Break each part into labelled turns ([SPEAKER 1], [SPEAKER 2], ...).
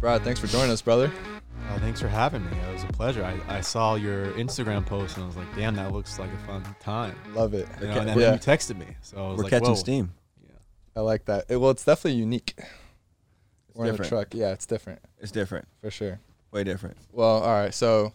[SPEAKER 1] Rod, thanks for joining us, brother.
[SPEAKER 2] Uh, thanks for having me. It was a pleasure. I, I saw your Instagram post and I was like, damn, that looks like a fun time.
[SPEAKER 1] Love it.
[SPEAKER 2] You know, and then
[SPEAKER 1] yeah,
[SPEAKER 2] you texted me. So I was
[SPEAKER 3] We're
[SPEAKER 2] like,
[SPEAKER 3] catching
[SPEAKER 2] whoa.
[SPEAKER 3] steam.
[SPEAKER 1] I like that. It- well, it's definitely unique. We're in
[SPEAKER 3] different.
[SPEAKER 1] a truck. Yeah, it's different
[SPEAKER 3] It's different.
[SPEAKER 1] for sure.
[SPEAKER 3] Way different.
[SPEAKER 1] Well, all right. So,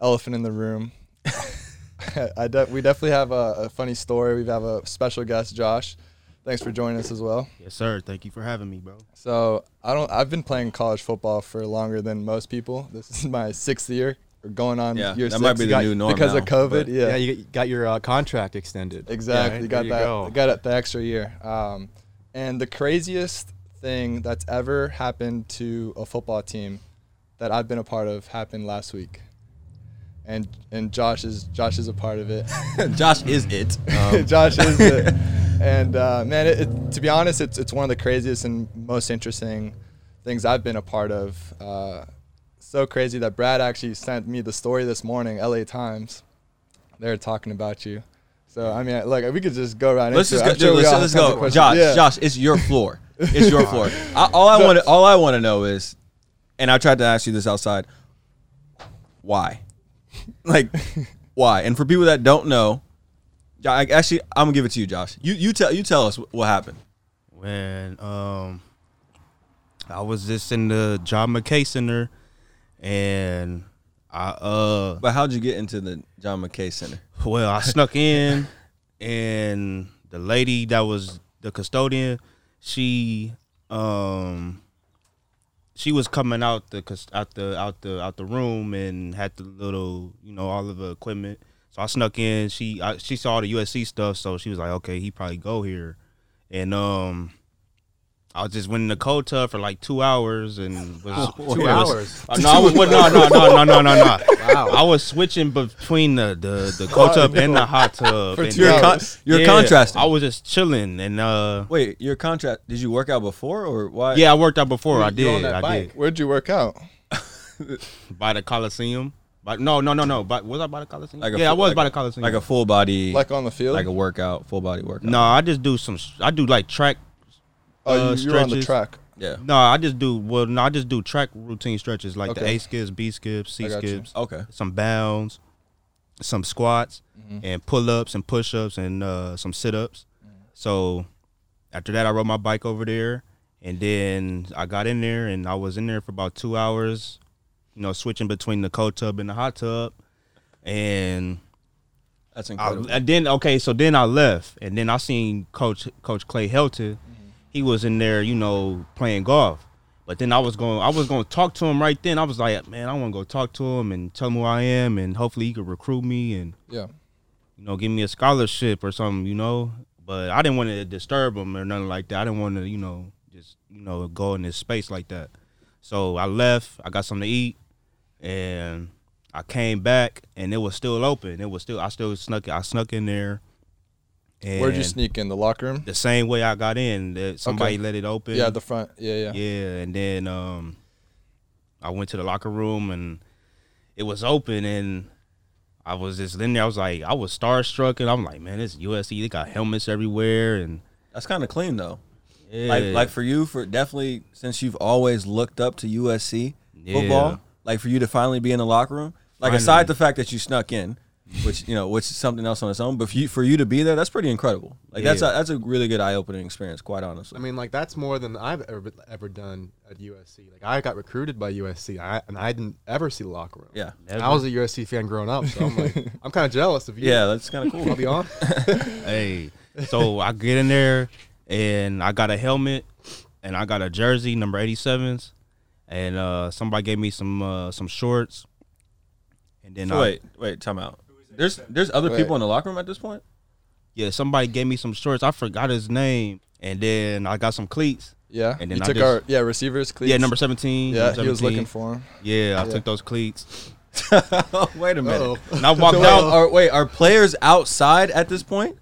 [SPEAKER 1] elephant in the room. I de- we definitely have a, a funny story. We have a special guest, Josh. Thanks for joining us as well.
[SPEAKER 4] Yes, sir. Thank you for having me, bro.
[SPEAKER 1] So I don't. I've been playing college football for longer than most people. This is my sixth year, or going on
[SPEAKER 3] Yeah,
[SPEAKER 1] year
[SPEAKER 3] that
[SPEAKER 1] six.
[SPEAKER 3] might be the
[SPEAKER 1] Got-
[SPEAKER 3] new norm
[SPEAKER 1] because of
[SPEAKER 3] now,
[SPEAKER 1] COVID.
[SPEAKER 3] but-
[SPEAKER 1] yeah,
[SPEAKER 2] Yeah, you, you got your uh, contract extended.
[SPEAKER 1] exactly.
[SPEAKER 2] Yeah,
[SPEAKER 1] got
[SPEAKER 2] there you
[SPEAKER 1] that.
[SPEAKER 2] go.
[SPEAKER 1] Got it the extra year. Um, and the craziest thing that's ever happened to a football team that I've been a part of happened last week. And and Josh is Josh is a part of it.
[SPEAKER 3] Josh is it. Um,
[SPEAKER 1] Josh is it. And uh, man, it, it, to be honest, it's it's one of the craziest and most interesting things I've been a part of. Uh, so crazy that Brad actually sent me the story this morning, LA Times. They're talking about you. So I mean, like we could just go right
[SPEAKER 3] let's
[SPEAKER 1] into
[SPEAKER 3] just
[SPEAKER 1] it. I'm
[SPEAKER 3] go.
[SPEAKER 1] sure
[SPEAKER 3] dude,
[SPEAKER 1] we
[SPEAKER 3] let's
[SPEAKER 1] all
[SPEAKER 3] let's
[SPEAKER 1] have tons of
[SPEAKER 3] go.
[SPEAKER 1] questions.
[SPEAKER 3] Josh,
[SPEAKER 1] Yeah.
[SPEAKER 3] Josh, it's your floor. It's your floor. I, all I
[SPEAKER 1] So-
[SPEAKER 3] want. All I want to know is, and I tried to ask you this outside. Why, like, why? And for people that don't know, Jo- I, actually, I'm gonna give it to you, Josh. You you tell you tell us what happened.
[SPEAKER 4] When um, I was just in the John McKay Center, and I uh,
[SPEAKER 3] But how'd you get into the John McKay Center?
[SPEAKER 4] well, I snuck in, and the lady that was the custodian, she um, she was coming out the cus- out the out the out the room and had the little you know all of the equipment. So I snuck in. She I, she saw all the USC stuff, so she was like, okay, he probably go here, and um. I just went in the cold tub for like two hours and was
[SPEAKER 3] Oh,
[SPEAKER 2] Two
[SPEAKER 4] was-
[SPEAKER 2] hours.
[SPEAKER 4] uh, no, I was, well, no, no, no, no, no, no, no. Wow. I was switching between the the, the cold tub and the hot tub.
[SPEAKER 1] For
[SPEAKER 4] and
[SPEAKER 1] two
[SPEAKER 3] You're,
[SPEAKER 1] hours.
[SPEAKER 3] con- you're contrasting.
[SPEAKER 4] I was just chilling and uh,
[SPEAKER 3] Wait, your contract? Did you work out before or why?
[SPEAKER 4] yeah, I worked out before. I
[SPEAKER 3] You're on
[SPEAKER 4] did.
[SPEAKER 3] that
[SPEAKER 4] I
[SPEAKER 3] bike.
[SPEAKER 1] Where'd you work out?
[SPEAKER 4] did by the Coliseum. But no, no, no, no. But was I by the Coliseum?
[SPEAKER 3] Like a
[SPEAKER 4] yeah, I
[SPEAKER 3] full-
[SPEAKER 4] was
[SPEAKER 3] like
[SPEAKER 4] by
[SPEAKER 3] a-
[SPEAKER 4] the Coliseum.
[SPEAKER 3] like a full body, like
[SPEAKER 1] Like on the
[SPEAKER 3] a,
[SPEAKER 1] field?
[SPEAKER 3] workout, full body workout.
[SPEAKER 4] no, I just do some. I do like track.
[SPEAKER 1] oh,
[SPEAKER 4] uh,
[SPEAKER 1] you, you were on the
[SPEAKER 4] stretches.
[SPEAKER 1] track.
[SPEAKER 3] yeah,
[SPEAKER 4] No, I just do well. No, I just do track routine stretches like the
[SPEAKER 1] Okay.
[SPEAKER 4] A skips, B skips,
[SPEAKER 1] I
[SPEAKER 4] C
[SPEAKER 1] got you.
[SPEAKER 4] skips.
[SPEAKER 3] okay.
[SPEAKER 4] some bounds, some squats, and pull ups and push ups and uh, some sit ups. So after that, I rode my bike over there, and then I got in there and I was in there for about two hours, you know, switching between the cold tub and the hot tub, and.
[SPEAKER 3] That's
[SPEAKER 4] I,
[SPEAKER 3] incredible.
[SPEAKER 4] and then okay, so then I left, and then I seen Coach Coach Clay Helton.
[SPEAKER 3] Mm-hmm.
[SPEAKER 4] He was in there, you know, playing golf. But then I was going, I was going to talk to him right then. I was like, man, I want to go talk to him and tell him who I am, and hopefully he could recruit me and
[SPEAKER 1] Yeah.
[SPEAKER 4] you know give me a scholarship or something, you know. But I didn't want to disturb him or nothing like that. I didn't want to, you know, just you know go in his space like that. So I left. I got something to eat, and I came back, and it was still open. It was still I still snuck I snuck in there. And
[SPEAKER 1] Where'd you sneak in the locker room?
[SPEAKER 4] The same way I got in. That somebody
[SPEAKER 1] Okay.
[SPEAKER 4] let it open.
[SPEAKER 1] Yeah, the front. Yeah, yeah.
[SPEAKER 4] yeah, and then um, I went to the locker room and it was open and. I was just in there. I was like, I was starstruck, and I'm like, man, this USC. They got helmets everywhere, and
[SPEAKER 3] That's kind of clean though.
[SPEAKER 4] yeah,
[SPEAKER 3] Like like for you, for definitely since you've always looked up to USC
[SPEAKER 4] Yeah.
[SPEAKER 3] football, like for you to finally be in the locker room, like
[SPEAKER 4] Finally.
[SPEAKER 3] aside the fact that you snuck in, which you know, which is something else on its own, but for you for you to be there, that's pretty incredible. Like that's a,
[SPEAKER 4] Yeah.
[SPEAKER 3] that's a really good eye opening experience, quite honestly.
[SPEAKER 2] I mean, like that's more than I've ever ever done at USC. Like I got recruited by USC, I, and I didn't ever see the locker room.
[SPEAKER 3] yeah,
[SPEAKER 2] And I was a USC fan growing up, so I'm like, I'm kind of jealous of you.
[SPEAKER 3] yeah, that's kind of cool.
[SPEAKER 2] I'll be honest.
[SPEAKER 4] Hey, so I get in there and I got a helmet and I got a jersey, number eighty sevens, and uh, somebody gave me some uh, some shorts. And then
[SPEAKER 3] So
[SPEAKER 4] I,
[SPEAKER 3] wait, wait, time out. There's there's other
[SPEAKER 1] Wait.
[SPEAKER 3] people in the locker room at this point.
[SPEAKER 4] yeah, somebody gave me some shorts. I forgot his name, and then I got some cleats.
[SPEAKER 1] Yeah.
[SPEAKER 4] And
[SPEAKER 1] you
[SPEAKER 4] then I
[SPEAKER 1] took
[SPEAKER 4] just-
[SPEAKER 1] our yeah receivers. Cleats.
[SPEAKER 4] Yeah, number seventeen.
[SPEAKER 1] Yeah,
[SPEAKER 4] number
[SPEAKER 1] he was
[SPEAKER 4] 17.
[SPEAKER 1] looking for him.
[SPEAKER 4] Yeah, I
[SPEAKER 1] Yeah.
[SPEAKER 4] took those cleats
[SPEAKER 3] wait a minute.
[SPEAKER 2] Uh-oh.
[SPEAKER 4] and I walked
[SPEAKER 3] So wait,
[SPEAKER 4] out.
[SPEAKER 3] are, wait, are players outside at this point?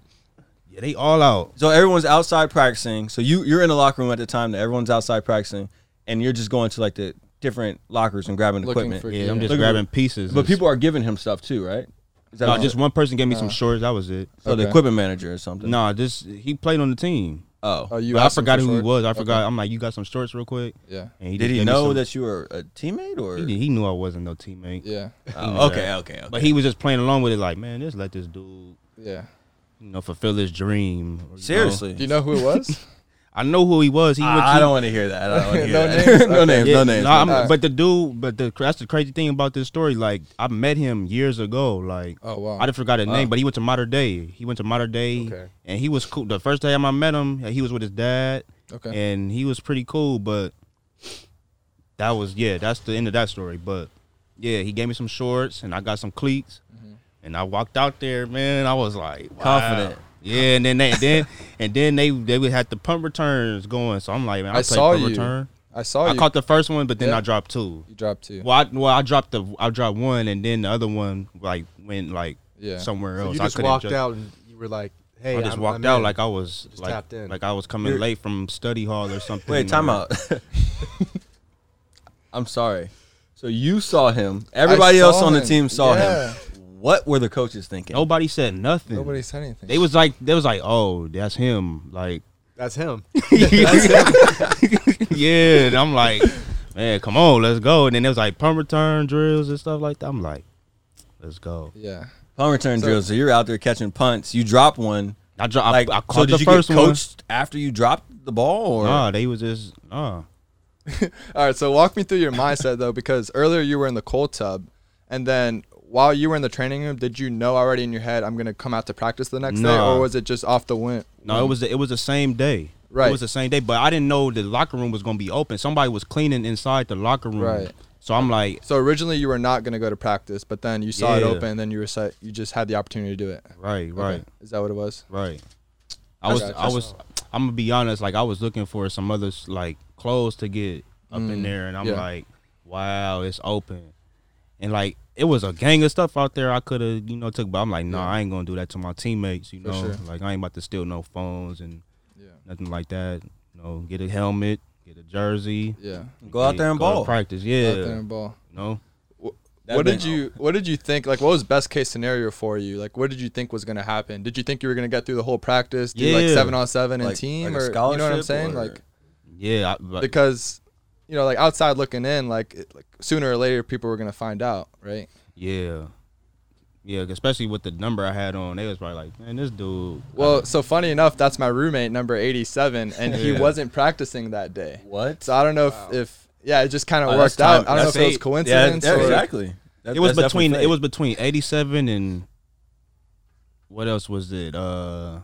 [SPEAKER 4] Yeah, they all out.
[SPEAKER 3] So everyone's outside practicing. So you you're in the locker room at the time that everyone's outside practicing, and you're just going to like the different lockers and grabbing
[SPEAKER 1] Looking
[SPEAKER 3] equipment.
[SPEAKER 1] for-
[SPEAKER 4] Yeah, I'm
[SPEAKER 1] Yeah.
[SPEAKER 3] Look
[SPEAKER 4] just
[SPEAKER 3] at-
[SPEAKER 4] grabbing pieces.
[SPEAKER 3] but
[SPEAKER 4] and-
[SPEAKER 3] people are giving him stuff too, right? Is that
[SPEAKER 4] No,
[SPEAKER 3] all?
[SPEAKER 4] just one person gave me
[SPEAKER 1] Uh.
[SPEAKER 4] some shorts. That was it.
[SPEAKER 3] so Oh, the
[SPEAKER 1] Okay.
[SPEAKER 3] equipment manager or something?
[SPEAKER 4] No, nah, just he played on the team.
[SPEAKER 3] Oh,
[SPEAKER 1] Oh, you
[SPEAKER 4] But I
[SPEAKER 1] asked him
[SPEAKER 4] forgot
[SPEAKER 1] for
[SPEAKER 4] who he
[SPEAKER 1] short?
[SPEAKER 4] was. I forgot. I'm like, you got some shorts real quick.
[SPEAKER 1] Yeah.
[SPEAKER 4] And
[SPEAKER 3] did
[SPEAKER 4] just
[SPEAKER 3] he
[SPEAKER 4] gave me
[SPEAKER 3] know
[SPEAKER 4] some-
[SPEAKER 3] that you were a teammate or?
[SPEAKER 4] He, did- he knew I wasn't no teammate.
[SPEAKER 1] Yeah.
[SPEAKER 3] Oh, okay, okay, okay.
[SPEAKER 4] But he was just playing along with it, like, man, just let this dude,
[SPEAKER 1] Yeah.
[SPEAKER 4] you know, fulfill his dream. or, you know.
[SPEAKER 3] seriously.
[SPEAKER 1] Do you know who it was?
[SPEAKER 4] I know who he was. He went
[SPEAKER 3] I, I
[SPEAKER 4] to-
[SPEAKER 3] don't want to hear that. I don't want to hear
[SPEAKER 1] No
[SPEAKER 3] that.
[SPEAKER 1] names?
[SPEAKER 3] no
[SPEAKER 1] Okay.
[SPEAKER 3] names.
[SPEAKER 4] Yeah,
[SPEAKER 3] No names.
[SPEAKER 4] no, I'm-
[SPEAKER 1] Alright.
[SPEAKER 4] But the dude, but the that's the crazy thing about this story. Like, I met him years ago. Like,
[SPEAKER 1] Oh, wow.
[SPEAKER 4] I just forgot his name, but he went to Modern Day. He went to Modern Day,
[SPEAKER 2] Okay.
[SPEAKER 4] and he was cool. The first time I met him, he was with his dad,
[SPEAKER 1] Okay.
[SPEAKER 4] and he was pretty cool. But that was yeah, that's the end of that story. But yeah, he gave me some shorts, and I got some cleats,
[SPEAKER 1] Mm-hmm.
[SPEAKER 4] and I walked out there, man. I was like wow.
[SPEAKER 3] Confident.
[SPEAKER 4] Yeah, and then they then and then they they would had the punt returns going. So I'm like, man, I,
[SPEAKER 1] I saw
[SPEAKER 4] pump
[SPEAKER 1] you.
[SPEAKER 4] return.
[SPEAKER 1] I
[SPEAKER 2] Oh,
[SPEAKER 1] saw
[SPEAKER 4] I
[SPEAKER 1] you.
[SPEAKER 4] caught the first one, but then
[SPEAKER 1] Yeah.
[SPEAKER 4] I dropped two.
[SPEAKER 1] you dropped two.
[SPEAKER 4] Well, I, well, I dropped the I dropped one, and then the other one like went like
[SPEAKER 1] Yeah.
[SPEAKER 4] somewhere
[SPEAKER 2] So
[SPEAKER 4] else.
[SPEAKER 2] you
[SPEAKER 4] I
[SPEAKER 2] just
[SPEAKER 4] couldn't
[SPEAKER 2] walked
[SPEAKER 4] ju-
[SPEAKER 2] out and you were like, "Hey,
[SPEAKER 4] I just
[SPEAKER 2] I'm-
[SPEAKER 4] walked
[SPEAKER 2] I'm
[SPEAKER 4] out
[SPEAKER 2] in.
[SPEAKER 4] like I was
[SPEAKER 2] Just
[SPEAKER 4] like
[SPEAKER 2] tapped in.
[SPEAKER 4] like I was coming
[SPEAKER 3] You're-
[SPEAKER 4] late from study hall or something.
[SPEAKER 3] Wait, time out. I'm sorry. So you saw him. Everybody
[SPEAKER 1] saw
[SPEAKER 3] else on the
[SPEAKER 1] him.
[SPEAKER 3] team saw
[SPEAKER 1] Yeah.
[SPEAKER 3] him. What were the coaches thinking?
[SPEAKER 4] Nobody said nothing.
[SPEAKER 1] Nobody said anything.
[SPEAKER 4] They was like they was like, oh, that's him. Like
[SPEAKER 2] That's him.
[SPEAKER 4] yeah, and I'm like, man, come on, let's go. And then there was like punt return drills and stuff like that. I'm like, let's go.
[SPEAKER 1] yeah.
[SPEAKER 3] Punt return
[SPEAKER 1] So-
[SPEAKER 3] drills. So you're out there catching punts. You drop one.
[SPEAKER 4] I dro-
[SPEAKER 3] Like,
[SPEAKER 4] I, I
[SPEAKER 3] so
[SPEAKER 4] caught
[SPEAKER 3] did
[SPEAKER 4] the
[SPEAKER 3] you
[SPEAKER 4] first
[SPEAKER 3] get coached after you dropped the ball? Or
[SPEAKER 4] one. Nah, they was just nah.
[SPEAKER 1] All right, so walk me through your mindset though, because earlier you were in the cold tub, and then while you were in the training room, did you know already in your head I'm gonna come out to practice the next day,
[SPEAKER 4] No.
[SPEAKER 1] or was it just off the wind?
[SPEAKER 4] No, it was the, it was the same day.
[SPEAKER 1] Right.
[SPEAKER 4] It was the same day, but I didn't know the locker room was gonna be open. Somebody was cleaning inside the locker room.
[SPEAKER 1] Right.
[SPEAKER 4] So I'm like,
[SPEAKER 1] So originally you were not gonna go to practice, but then you saw it
[SPEAKER 4] Yeah.
[SPEAKER 1] open, and then you were set. You just had the opportunity to do it.
[SPEAKER 4] right,
[SPEAKER 1] Okay.
[SPEAKER 4] right,
[SPEAKER 1] Is that what it was?
[SPEAKER 4] right. I was
[SPEAKER 1] Okay,
[SPEAKER 4] I was I'm gonna be honest, like I was looking for some other s- like clothes to get up in there and I'm
[SPEAKER 1] Mm. yeah.
[SPEAKER 4] like, wow, it's open. And like it was a gang of stuff out there I could have, you know, took but I'm like, no, nah, I ain't gonna do that to my teammates, you
[SPEAKER 1] For
[SPEAKER 4] know.
[SPEAKER 1] sure.
[SPEAKER 4] Like I ain't about to steal no phones and
[SPEAKER 1] Yeah.
[SPEAKER 4] nothing like that. You know, get a helmet, get a jersey.
[SPEAKER 1] Yeah.
[SPEAKER 3] Go out
[SPEAKER 4] Yeah,
[SPEAKER 3] there and
[SPEAKER 4] go to
[SPEAKER 3] ball.
[SPEAKER 4] Practice, yeah.
[SPEAKER 1] Out there and ball.
[SPEAKER 4] No,
[SPEAKER 3] That
[SPEAKER 1] what
[SPEAKER 3] been-
[SPEAKER 1] did you What did you think? Like, what was best case scenario for you? Like, what did you think was gonna happen? Did you think you were gonna get through the whole practice, do like
[SPEAKER 4] Yeah.
[SPEAKER 1] seven on seven and
[SPEAKER 3] Like-
[SPEAKER 1] team,
[SPEAKER 3] like a
[SPEAKER 1] or you know what I'm
[SPEAKER 3] scholarship,
[SPEAKER 1] saying?
[SPEAKER 3] or-
[SPEAKER 1] Like,
[SPEAKER 4] yeah, I, but
[SPEAKER 1] because you know like outside looking in like, it, like sooner or later people were gonna find out right
[SPEAKER 4] yeah, yeah. Especially with the number I had on, they was probably like, "Man, this dude."
[SPEAKER 1] well
[SPEAKER 3] Uh-huh.
[SPEAKER 1] so funny enough that's my roommate number 87 and he
[SPEAKER 4] Yeah.
[SPEAKER 1] wasn't practicing that day
[SPEAKER 3] What?
[SPEAKER 1] so i don't know if, if yeah it just kind of
[SPEAKER 3] Oh, that's
[SPEAKER 1] worked out
[SPEAKER 3] time-
[SPEAKER 1] i don't know
[SPEAKER 3] that's
[SPEAKER 1] if it was
[SPEAKER 3] fate.
[SPEAKER 1] coincidence
[SPEAKER 3] Yeah, that-
[SPEAKER 1] or,
[SPEAKER 3] exactly. That-
[SPEAKER 4] it was
[SPEAKER 3] that's definitely
[SPEAKER 4] between
[SPEAKER 3] fate.
[SPEAKER 4] it was between eighty seven and what else was it? Uh,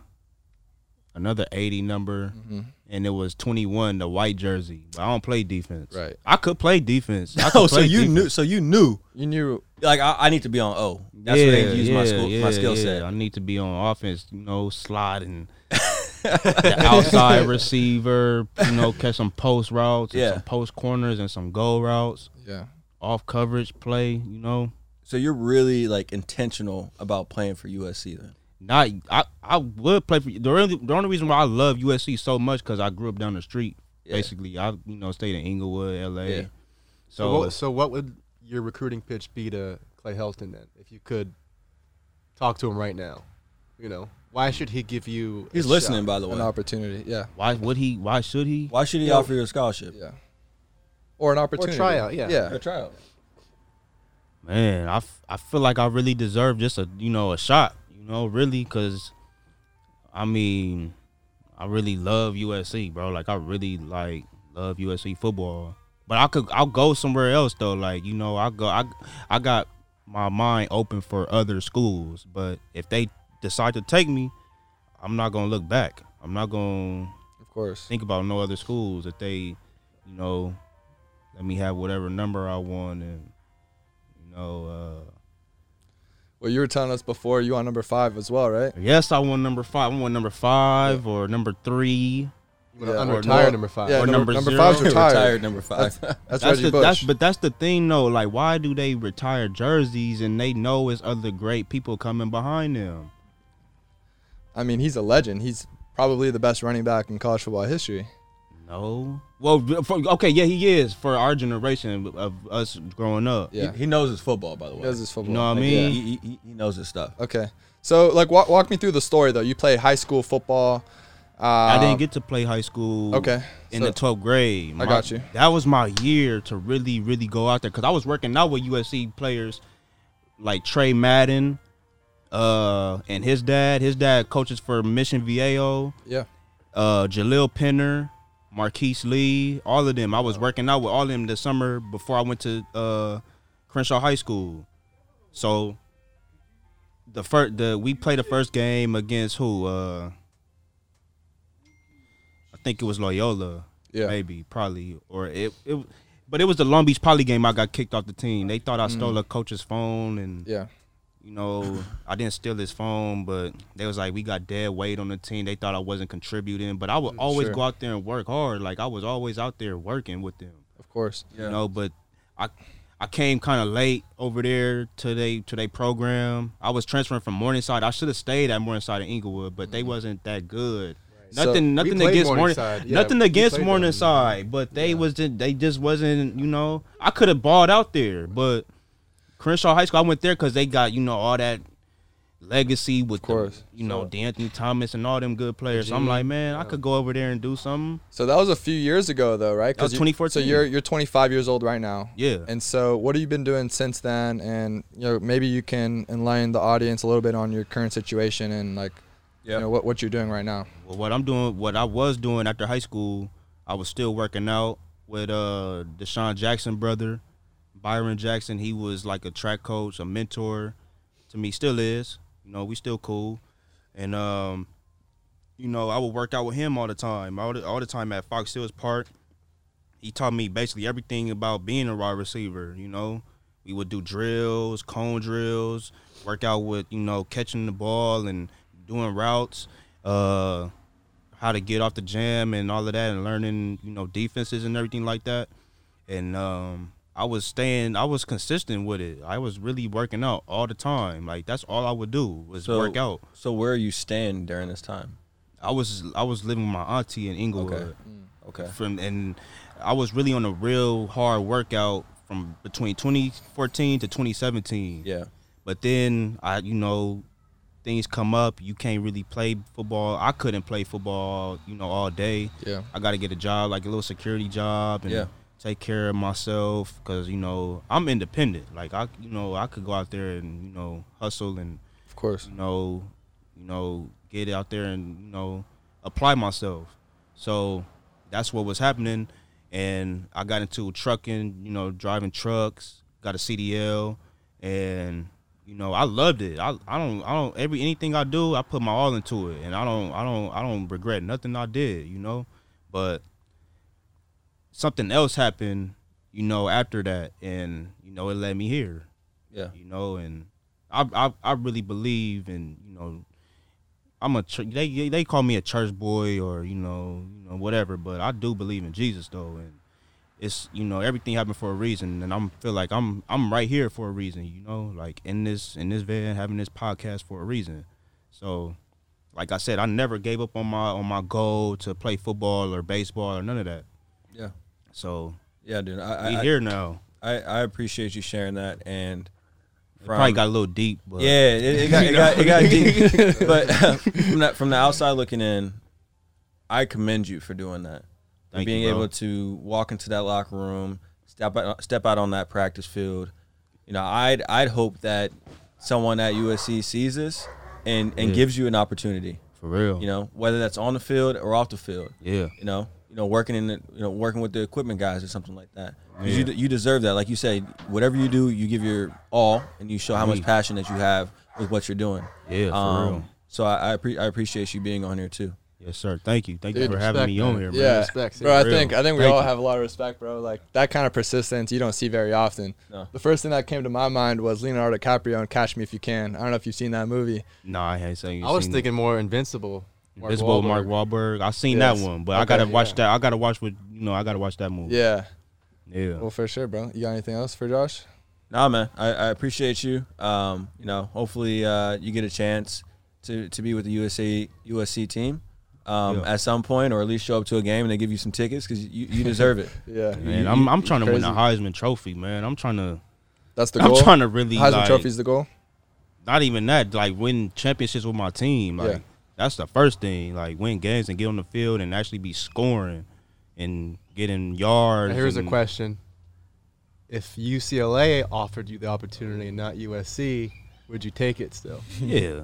[SPEAKER 4] another eighty number,
[SPEAKER 3] Mm-hmm.
[SPEAKER 4] and it was twenty one, the white jersey. But I don't play defense.
[SPEAKER 1] Right.
[SPEAKER 4] I could play defense. I
[SPEAKER 3] Oh,
[SPEAKER 4] could
[SPEAKER 3] so
[SPEAKER 4] play
[SPEAKER 3] you
[SPEAKER 4] defense.
[SPEAKER 3] knew. So you knew.
[SPEAKER 1] you knew
[SPEAKER 3] Like I, I need to be on O. That's where I need to use my school, my skill
[SPEAKER 4] yeah.
[SPEAKER 3] set.
[SPEAKER 4] I need to be on offense, you know, slide and the outside receiver, you know, catch some post routes, and
[SPEAKER 3] Yeah.
[SPEAKER 4] some post corners and some goal routes,
[SPEAKER 1] yeah
[SPEAKER 4] off coverage play, you know.
[SPEAKER 3] So you're really like intentional about playing for USC then.
[SPEAKER 4] Not I, I would play for the only, the only reason why I love USC so much because I grew up down the street.
[SPEAKER 3] Yeah.
[SPEAKER 4] Basically, I you know stayed in Inglewood, LA.
[SPEAKER 3] Yeah.
[SPEAKER 2] So,
[SPEAKER 4] So,
[SPEAKER 2] what, so what would your recruiting pitch be to Clay Helton then, if you could talk to him right now? You know, why should he give you? a
[SPEAKER 3] He's listening,
[SPEAKER 2] shot?
[SPEAKER 3] by the way.
[SPEAKER 1] an opportunity yeah
[SPEAKER 4] why would he? Why should he?
[SPEAKER 3] Why should he
[SPEAKER 2] Yeah.
[SPEAKER 3] offer you a scholarship?
[SPEAKER 1] yeah or an opportunity
[SPEAKER 2] tryout, yeah.
[SPEAKER 1] yeah
[SPEAKER 3] tryout.
[SPEAKER 4] man, I, f- I feel like I really deserve just a you know a shot, you know, really, cause I mean, I really love USC, bro. Like I really like love USC football, but I could I'll go somewhere else though. Like you know, I go I I got my mind open for other schools, but if they decide to take me, I'm not gonna look back. I'm not gonna
[SPEAKER 1] of course
[SPEAKER 4] think about no other schools if they, you know, let me have whatever number I want and you know, uh,
[SPEAKER 1] well you were telling us before you on number five as well right
[SPEAKER 4] uh yes, I want number five. I want number five or number three.
[SPEAKER 2] You want
[SPEAKER 1] Yeah.
[SPEAKER 2] to
[SPEAKER 1] Or
[SPEAKER 2] unretire
[SPEAKER 1] no-
[SPEAKER 2] number five?
[SPEAKER 1] yeah,
[SPEAKER 4] Or number
[SPEAKER 1] number
[SPEAKER 4] zero.
[SPEAKER 1] five's retired.
[SPEAKER 3] Retired number five.
[SPEAKER 1] that's,
[SPEAKER 4] That's
[SPEAKER 1] reggie
[SPEAKER 4] the,
[SPEAKER 1] bush
[SPEAKER 4] that's but that's the thing though. Like, why do they retire jerseys and they know it's other great people coming behind them?
[SPEAKER 1] i mean he's a legend he's probably the best running back in college football history
[SPEAKER 4] No. Well, for, okay, yeah, he is for our generation of, of us growing up.
[SPEAKER 1] Yeah.
[SPEAKER 3] he, he knows his football, by the way.
[SPEAKER 1] he has his football
[SPEAKER 4] You know what
[SPEAKER 3] Like,
[SPEAKER 4] I mean?
[SPEAKER 3] he, he, he knows his stuff.
[SPEAKER 1] Okay. So like walk, walk me through the story though. You played high school football. Um,
[SPEAKER 4] I didn't get to play high school.
[SPEAKER 1] Uh, Okay,
[SPEAKER 4] In
[SPEAKER 1] so-
[SPEAKER 4] the 12th grade.
[SPEAKER 1] I
[SPEAKER 4] My-
[SPEAKER 1] got you.
[SPEAKER 4] That was my year to really, really go out there because I was working out with USC players like Trey Madden uh, and his dad. His dad coaches for Mission Viejo,
[SPEAKER 1] Yeah.
[SPEAKER 4] uh, Jaleel Penner, Marquise Lee, all of them. I was working out with all of them the summer before I went to uh, Crenshaw High School. So the first the we played the first game against who? Uh I think it was Loyola.
[SPEAKER 1] Yeah.
[SPEAKER 4] Maybe, probably. Or it, it but it was the Long Beach Poly game I got kicked off the team. They thought I stole a coach's phone and
[SPEAKER 1] Yeah.
[SPEAKER 4] you know, I didn't steal his phone, but they was like, we got dead weight on the team. They thought I wasn't contributing, but I would always
[SPEAKER 1] sure.
[SPEAKER 4] go out there and work hard. Like I was always out there working with them
[SPEAKER 1] Of course.
[SPEAKER 3] Yeah.
[SPEAKER 4] you know. But I I came kind of late over there to they to they program. I was transferring from Morningside. I should have stayed at Morningside in Inglewood, but they wasn't that good.
[SPEAKER 1] So,
[SPEAKER 4] Nothing,
[SPEAKER 1] we
[SPEAKER 4] nothing
[SPEAKER 2] played
[SPEAKER 4] against Morning,
[SPEAKER 2] Morningside, yeah,
[SPEAKER 4] nothing
[SPEAKER 2] we
[SPEAKER 4] against
[SPEAKER 2] played them.
[SPEAKER 4] Morningside, but they was just, they just wasn't. You know, I could have balled out there, but Crenshaw High School, I went there because they got you know all that legacy with
[SPEAKER 1] course.
[SPEAKER 4] The, you know D'Anthony Thomas and all them good players. So I'm like, man, I could go over there and do something.
[SPEAKER 1] So that was a few years ago, though, right?
[SPEAKER 4] That was
[SPEAKER 1] 2014. So
[SPEAKER 4] 2014.
[SPEAKER 1] you're you're 25 years old right now.
[SPEAKER 4] Yeah.
[SPEAKER 1] And so, what have you been doing since then? And you know, maybe you can enlighten the audience a little bit on your current situation and like,
[SPEAKER 3] Yeah.
[SPEAKER 1] you know, what what you're doing right now.
[SPEAKER 4] Well, what I'm doing, what I was doing after high school, I was still working out with uh Deshaun Jackson brother, Byron Jackson. He was like a track coach, a mentor to me, still is. You know, we still cool, and um, you know, I would work out with him all the time, all the, all the time at Fox Hills Park. He taught me basically everything about being a wide receiver. You know, we would do drills, cone drills, work out with you know catching the ball and doing routes, uh, how to get off the jam and all of that, and learning you know defenses and everything like that. And um, I was staying, I was consistent with it. I was really working out all the time. Like that's all I would do was
[SPEAKER 3] So-
[SPEAKER 4] work out.
[SPEAKER 3] So where are you staying during this time?
[SPEAKER 4] I was I was living with my auntie in Inglewood.
[SPEAKER 3] Okay. Okay.
[SPEAKER 4] From and I was really on a real hard workout from between 2014 to 2017.
[SPEAKER 3] Yeah.
[SPEAKER 4] But then I, you know, things come up. You can't really play football. I couldn't play football, you know, all day.
[SPEAKER 1] Yeah.
[SPEAKER 4] I got to get a job, like a little security job, and
[SPEAKER 3] Yeah.
[SPEAKER 4] take care of myself because you know I'm independent. Like I, you know, I could go out there and you know hustle and
[SPEAKER 1] Of course.
[SPEAKER 4] you know, you know, get out there and you know, apply myself. So that's what was happening, and I got into trucking, you know, driving trucks, got a CDL, and you know, I loved it. I, I don't I don't every anything I do, I put my all into it, and I don't I don't I don't regret nothing I did, you know, but something else happened, you know, after that, and you know, it led me here
[SPEAKER 3] Yeah.
[SPEAKER 4] you know, and I I, I really believe in you know, I'm a chur- they they call me a church boy or you know you know whatever, but I do believe in Jesus though, and it's you know everything happened for a reason, and I'm feel like I'm I'm right here for a reason, you know, like in this in this van having this podcast for a reason, so. Like I said, I never gave up on my on my goal to play football or baseball or none of that.
[SPEAKER 3] Yeah.
[SPEAKER 4] So
[SPEAKER 3] Yeah, dude. I
[SPEAKER 4] we
[SPEAKER 3] I,
[SPEAKER 4] here now.
[SPEAKER 3] I I appreciate you sharing that and from,
[SPEAKER 4] Probably got a little deep, but
[SPEAKER 3] yeah, it, it got it got, it got deep. But from that from the outside looking in, I commend you for doing that. For
[SPEAKER 4] Thank you,
[SPEAKER 3] being
[SPEAKER 4] bro.
[SPEAKER 3] able to walk into that locker room, step out, step out on that practice field. You know, I'd I'd hope that someone at USC sees this and and gives you an opportunity.
[SPEAKER 4] for real,
[SPEAKER 3] You know, whether that's on the field or off the field.
[SPEAKER 4] yeah.
[SPEAKER 3] you know, you know, working in the, you know, working with the equipment guys or something like that. 'Cause You, you deserve that. Like you said, whatever you do, you give your all and you show how much
[SPEAKER 4] Yeah.
[SPEAKER 3] passion that you have with what you're doing.
[SPEAKER 4] Yeah, for
[SPEAKER 3] Um,
[SPEAKER 4] real.
[SPEAKER 3] So I I, appre- I appreciate you being on here too.
[SPEAKER 4] Yes, sir. Thank you. Thank
[SPEAKER 2] Dude,
[SPEAKER 4] you for having
[SPEAKER 2] respect,
[SPEAKER 4] me on
[SPEAKER 2] man.
[SPEAKER 4] here, man.
[SPEAKER 1] Yeah,
[SPEAKER 2] respect,
[SPEAKER 1] bro. I
[SPEAKER 4] real.
[SPEAKER 1] think I think we
[SPEAKER 4] Thank
[SPEAKER 1] all
[SPEAKER 4] you.
[SPEAKER 1] have a lot of respect, bro. Like that kind of persistence you don't see very often.
[SPEAKER 3] No.
[SPEAKER 1] The first thing that came to my mind was Leonardo DiCaprio and Catch Me If You Can. I don't know if you've seen that movie.
[SPEAKER 4] Nah, I ain't saying.
[SPEAKER 2] I was thinking more Invincible. Mark
[SPEAKER 4] Invisible
[SPEAKER 2] Wahlberg.
[SPEAKER 4] Mark Wahlberg. I seen
[SPEAKER 1] Yes.
[SPEAKER 4] that one, but I
[SPEAKER 1] Okay,
[SPEAKER 4] gotta
[SPEAKER 1] yeah.
[SPEAKER 4] watch that. I gotta watch with you know. I gotta watch that movie.
[SPEAKER 1] Yeah.
[SPEAKER 4] Yeah.
[SPEAKER 1] Well, for sure, bro. You got anything else for Josh?
[SPEAKER 3] Nah, man, I, I appreciate you. Um, you know, hopefully uh, you get a chance to, to be with the USC USC team um,
[SPEAKER 4] Yeah.
[SPEAKER 3] at some point, or at least show up to a game and they give you some tickets because you, you deserve it.
[SPEAKER 1] Yeah.
[SPEAKER 4] Man,
[SPEAKER 1] You-
[SPEAKER 4] I'm
[SPEAKER 1] you-
[SPEAKER 4] I'm
[SPEAKER 1] you
[SPEAKER 4] trying to win the
[SPEAKER 1] crazy.
[SPEAKER 4] Heisman Trophy, man. I'm trying to
[SPEAKER 1] That's the
[SPEAKER 4] I'm
[SPEAKER 1] goal.
[SPEAKER 4] trying to really
[SPEAKER 1] Heisman
[SPEAKER 4] like,
[SPEAKER 1] Trophy's the goal.
[SPEAKER 4] not even that like win championships with my team. Like
[SPEAKER 1] Yeah.
[SPEAKER 4] That's the first thing. Like win games and get on the field and actually be scoring and getting yards.
[SPEAKER 2] Now, here's a
[SPEAKER 4] and-
[SPEAKER 2] question: If UCLA offered you the opportunity and not USC, would you take it still?
[SPEAKER 4] Yeah.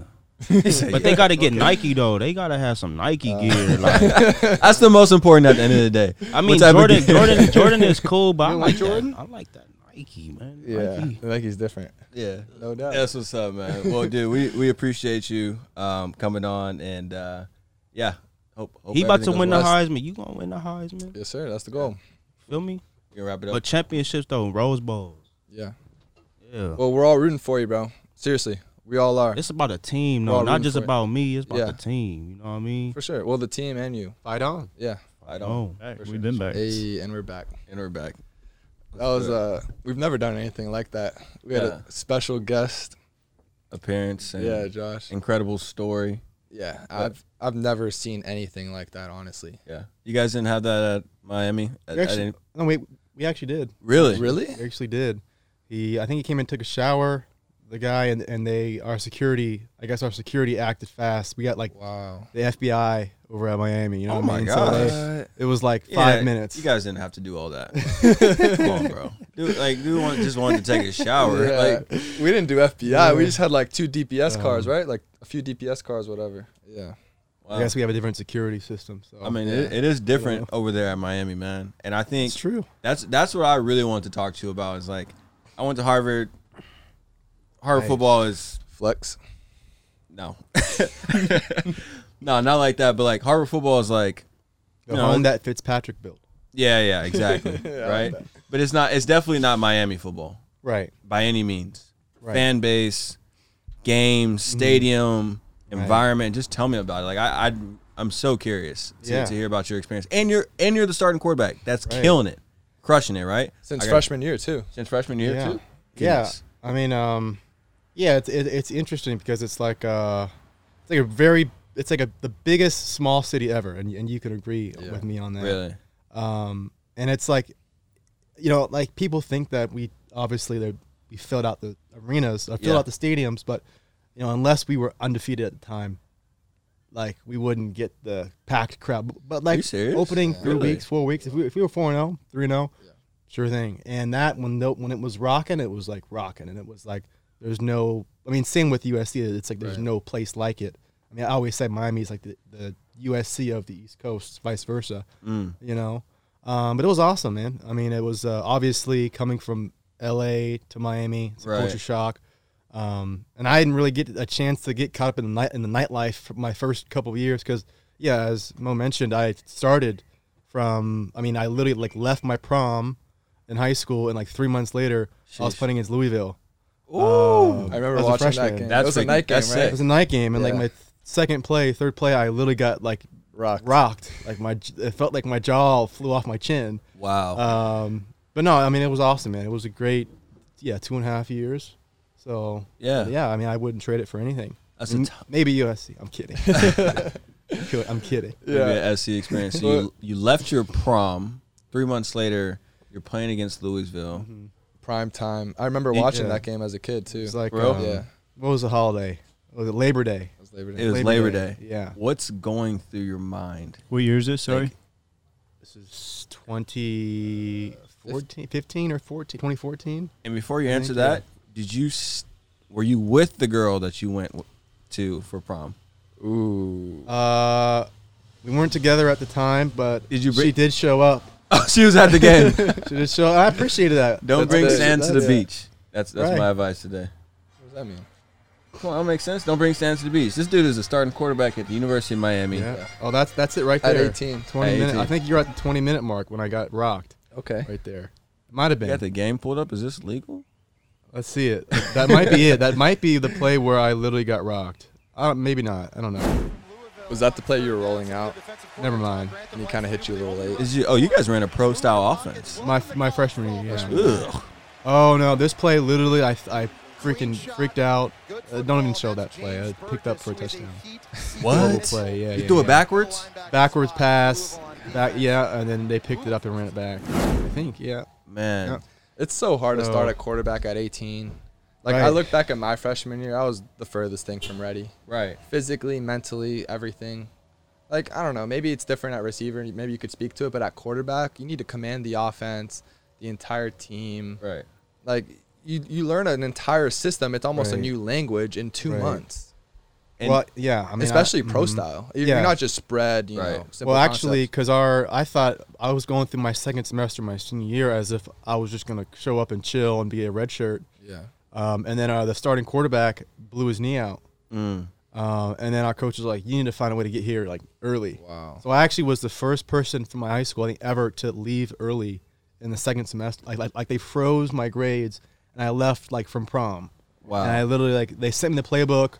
[SPEAKER 4] But they gotta get Nike though. They gotta have some Nike
[SPEAKER 1] Uh.
[SPEAKER 4] gear. Like,
[SPEAKER 3] That's the most important at the end of the day.
[SPEAKER 4] I
[SPEAKER 3] What
[SPEAKER 4] mean,
[SPEAKER 3] type of
[SPEAKER 4] Jordan,
[SPEAKER 3] gear-
[SPEAKER 4] Jordan, Jordan is cool, but I
[SPEAKER 2] You
[SPEAKER 4] like
[SPEAKER 2] like Jordan?
[SPEAKER 4] Jordan. I like that Nike man.
[SPEAKER 1] Yeah,
[SPEAKER 4] Nike.
[SPEAKER 1] Nike's different.
[SPEAKER 3] Yeah.
[SPEAKER 1] No doubt.
[SPEAKER 3] That's what's up, man. Well, dude, we, we appreciate you um, coming on, and uh, yeah, hope, hope
[SPEAKER 4] He about to
[SPEAKER 3] everything goes
[SPEAKER 4] win the
[SPEAKER 3] well.
[SPEAKER 4] Heisman. You gonna win the Heisman?
[SPEAKER 1] Yes, sir. That's the goal.
[SPEAKER 4] Feel me?
[SPEAKER 3] We can wrap it up.
[SPEAKER 4] But championships though, Rose Bowls.
[SPEAKER 1] Yeah.
[SPEAKER 4] Yeah.
[SPEAKER 1] Well, we're all rooting for you, bro. Seriously, we all are
[SPEAKER 4] It's about a team,
[SPEAKER 1] We're
[SPEAKER 4] though.
[SPEAKER 1] all
[SPEAKER 4] Not
[SPEAKER 1] rooting
[SPEAKER 4] just
[SPEAKER 1] for it.
[SPEAKER 4] about me. It's about
[SPEAKER 1] Yeah.
[SPEAKER 4] the team. You know what I mean?
[SPEAKER 1] for sure. Well, the team and you.
[SPEAKER 2] Fight on.
[SPEAKER 1] Yeah.
[SPEAKER 3] I don't.
[SPEAKER 4] Oh,
[SPEAKER 5] Back. We been back.
[SPEAKER 1] Hey, and we're back.
[SPEAKER 3] And we're back.
[SPEAKER 1] That was uh, we've never done anything like that. We had
[SPEAKER 3] Yeah.
[SPEAKER 1] a special guest.
[SPEAKER 3] Appearance. And
[SPEAKER 1] Yeah, Josh.
[SPEAKER 3] Incredible story.
[SPEAKER 1] Yeah, I've I've never seen anything like that. Honestly.
[SPEAKER 3] Yeah. You guys didn't have that at Miami. At- at any-
[SPEAKER 2] no, we we actually did.
[SPEAKER 3] really?
[SPEAKER 1] Really?
[SPEAKER 2] We actually did. He, I think he came and took a shower. The guy and and they, our security, I guess our security acted fast. We got like
[SPEAKER 1] Wow.
[SPEAKER 2] the FBI over at Miami. You know
[SPEAKER 3] Oh
[SPEAKER 2] what I
[SPEAKER 3] my
[SPEAKER 2] mean?
[SPEAKER 3] gosh.
[SPEAKER 2] So
[SPEAKER 1] Uh,
[SPEAKER 2] they, it was like
[SPEAKER 3] Yeah,
[SPEAKER 2] five minutes.
[SPEAKER 3] You guys didn't have to do all that. Come on, bro. Dude, like, dude want, just wanted to take a shower.
[SPEAKER 1] yeah.
[SPEAKER 3] Like, Uh-huh.
[SPEAKER 1] we didn't do FBI. We just had like two DPS cars, right? Like a few DPS cars, whatever. Yeah.
[SPEAKER 3] wow.
[SPEAKER 2] I guess we have a different security system. So
[SPEAKER 3] I mean, it, it is different over there at Miami, man. And I think
[SPEAKER 2] it's true.
[SPEAKER 3] That's that's what I really want to talk to you about. Is like, I went to Harvard. Harvard
[SPEAKER 2] Right.
[SPEAKER 3] football is
[SPEAKER 1] Flex.
[SPEAKER 3] no, no, not like that. But like Harvard football is like,
[SPEAKER 2] The
[SPEAKER 3] No,
[SPEAKER 2] home that Fitzpatrick built.
[SPEAKER 3] yeah, yeah, exactly, right. But it's not. It's definitely not Miami football
[SPEAKER 2] Right.
[SPEAKER 3] by any means.
[SPEAKER 2] Right. Mm-hmm.
[SPEAKER 3] Fan base, games, stadium, environment. Just tell me about it. Like I, I I'm so curious to,
[SPEAKER 2] Yeah.
[SPEAKER 3] to hear about your experience. And you're and you're the starting quarterback. That's
[SPEAKER 2] Right.
[SPEAKER 3] killing it, crushing it, right?
[SPEAKER 1] Since
[SPEAKER 3] I got-
[SPEAKER 1] freshman year too.
[SPEAKER 3] since freshman year
[SPEAKER 2] yeah.
[SPEAKER 3] too.
[SPEAKER 2] Yeah.
[SPEAKER 3] Goodness.
[SPEAKER 2] I mean, um, yeah, it's it, it's interesting because it's like uh, it's like a very it's like a the biggest small city ever, and and you could agree
[SPEAKER 1] Yeah.
[SPEAKER 2] with me on that.
[SPEAKER 3] Really.
[SPEAKER 2] Um, and it's like, you know, like people think that we obviously they we filled out the arenas, or filled
[SPEAKER 3] Yeah.
[SPEAKER 2] out the stadiums, but you know, unless we were undefeated at the time, like we wouldn't get the packed crowd. But like
[SPEAKER 3] serious?
[SPEAKER 2] opening three
[SPEAKER 3] Really?
[SPEAKER 2] weeks, four weeks, if we if we were four and 0, 3 and oh, 0, sure thing. And that when the, when it was rocking, it was like rocking, and it was like there's no. I mean, same with USC. It's like there's
[SPEAKER 1] Right.
[SPEAKER 2] no place like it. I mean, I always say Miami is like the, the USC of the East Coast, vice versa
[SPEAKER 3] Mm.
[SPEAKER 2] you know. Um, but it was awesome, man. I mean, it was uh, obviously coming from L.A. to Miami, it's a
[SPEAKER 3] Right.
[SPEAKER 2] culture shock. Um, and I didn't really get a chance to get caught up in the night in the nightlife for my first couple of years because, yeah, as Mo mentioned, I started from. I mean, I literally like left my prom in high school, and like three months later, I was
[SPEAKER 3] Sheesh.
[SPEAKER 2] playing against Louisville. Um,
[SPEAKER 3] Oh.
[SPEAKER 1] I remember
[SPEAKER 2] as a
[SPEAKER 1] watching that
[SPEAKER 2] freshman.
[SPEAKER 1] game.
[SPEAKER 3] That's
[SPEAKER 1] that was a
[SPEAKER 3] like-
[SPEAKER 1] night game,
[SPEAKER 3] that's
[SPEAKER 2] It
[SPEAKER 1] right?
[SPEAKER 2] was a night game, and like
[SPEAKER 1] Yeah.
[SPEAKER 2] my th- second play, third play, I literally got like
[SPEAKER 1] Rock.
[SPEAKER 2] rocked. Like my, j- it felt like my jaw flew off my chin.
[SPEAKER 3] Wow.
[SPEAKER 2] Um, but no, I mean it was awesome, man. It was a great, yeah, two and a half years. So
[SPEAKER 3] Yeah.
[SPEAKER 2] yeah. I mean I wouldn't trade it for anything.
[SPEAKER 3] That's
[SPEAKER 2] M-
[SPEAKER 3] a t-
[SPEAKER 2] maybe USC. I'm kidding. Ki- I'm kidding.
[SPEAKER 3] maybe
[SPEAKER 1] Yeah.
[SPEAKER 3] a SC experience. So you you left your prom three months later. You're playing against Louisville.
[SPEAKER 1] Prime time. I remember
[SPEAKER 3] Yeah.
[SPEAKER 1] watching that game as a kid too.
[SPEAKER 2] It's like
[SPEAKER 3] Bro.
[SPEAKER 2] um,
[SPEAKER 1] yeah.
[SPEAKER 2] what was the holiday? Was it Labor Day?
[SPEAKER 1] It was Labor Day.
[SPEAKER 3] It was Labor,
[SPEAKER 2] Labor
[SPEAKER 3] Day.
[SPEAKER 2] Day, yeah.
[SPEAKER 3] What's going through your mind?
[SPEAKER 5] What year is it? Sorry.
[SPEAKER 2] This is 2014, 15 or 14, 2014.
[SPEAKER 3] And before you
[SPEAKER 2] I
[SPEAKER 3] answer
[SPEAKER 2] think,
[SPEAKER 3] that, did you s were you with the girl that you went w- to for prom?
[SPEAKER 1] Ooh.
[SPEAKER 2] Uh, we weren't together at the time, but
[SPEAKER 3] Did you
[SPEAKER 2] she
[SPEAKER 3] bring-
[SPEAKER 2] did show up.
[SPEAKER 3] Oh, she was at the game.
[SPEAKER 2] She did show. I appreciated that.
[SPEAKER 3] Don't
[SPEAKER 1] That's
[SPEAKER 3] bring
[SPEAKER 1] the-
[SPEAKER 3] sand to the
[SPEAKER 1] that's-
[SPEAKER 3] beach. That's that's
[SPEAKER 2] Right.
[SPEAKER 3] my advice today.
[SPEAKER 1] What does that mean?
[SPEAKER 3] Come on, that makes sense. Don't bring sand to the beach. This dude is a starting quarterback at the University of Miami.
[SPEAKER 2] Yeah. Oh, that's that's it right
[SPEAKER 1] At
[SPEAKER 2] there.
[SPEAKER 1] 18.
[SPEAKER 2] 20
[SPEAKER 3] At
[SPEAKER 2] minutes.
[SPEAKER 3] 18.
[SPEAKER 2] I think you're at the 20 minute mark when I got rocked
[SPEAKER 1] Okay.
[SPEAKER 2] right there. Might have
[SPEAKER 3] You
[SPEAKER 2] been.
[SPEAKER 3] got the game pulled up. Is this legal?
[SPEAKER 2] Let's see it. That might be it. That might be the play where I literally got rocked. Uh, maybe not. I don't know.
[SPEAKER 1] Was that the play you were rolling out
[SPEAKER 2] Never mind.
[SPEAKER 1] and he kind of hit you a little late?
[SPEAKER 3] Is you? Oh, you guys ran a pro style offense.
[SPEAKER 2] My my freshman year. Yeah.
[SPEAKER 3] Ugh.
[SPEAKER 2] Oh no, this play literally I I freaking freaked out. Uh, don't even show that play. I picked up for a touchdown. Horrible play. Yeah.
[SPEAKER 3] You
[SPEAKER 2] yeah,
[SPEAKER 3] threw
[SPEAKER 2] yeah.
[SPEAKER 3] it backwards.
[SPEAKER 2] Backwards pass. Back. Yeah, and then they picked it up and ran it back. I think. Yeah.
[SPEAKER 3] Man,
[SPEAKER 2] Yeah.
[SPEAKER 1] It's so hard to
[SPEAKER 2] No.
[SPEAKER 1] start at quarterback at 18. Like I
[SPEAKER 2] Right.
[SPEAKER 1] look back at my freshman year, I was the furthest thing from ready.
[SPEAKER 3] Right.
[SPEAKER 1] Physically, mentally, everything. Like I don't know, maybe it's different at receiver, and maybe you could speak to it, but at quarterback, you need to command the offense, the entire team.
[SPEAKER 3] Right.
[SPEAKER 1] Like you you learn an entire system, it's almost
[SPEAKER 2] Right.
[SPEAKER 1] a new language in 2
[SPEAKER 2] Right.
[SPEAKER 1] months.
[SPEAKER 3] And-
[SPEAKER 2] well, yeah, I mean, I-
[SPEAKER 1] Especially pro
[SPEAKER 2] mhm.
[SPEAKER 1] style. You're
[SPEAKER 2] Yeah.
[SPEAKER 1] not just spread, you
[SPEAKER 3] Right.
[SPEAKER 1] know. simple
[SPEAKER 2] Well, actually,
[SPEAKER 1] concepts.
[SPEAKER 2] because our I thought I was going through my second semester, my senior year, as if I was just gonna show up and chill and be a redshirt.
[SPEAKER 1] yeah.
[SPEAKER 2] Um, and then uh, the starting quarterback blew his knee out.
[SPEAKER 3] Mm.
[SPEAKER 2] Uh, and then our coach was like, "You need to find a way to get here like early."
[SPEAKER 1] Wow.
[SPEAKER 2] So I actually was the first person from my high school, I think, ever to leave early in the second semester. Like, like, like they froze my grades, and I left like from prom.
[SPEAKER 3] Wow.
[SPEAKER 2] And I literally like they sent me the playbook.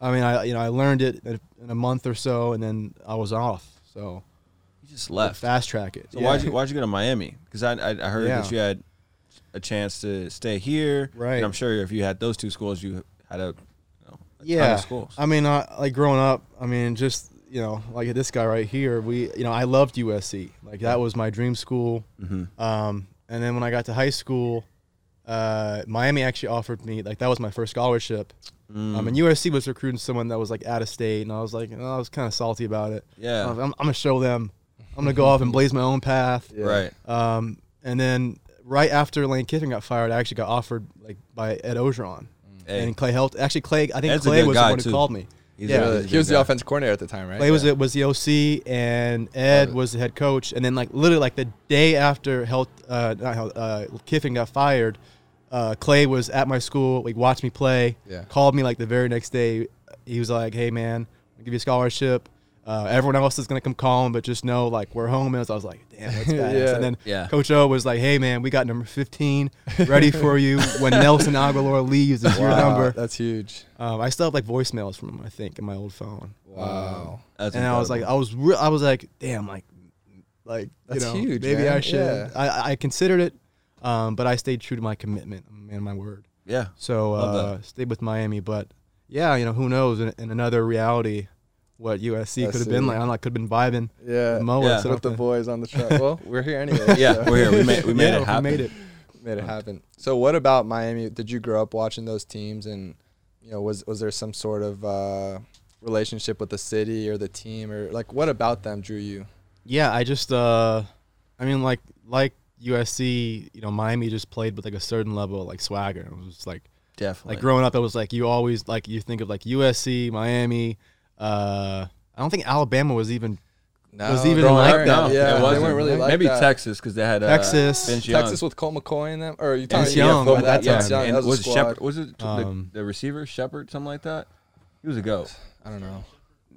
[SPEAKER 2] I mean, I you know I learned it in a- in a month or so, and then I was off. So
[SPEAKER 3] You just left. So
[SPEAKER 2] fast track it.
[SPEAKER 3] why'd you why'd you go to Miami? Because I, I I heard
[SPEAKER 2] Yeah.
[SPEAKER 3] that you had a chance to stay here.
[SPEAKER 2] Right.
[SPEAKER 3] And I'm sure if you had those two schools, you had a, you know, a ton
[SPEAKER 2] yeah.
[SPEAKER 3] of schools.
[SPEAKER 2] I mean, I, like growing up, I mean, just you know, like this guy right here. We, you know, I loved USC. Like that was my dream school.
[SPEAKER 3] Mm-hmm.
[SPEAKER 2] Um, and then when I got to high school, uh, Miami actually offered me like that was my first scholarship.
[SPEAKER 3] Mm.
[SPEAKER 2] Um, and USC was recruiting someone that was like out of state, and I was like, oh, I was kind of salty about it.
[SPEAKER 3] Yeah.
[SPEAKER 2] I was like, I'm, I'm gonna show them. I'm gonna go off and blaze my own path.
[SPEAKER 3] Right.
[SPEAKER 2] Um, and then right after Lane Kiffin got fired, I actually got offered like by Ed Ogeron
[SPEAKER 3] Mm. Hey.
[SPEAKER 2] and Clay Helt. Actually, Clay, I think
[SPEAKER 3] Ed's a
[SPEAKER 2] Clay
[SPEAKER 3] good
[SPEAKER 2] was the
[SPEAKER 3] guy,
[SPEAKER 2] one who
[SPEAKER 3] too.
[SPEAKER 2] called me.
[SPEAKER 3] He's
[SPEAKER 1] Yeah,
[SPEAKER 3] a really
[SPEAKER 1] he was
[SPEAKER 3] good
[SPEAKER 1] the
[SPEAKER 3] guy.
[SPEAKER 1] offensive coordinator at the time, right?
[SPEAKER 2] Clay was
[SPEAKER 1] Yeah.
[SPEAKER 2] it was the OC, and
[SPEAKER 1] Love
[SPEAKER 2] Ed
[SPEAKER 1] it.
[SPEAKER 2] was the head coach. And then like literally like the day after Helt, uh, not Helt, uh, Kiffin got fired, uh, Clay was at my school. Like watched me play.
[SPEAKER 1] Yeah.
[SPEAKER 2] Called me like the very next day. He was like, "Hey man, I'll give you a scholarship." Uh, everyone else is gonna come calling, but just know like we're home. And so I was like, "Damn, that's badass."
[SPEAKER 1] Yeah.
[SPEAKER 2] And then
[SPEAKER 3] Yeah.
[SPEAKER 2] Coach O was like, "Hey man, we got number fifteen ready for you. When Nelson Aguilar leaves, it's your
[SPEAKER 1] Wow,
[SPEAKER 2] number."
[SPEAKER 1] That's huge.
[SPEAKER 2] Um, I still have like voicemails from him, I think, in my old phone.
[SPEAKER 3] Oh.
[SPEAKER 1] Wow.
[SPEAKER 3] That's
[SPEAKER 2] and I was like,
[SPEAKER 3] incredible.
[SPEAKER 2] I was real. I was like, damn, like, like
[SPEAKER 1] That's
[SPEAKER 2] you know,
[SPEAKER 1] huge,
[SPEAKER 2] Maybe
[SPEAKER 1] man.
[SPEAKER 2] I should.
[SPEAKER 1] Yeah.
[SPEAKER 2] I, I considered it, um, but I stayed true to my commitment. I'm a man, of my word.
[SPEAKER 3] yeah.
[SPEAKER 2] So
[SPEAKER 3] Love
[SPEAKER 2] uh, stayed with Miami, but yeah, you know, who knows? In, in another reality, what USC
[SPEAKER 1] I
[SPEAKER 2] could have
[SPEAKER 1] see.
[SPEAKER 2] been like? I could have been vibing.
[SPEAKER 1] Yeah.
[SPEAKER 2] with Moa
[SPEAKER 1] with
[SPEAKER 2] or
[SPEAKER 3] Yeah.
[SPEAKER 1] the
[SPEAKER 2] something.
[SPEAKER 1] boys on the truck. Well, we're here anyway.
[SPEAKER 3] Yeah,
[SPEAKER 1] so
[SPEAKER 3] we're here. We made we made
[SPEAKER 2] Yeah,
[SPEAKER 3] it happen.
[SPEAKER 2] We made it.
[SPEAKER 1] made it happen. So, what about Miami? Did you grow up watching those teams, and you know, was was there some sort of uh, relationship with the city or the team, or like what about them drew you?
[SPEAKER 2] Yeah, I just, uh, I mean, like, like USC, you know, Miami just played with like a certain level of like swagger. It was just like.
[SPEAKER 3] Definitely.
[SPEAKER 2] Like growing up, it was like you always like you think of like USC, Miami. Uh, I don't think Alabama was even
[SPEAKER 1] No,
[SPEAKER 2] Was even
[SPEAKER 1] they
[SPEAKER 2] like
[SPEAKER 1] weren't-
[SPEAKER 2] that.
[SPEAKER 1] Yeah,
[SPEAKER 3] it wasn't.
[SPEAKER 1] they weren't really like
[SPEAKER 3] Maybe
[SPEAKER 1] that.
[SPEAKER 3] Texas because they had uh,
[SPEAKER 2] Texas.
[SPEAKER 3] Vince Young.
[SPEAKER 1] Texas with Colt McCoy in them, or are you
[SPEAKER 2] Vince
[SPEAKER 1] talking yeah,
[SPEAKER 2] Young,
[SPEAKER 1] Colt-
[SPEAKER 2] by that
[SPEAKER 1] that's
[SPEAKER 2] time.
[SPEAKER 1] Young,
[SPEAKER 3] and
[SPEAKER 1] that was,
[SPEAKER 3] was
[SPEAKER 1] a squad.
[SPEAKER 3] Shepard was it t-
[SPEAKER 2] Um,
[SPEAKER 3] the, the receiver Shepard something like that? He was a goat.
[SPEAKER 1] I don't know.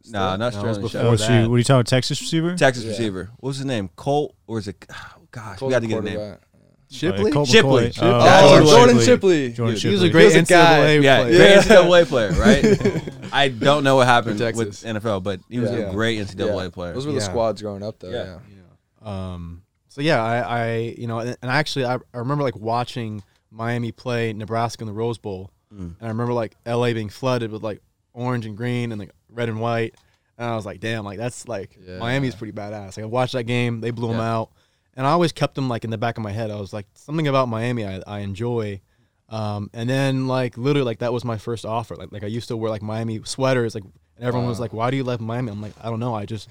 [SPEAKER 3] Nah, not
[SPEAKER 2] No, it was
[SPEAKER 3] Sterling
[SPEAKER 2] before
[SPEAKER 6] Oh,
[SPEAKER 3] Shepard.
[SPEAKER 2] that.
[SPEAKER 5] What's you, what are you talking? Texas receiver?
[SPEAKER 3] Texas
[SPEAKER 1] Yeah.
[SPEAKER 3] receiver. What was his name? Colt or is it? oh, gosh,
[SPEAKER 1] Colt
[SPEAKER 3] we got to get a name.
[SPEAKER 1] quarterback.
[SPEAKER 2] Shipley.
[SPEAKER 5] Colt
[SPEAKER 3] Shipley.
[SPEAKER 5] McCoy.
[SPEAKER 3] Shipley.
[SPEAKER 1] Oh,
[SPEAKER 3] Jordan
[SPEAKER 1] Jordan Shipley.
[SPEAKER 5] Jordan
[SPEAKER 2] He was
[SPEAKER 5] Shipley.
[SPEAKER 2] a great
[SPEAKER 1] He was a guy.
[SPEAKER 2] NCAA
[SPEAKER 3] Yeah,
[SPEAKER 2] player.
[SPEAKER 3] great NCAA player, right? I don't know what happened
[SPEAKER 2] For
[SPEAKER 3] with
[SPEAKER 2] Texas.
[SPEAKER 3] NFL, but he was
[SPEAKER 1] Yeah.
[SPEAKER 3] a great NCAA
[SPEAKER 1] Yeah.
[SPEAKER 3] player.
[SPEAKER 1] Those were the
[SPEAKER 2] Yeah.
[SPEAKER 1] squads growing up, though.
[SPEAKER 3] Yeah.
[SPEAKER 1] Yeah.
[SPEAKER 2] Um, so yeah, I, I you know, and, and actually I, I remember like watching Miami play Nebraska in the Rose Bowl, and I remember like LA being flooded with like orange and green and like red and white, and I was like, damn, like that's like
[SPEAKER 1] Yeah.
[SPEAKER 2] Miami's pretty badass. Like I watched that game, they blew them
[SPEAKER 3] Yeah.
[SPEAKER 2] out, and I always kept them like in the back of my head. I was like, something about Miami I, I enjoy. Um, and then like literally like that was my first offer. Like like I used to wear like Miami sweaters like. And everyone was
[SPEAKER 1] Wow.
[SPEAKER 2] like, "Why do you love Miami?" I'm like, "I don't know. I just,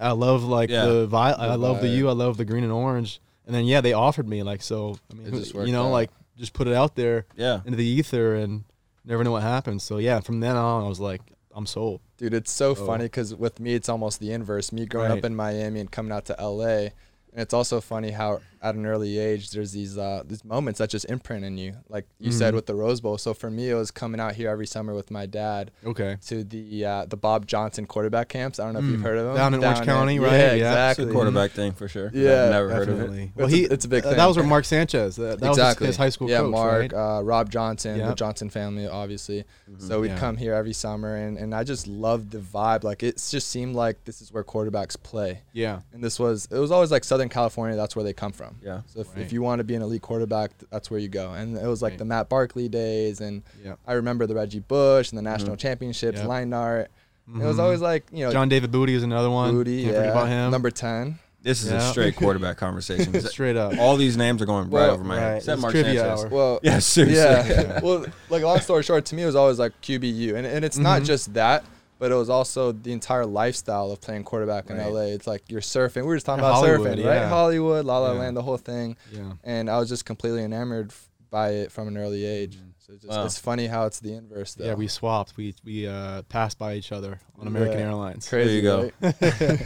[SPEAKER 2] I love like
[SPEAKER 3] Yeah.
[SPEAKER 2] the vibe. I love the
[SPEAKER 1] vibe.
[SPEAKER 2] U. I love the green and orange. And then yeah, they offered me like so. I mean,
[SPEAKER 1] It just
[SPEAKER 2] you
[SPEAKER 1] worked
[SPEAKER 2] know,
[SPEAKER 1] out.
[SPEAKER 2] like just put it out there
[SPEAKER 3] yeah,
[SPEAKER 2] into the ether and never know what happens. So yeah, from then on, I was like, I'm sold.
[SPEAKER 1] Dude, it's so funny because with me, it's almost the inverse. Me growing
[SPEAKER 2] Oh. Right.
[SPEAKER 1] up in Miami and coming out to LA, and it's also funny how at an early age, there's these uh, these moments that just imprint in you. Like you
[SPEAKER 2] Mm-hmm.
[SPEAKER 1] said with the Rose Bowl. So for me, it was coming out here every summer with my dad
[SPEAKER 2] Okay.
[SPEAKER 1] to the uh, the Bob Johnson quarterback camps. I don't know if you've
[SPEAKER 2] Mm.
[SPEAKER 1] heard of them
[SPEAKER 2] Down in Orange County, right?
[SPEAKER 1] Yeah,
[SPEAKER 2] Yeah.
[SPEAKER 3] it's
[SPEAKER 1] exactly.
[SPEAKER 3] a quarterback thing for sure.
[SPEAKER 1] Yeah,
[SPEAKER 3] never heard of it.
[SPEAKER 2] Definitely. Well,
[SPEAKER 1] It's a-
[SPEAKER 2] he
[SPEAKER 1] it's a big
[SPEAKER 2] uh,
[SPEAKER 1] thing.
[SPEAKER 2] That was where Mark Sanchez. That, that
[SPEAKER 1] exactly.
[SPEAKER 2] was his high school
[SPEAKER 1] yeah,
[SPEAKER 2] coach.
[SPEAKER 1] Mark,
[SPEAKER 2] right?
[SPEAKER 1] uh, Rob Johnson, the
[SPEAKER 2] Yep.
[SPEAKER 1] Johnson family, obviously. So we'd
[SPEAKER 2] Yeah.
[SPEAKER 1] come here every summer, and, and I just loved the vibe. Like it just seemed like this is where quarterbacks play,
[SPEAKER 2] yeah.
[SPEAKER 1] and this was it was always like Southern California. That's where they come from.
[SPEAKER 3] Yeah.
[SPEAKER 1] So if,
[SPEAKER 2] Right.
[SPEAKER 1] if you want to be an elite quarterback, th- that's where you go. And it was like
[SPEAKER 2] Right.
[SPEAKER 1] the Matt Barkley days, and
[SPEAKER 2] Yeah.
[SPEAKER 1] I remember the Reggie Bush and the national championships,
[SPEAKER 2] Yep. Mm-hmm.
[SPEAKER 1] line art. It was always like you know
[SPEAKER 2] John David Booty is another one.
[SPEAKER 1] Booty,
[SPEAKER 2] Can't
[SPEAKER 1] yeah,
[SPEAKER 2] forget about him.
[SPEAKER 1] number ten.
[SPEAKER 3] This is a
[SPEAKER 2] Yeah.
[SPEAKER 3] straight quarterback conversation.
[SPEAKER 2] Straight up.
[SPEAKER 3] All these names are going right
[SPEAKER 1] Well,
[SPEAKER 3] over my
[SPEAKER 2] right.
[SPEAKER 3] head. Except
[SPEAKER 2] It's
[SPEAKER 3] Mark
[SPEAKER 2] trivia
[SPEAKER 3] Sanchez.
[SPEAKER 2] hour.
[SPEAKER 1] Well,
[SPEAKER 3] Yeah, seriously.
[SPEAKER 1] Yeah. well, like long story short, to me it was always like QBU, and and it's
[SPEAKER 2] Mm-hmm.
[SPEAKER 1] not just that, but it was also the entire lifestyle of playing quarterback in
[SPEAKER 3] Right.
[SPEAKER 1] LA. It's like you're surfing. We were just talking
[SPEAKER 2] Yeah,
[SPEAKER 1] about
[SPEAKER 2] Hollywood,
[SPEAKER 1] surfing,
[SPEAKER 2] yeah.
[SPEAKER 1] right? Hollywood, La La
[SPEAKER 2] Yeah.
[SPEAKER 1] Land, the whole thing.
[SPEAKER 2] Yeah.
[SPEAKER 1] And I was just completely enamored f- by it from an early age. So it's, just,
[SPEAKER 3] Wow.
[SPEAKER 1] it's funny how it's the inverse. Though.
[SPEAKER 2] Mm-hmm. Yeah, we swapped. We we uh, passed by each other on American
[SPEAKER 1] Yeah.
[SPEAKER 2] Airlines.
[SPEAKER 1] crazy.
[SPEAKER 3] There you go.
[SPEAKER 1] right?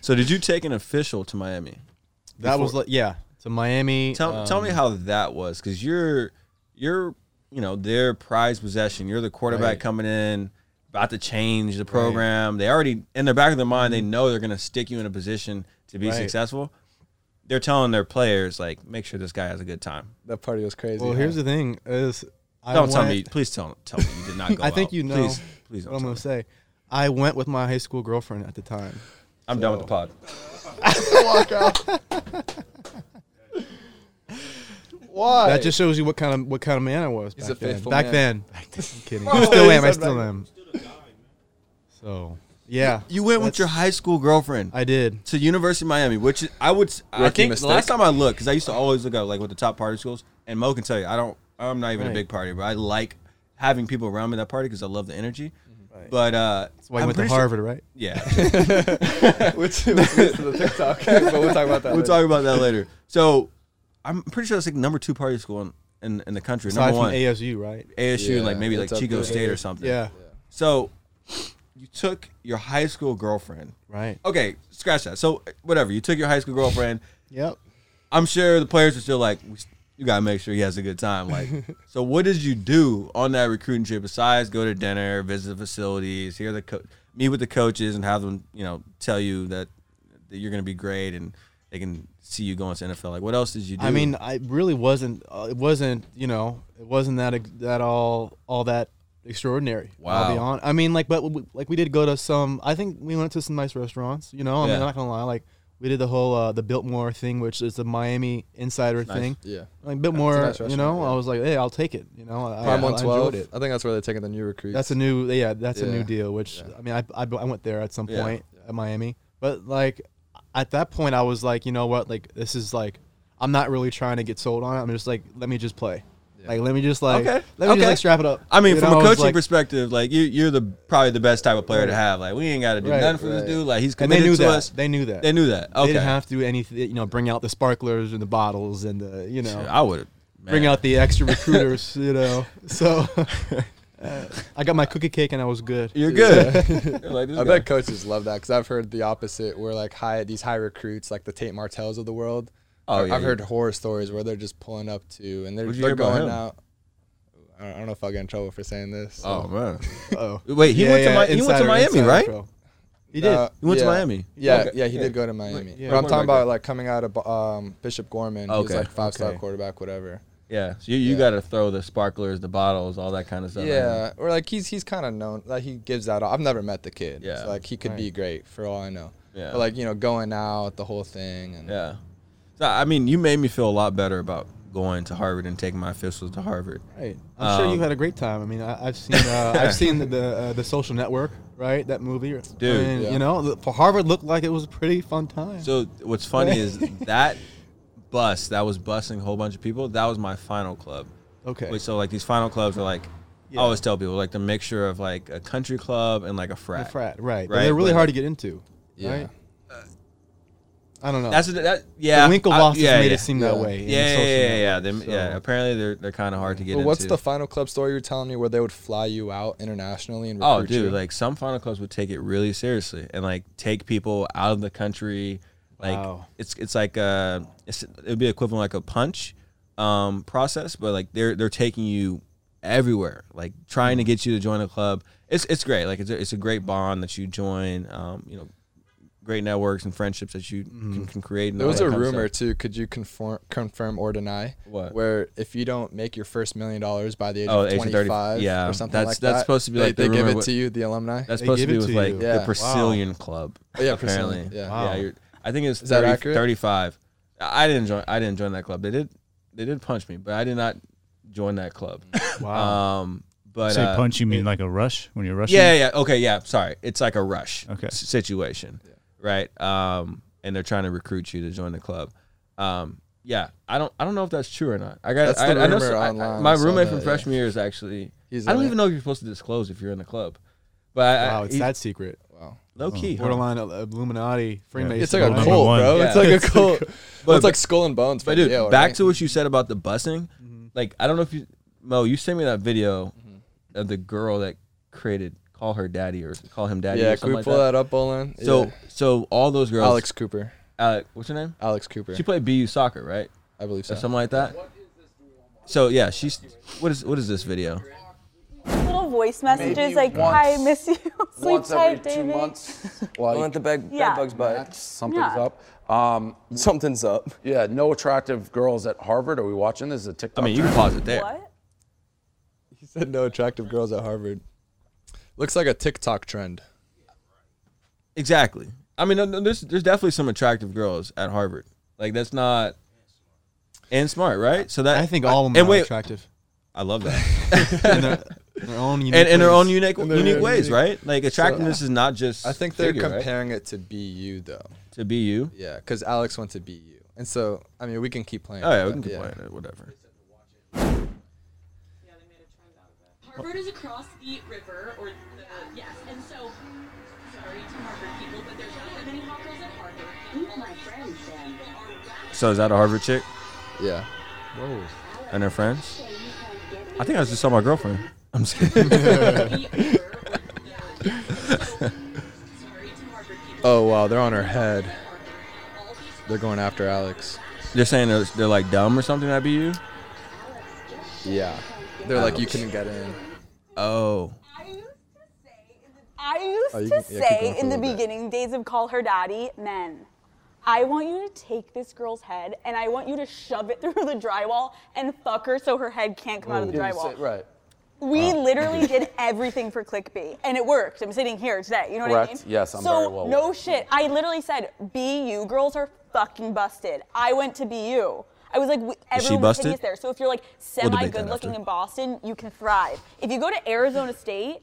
[SPEAKER 3] So did you take an official to Miami?
[SPEAKER 2] That was like yeah to Miami. um,
[SPEAKER 3] Tell tell me how that was because you're you're you know their prized possession. You're the quarterback
[SPEAKER 2] Right.
[SPEAKER 3] coming in, about to change the program. They already in the back of their mind they know they're going to stick you in a position to be
[SPEAKER 2] Mm-hmm. Right.
[SPEAKER 3] successful. They're telling their players like, make sure this guy has a good time.
[SPEAKER 1] That party was crazy.
[SPEAKER 2] Well,
[SPEAKER 1] huh?
[SPEAKER 2] here's the thing: is I
[SPEAKER 3] Don't tell
[SPEAKER 2] went-
[SPEAKER 3] me. Please tell tell me you did not go.
[SPEAKER 2] I think
[SPEAKER 3] out.
[SPEAKER 2] you know
[SPEAKER 3] Please, please don't.
[SPEAKER 2] what I'm
[SPEAKER 3] tell
[SPEAKER 2] gonna
[SPEAKER 3] me.
[SPEAKER 2] say. I went with my high school girlfriend at the time.
[SPEAKER 3] I'm done with the pod.
[SPEAKER 1] why?
[SPEAKER 2] That just shows you what kind of what kind of man I was.
[SPEAKER 1] He's
[SPEAKER 2] back
[SPEAKER 1] a
[SPEAKER 2] then.
[SPEAKER 1] faithful
[SPEAKER 2] back
[SPEAKER 1] man.
[SPEAKER 2] then. Back then. I'm kidding.
[SPEAKER 1] Oh,
[SPEAKER 2] I still
[SPEAKER 1] he
[SPEAKER 2] am. I
[SPEAKER 1] said
[SPEAKER 2] still
[SPEAKER 1] back-
[SPEAKER 2] am. So yeah,
[SPEAKER 3] You went with your high school girlfriend.
[SPEAKER 2] I did.
[SPEAKER 3] to University of Miami, which is, I would s- I
[SPEAKER 1] Rookie
[SPEAKER 3] think
[SPEAKER 1] mistake.
[SPEAKER 3] the last time I looked because I used to always look up like with the top party schools. And Mo can tell you, I don't, I'm not even a
[SPEAKER 2] Right.
[SPEAKER 3] big party, but I like having people around me at that party because I love the energy. But uh,
[SPEAKER 2] That's why I
[SPEAKER 3] I'm
[SPEAKER 2] went to
[SPEAKER 3] pretty sure-
[SPEAKER 2] Harvard, right?
[SPEAKER 3] yeah,
[SPEAKER 1] which which leads to the TikTok, but we'll talk about that.
[SPEAKER 3] we'll
[SPEAKER 1] later.
[SPEAKER 3] talk about that later. So I'm pretty sure it's like number two party school in in, in the country,
[SPEAKER 2] Aside from
[SPEAKER 3] number one
[SPEAKER 2] ASU, right?
[SPEAKER 3] ASU, and like
[SPEAKER 1] Yeah,
[SPEAKER 3] maybe like
[SPEAKER 1] it's up
[SPEAKER 3] Chico
[SPEAKER 1] there.
[SPEAKER 3] State or something.
[SPEAKER 2] Yeah.
[SPEAKER 3] So you took your high school girlfriend.
[SPEAKER 2] Right.
[SPEAKER 3] Okay, scratch that. So whatever, you took your high school girlfriend.
[SPEAKER 2] Yep.
[SPEAKER 3] I'm sure the players are still like, "We- you gotta make sure he has a good time. Like, so what did you do on that recruiting trip besides go to dinner, visit the facilities, hear the co- meet with the coaches, and have them, you know, tell you that, that you're gonna be great and they can see you going to NFL. Like, what else did you do?
[SPEAKER 2] I mean, I really wasn't. Uh, it wasn't. You know, it wasn't that ex- that all all that extraordinary. I'll be
[SPEAKER 3] Wow.
[SPEAKER 2] hon- I mean, like, but we, like we did go to some. I think we went to some nice restaurants. You know, I mean,
[SPEAKER 3] Yeah.
[SPEAKER 2] I'm not gonna lie. Like we did the whole uh, the Biltmore thing, which is the Miami insider
[SPEAKER 3] nice.
[SPEAKER 2] thing.
[SPEAKER 1] Yeah.
[SPEAKER 2] Like Biltmore,
[SPEAKER 1] nice
[SPEAKER 2] you know,
[SPEAKER 1] restaurant, yeah.
[SPEAKER 2] I was like, hey, I'll take it. You know,
[SPEAKER 3] Oh,
[SPEAKER 2] I, I, I
[SPEAKER 1] Prime one
[SPEAKER 2] enjoyed
[SPEAKER 1] twelve. I
[SPEAKER 2] it.
[SPEAKER 1] think that's where they're taking the new recruits.
[SPEAKER 2] That's a new, yeah, that's a
[SPEAKER 1] Yeah.
[SPEAKER 2] new deal. Which I mean, I, I I went there at some
[SPEAKER 3] Yeah.
[SPEAKER 2] point at Miami, but like at that point, I was like, you know what, like this is like I'm not really trying to get sold on it. I'm just like, let me just play, like let me just like
[SPEAKER 3] Okay.
[SPEAKER 2] let me
[SPEAKER 3] Okay.
[SPEAKER 2] just like strap it up.
[SPEAKER 3] I mean,
[SPEAKER 2] You
[SPEAKER 3] from
[SPEAKER 2] know,
[SPEAKER 3] a
[SPEAKER 2] it's
[SPEAKER 3] coaching
[SPEAKER 2] like-
[SPEAKER 3] perspective, like you, you're the probably the best type of player to have. Like, we ain't got to do
[SPEAKER 2] Right,
[SPEAKER 3] nothing for this
[SPEAKER 1] right.
[SPEAKER 3] dude. Like, he's
[SPEAKER 2] and they
[SPEAKER 3] committed
[SPEAKER 2] knew
[SPEAKER 3] to
[SPEAKER 2] that.
[SPEAKER 3] us.
[SPEAKER 2] They knew that.
[SPEAKER 3] They knew that.
[SPEAKER 2] They
[SPEAKER 3] Okay,
[SPEAKER 2] didn't have to do anything. You know, bring out the sparklers and the bottles and the you know.
[SPEAKER 3] I would
[SPEAKER 2] bring out the extra recruiters, you know. So uh, I got my cookie cake and I was good.
[SPEAKER 3] You're good. You're like, this
[SPEAKER 1] I
[SPEAKER 3] guy.
[SPEAKER 1] bet coaches love that because I've heard the opposite, where like high these high recruits, like the Tate Martells of the world.
[SPEAKER 3] Oh,
[SPEAKER 1] I-
[SPEAKER 3] yeah,
[SPEAKER 1] I've
[SPEAKER 3] yeah.
[SPEAKER 1] heard horror stories where they're just pulling up to and they're,
[SPEAKER 3] What'd you
[SPEAKER 1] they're
[SPEAKER 3] hear about
[SPEAKER 1] going
[SPEAKER 3] him?
[SPEAKER 1] out. I don't, I don't know if I'll get in trouble for saying this. so-
[SPEAKER 3] Oh man.
[SPEAKER 2] Oh,
[SPEAKER 3] Wait, he went to Mi- he went to Miami, right?
[SPEAKER 2] He did.
[SPEAKER 1] No,
[SPEAKER 3] He went to
[SPEAKER 1] Uh, yeah.
[SPEAKER 3] Miami.
[SPEAKER 1] Yeah,
[SPEAKER 3] Okay.
[SPEAKER 1] yeah, he did go to Miami.
[SPEAKER 2] yeah.
[SPEAKER 1] But I'm
[SPEAKER 3] Quarterback
[SPEAKER 1] talking about
[SPEAKER 3] guy.
[SPEAKER 1] like coming out of um, Bishop Gorman, who's
[SPEAKER 3] Okay,
[SPEAKER 1] like five star
[SPEAKER 3] okay.
[SPEAKER 1] quarterback, whatever.
[SPEAKER 3] Yeah, so you, you
[SPEAKER 1] Yeah.
[SPEAKER 3] got to throw the sparklers, the bottles, all that kind of stuff. at him.
[SPEAKER 1] Yeah, or like he's he's kind of known. Like he gives that. I've never met the kid.
[SPEAKER 3] Yeah.
[SPEAKER 1] so, like he could be great for all I know.
[SPEAKER 3] Yeah.
[SPEAKER 1] but like you know, going out the whole thing and
[SPEAKER 3] yeah. So I mean, you made me feel a lot better about going to Harvard and taking my officials to Harvard.
[SPEAKER 2] Right. I'm sure
[SPEAKER 3] Um,
[SPEAKER 2] you had a great time. I mean, I, I've seen uh, I've seen the the, uh, the Social Network, right? That movie,
[SPEAKER 3] Dude.
[SPEAKER 2] I mean,
[SPEAKER 1] Yeah.
[SPEAKER 2] You know, the- for Harvard looked like it was a pretty fun time.
[SPEAKER 3] So what's funny is that bus that was busing a whole bunch of people. That was my final club.
[SPEAKER 2] okay.
[SPEAKER 3] Wait, so like these final clubs are like,
[SPEAKER 2] Yeah.
[SPEAKER 3] I always tell people like the mixture of like a country club and like a frat.
[SPEAKER 2] The frat, right? But
[SPEAKER 3] Right,
[SPEAKER 2] they're really
[SPEAKER 3] but- Uh,
[SPEAKER 2] hard to get into.
[SPEAKER 1] Yeah.
[SPEAKER 2] Right? I don't know.
[SPEAKER 3] That's what- that. Yeah,
[SPEAKER 2] the Winklevoss
[SPEAKER 3] I-
[SPEAKER 2] has
[SPEAKER 3] yeah,
[SPEAKER 2] made
[SPEAKER 3] yeah.
[SPEAKER 2] it seem that
[SPEAKER 1] Yeah.
[SPEAKER 2] way. in the
[SPEAKER 3] Yeah, yeah,
[SPEAKER 2] Social
[SPEAKER 3] yeah, yeah,
[SPEAKER 2] Network,
[SPEAKER 3] yeah. They- yeah,
[SPEAKER 2] so-
[SPEAKER 3] Apparently, they're they're kind of hard to get
[SPEAKER 1] Well,
[SPEAKER 3] into.
[SPEAKER 1] what's the final club story you were telling me where they would fly you out internationally and
[SPEAKER 3] Oh,
[SPEAKER 1] recruit
[SPEAKER 3] dude,
[SPEAKER 1] you?
[SPEAKER 3] like some final clubs would take it really seriously and like take people out of the country. Like
[SPEAKER 2] Wow.
[SPEAKER 3] it's it's like uh it's, it'd be equivalent like a punch um process, but like they're they're taking you everywhere, like trying
[SPEAKER 1] Hmm.
[SPEAKER 3] to get you to join a club. It's it's great. Like it's a, it's a great bond that you join. Um, you know, great networks and friendships that you can, can create. and
[SPEAKER 1] Hmm. there
[SPEAKER 3] all
[SPEAKER 1] was
[SPEAKER 3] that
[SPEAKER 1] a
[SPEAKER 3] kind of
[SPEAKER 1] rumor
[SPEAKER 3] stuff.
[SPEAKER 1] too. Could you confirm, confirm or deny?
[SPEAKER 3] What?
[SPEAKER 1] Where if you don't make your first million dollars by the age
[SPEAKER 3] Oh,
[SPEAKER 1] of
[SPEAKER 3] the age of 30
[SPEAKER 1] 25,
[SPEAKER 3] yeah,
[SPEAKER 1] or something
[SPEAKER 3] that's-
[SPEAKER 1] like that,
[SPEAKER 3] that's supposed to be
[SPEAKER 1] they,
[SPEAKER 3] like the
[SPEAKER 1] they give
[SPEAKER 3] rumor
[SPEAKER 1] it
[SPEAKER 3] what-
[SPEAKER 1] to you, the alumni.
[SPEAKER 3] That's
[SPEAKER 2] They
[SPEAKER 3] supposed to
[SPEAKER 2] give
[SPEAKER 3] be
[SPEAKER 2] it
[SPEAKER 3] with
[SPEAKER 2] to
[SPEAKER 3] like
[SPEAKER 2] you.
[SPEAKER 1] Yeah.
[SPEAKER 3] the
[SPEAKER 1] Wow. Oh,
[SPEAKER 3] Brazilian club.
[SPEAKER 1] yeah,
[SPEAKER 3] apparently.
[SPEAKER 1] Priscillian, yeah.
[SPEAKER 2] Wow.
[SPEAKER 3] Yeah, you're, I think it's
[SPEAKER 1] Is that
[SPEAKER 3] 30
[SPEAKER 1] accurate?
[SPEAKER 3] 35. I I didn't join. I didn't join that club. They did. They did punch me, but I did not join that club.
[SPEAKER 2] Wow.
[SPEAKER 3] um, but
[SPEAKER 5] Mm. Say
[SPEAKER 3] uh,
[SPEAKER 5] punch, you mean like a rush when you're rushing?
[SPEAKER 3] yeah, yeah, okay, yeah. Sorry, it's like a rush
[SPEAKER 5] Okay.
[SPEAKER 3] s- situation, right? Um, and they're trying to recruit you to join the club. Um, yeah, I don't I don't know if that's true or not. I got
[SPEAKER 1] That's
[SPEAKER 3] I,
[SPEAKER 1] the
[SPEAKER 3] I know
[SPEAKER 1] rumor
[SPEAKER 3] so- I- I-
[SPEAKER 1] online.
[SPEAKER 3] my
[SPEAKER 1] I saw
[SPEAKER 3] roommate
[SPEAKER 1] that,
[SPEAKER 3] from
[SPEAKER 1] yeah.
[SPEAKER 3] freshman year is actually
[SPEAKER 1] He's
[SPEAKER 3] I don't
[SPEAKER 1] in
[SPEAKER 3] even know if you're supposed to disclose if you're in the club. But I,
[SPEAKER 2] Wow,
[SPEAKER 3] I,
[SPEAKER 2] it's
[SPEAKER 3] he-
[SPEAKER 2] that secret.
[SPEAKER 1] Wow.
[SPEAKER 3] low key. huh?
[SPEAKER 2] Borderline Ill- Illuminati, Freemason.
[SPEAKER 1] It's like a
[SPEAKER 2] Illuminati.
[SPEAKER 1] cult,
[SPEAKER 4] one.
[SPEAKER 1] bro.
[SPEAKER 3] Yeah.
[SPEAKER 1] It's like a
[SPEAKER 2] It's
[SPEAKER 1] cult. Well, it's
[SPEAKER 3] But-
[SPEAKER 1] like skull and bones.
[SPEAKER 3] But dude, back to what you said about the busing.
[SPEAKER 1] Mm-hmm.
[SPEAKER 3] Like I don't know if you Mo, you sent me that video
[SPEAKER 1] Mm-hmm.
[SPEAKER 3] of the girl that created call her daddy or call him daddy.
[SPEAKER 1] Yeah,
[SPEAKER 3] or
[SPEAKER 1] can
[SPEAKER 3] something
[SPEAKER 1] we
[SPEAKER 3] like
[SPEAKER 1] pull
[SPEAKER 3] that.
[SPEAKER 1] that, up, Bolin?
[SPEAKER 3] So
[SPEAKER 1] Yeah.
[SPEAKER 3] so all those girls.
[SPEAKER 1] Alex Cooper.
[SPEAKER 3] Alec- what's her name?
[SPEAKER 1] Alex Cooper.
[SPEAKER 3] She played BU soccer, right?
[SPEAKER 1] I believe so.
[SPEAKER 3] Or something like that. So yeah, she's. What is what is this video?
[SPEAKER 5] little voice messages
[SPEAKER 7] Maybe
[SPEAKER 5] like,
[SPEAKER 7] once-
[SPEAKER 5] "Hi, I miss you. Sleep
[SPEAKER 7] once every
[SPEAKER 5] tight,
[SPEAKER 7] two
[SPEAKER 5] David."
[SPEAKER 7] months. Like,
[SPEAKER 8] Well, at the bed,
[SPEAKER 5] Yeah.
[SPEAKER 8] bed bugs bite.
[SPEAKER 7] something's
[SPEAKER 5] Yeah.
[SPEAKER 7] up. Um,
[SPEAKER 8] Something's up.
[SPEAKER 7] yeah, no attractive girls at Harvard. Are we watching this? Is a
[SPEAKER 3] I
[SPEAKER 7] TikTok?
[SPEAKER 3] mean, you can
[SPEAKER 7] trend?
[SPEAKER 3] pause it there.
[SPEAKER 5] What?
[SPEAKER 1] He said no attractive girls at Harvard. Looks like a TikTok trend.
[SPEAKER 3] Exactly. I mean, no, no, there's there's definitely some attractive girls at Harvard. Like that's not. And smart, right? So that
[SPEAKER 2] I think all of them
[SPEAKER 3] And
[SPEAKER 2] are
[SPEAKER 3] wait,
[SPEAKER 2] attractive.
[SPEAKER 3] I love that.
[SPEAKER 2] in their, in their own unique
[SPEAKER 3] and in their
[SPEAKER 2] ways.
[SPEAKER 3] own unique
[SPEAKER 1] their
[SPEAKER 3] unique
[SPEAKER 1] own
[SPEAKER 3] ways,
[SPEAKER 1] unique-
[SPEAKER 3] right? Like attractiveness is not just.
[SPEAKER 1] I think they're
[SPEAKER 3] figure, right?
[SPEAKER 1] comparing it to BU though.
[SPEAKER 3] to be you.
[SPEAKER 1] Yeah, because Alex went to BU, and so I mean we can keep playing.
[SPEAKER 3] Oh yeah, we
[SPEAKER 1] with
[SPEAKER 3] can
[SPEAKER 1] that,
[SPEAKER 3] keep playing it, whatever.
[SPEAKER 9] Harvard is across the river, or the, yes, and so, sorry to Harvard people, but there's not that many hot girls at Harvard. And all my friends then.
[SPEAKER 3] So is that a Harvard chick
[SPEAKER 1] Yeah.
[SPEAKER 3] and her friends? I think I was just talking about my girlfriend. I'm just kidding.
[SPEAKER 1] Oh wow, they're on her head. They're going after Alex.
[SPEAKER 3] they're saying they're, they're like dumb or something. That be you?
[SPEAKER 1] Yeah. They're like you couldn't get in.
[SPEAKER 3] Oh,
[SPEAKER 5] I used to say in the- I used
[SPEAKER 1] Oh, you can-
[SPEAKER 5] to
[SPEAKER 1] yeah, keep going
[SPEAKER 5] say
[SPEAKER 1] for a
[SPEAKER 5] in the
[SPEAKER 1] little bit.
[SPEAKER 5] beginning days of Call Her Daddy, men, I want you to take this girl's head and I want you to shove it through the drywall and fuck her so her head can't come out of the
[SPEAKER 7] You didn't say-
[SPEAKER 5] drywall.
[SPEAKER 7] right.
[SPEAKER 5] We
[SPEAKER 7] Oh.
[SPEAKER 5] literally did everything for clickbait, and it worked. I'm sitting here today. You know what I mean?
[SPEAKER 7] Correct. Yes, I'm
[SPEAKER 5] so,
[SPEAKER 7] very well
[SPEAKER 5] no
[SPEAKER 7] aware.
[SPEAKER 5] shit. I literally said, "BU girls are fucking busted." I went to BU. I was like, we-
[SPEAKER 3] Is she
[SPEAKER 5] everyone's
[SPEAKER 3] busted?
[SPEAKER 5] hideous there. So if you're like
[SPEAKER 3] debate
[SPEAKER 5] semi
[SPEAKER 3] that
[SPEAKER 5] good looking
[SPEAKER 3] after.
[SPEAKER 5] in Boston, you can thrive. If you go to Arizona State,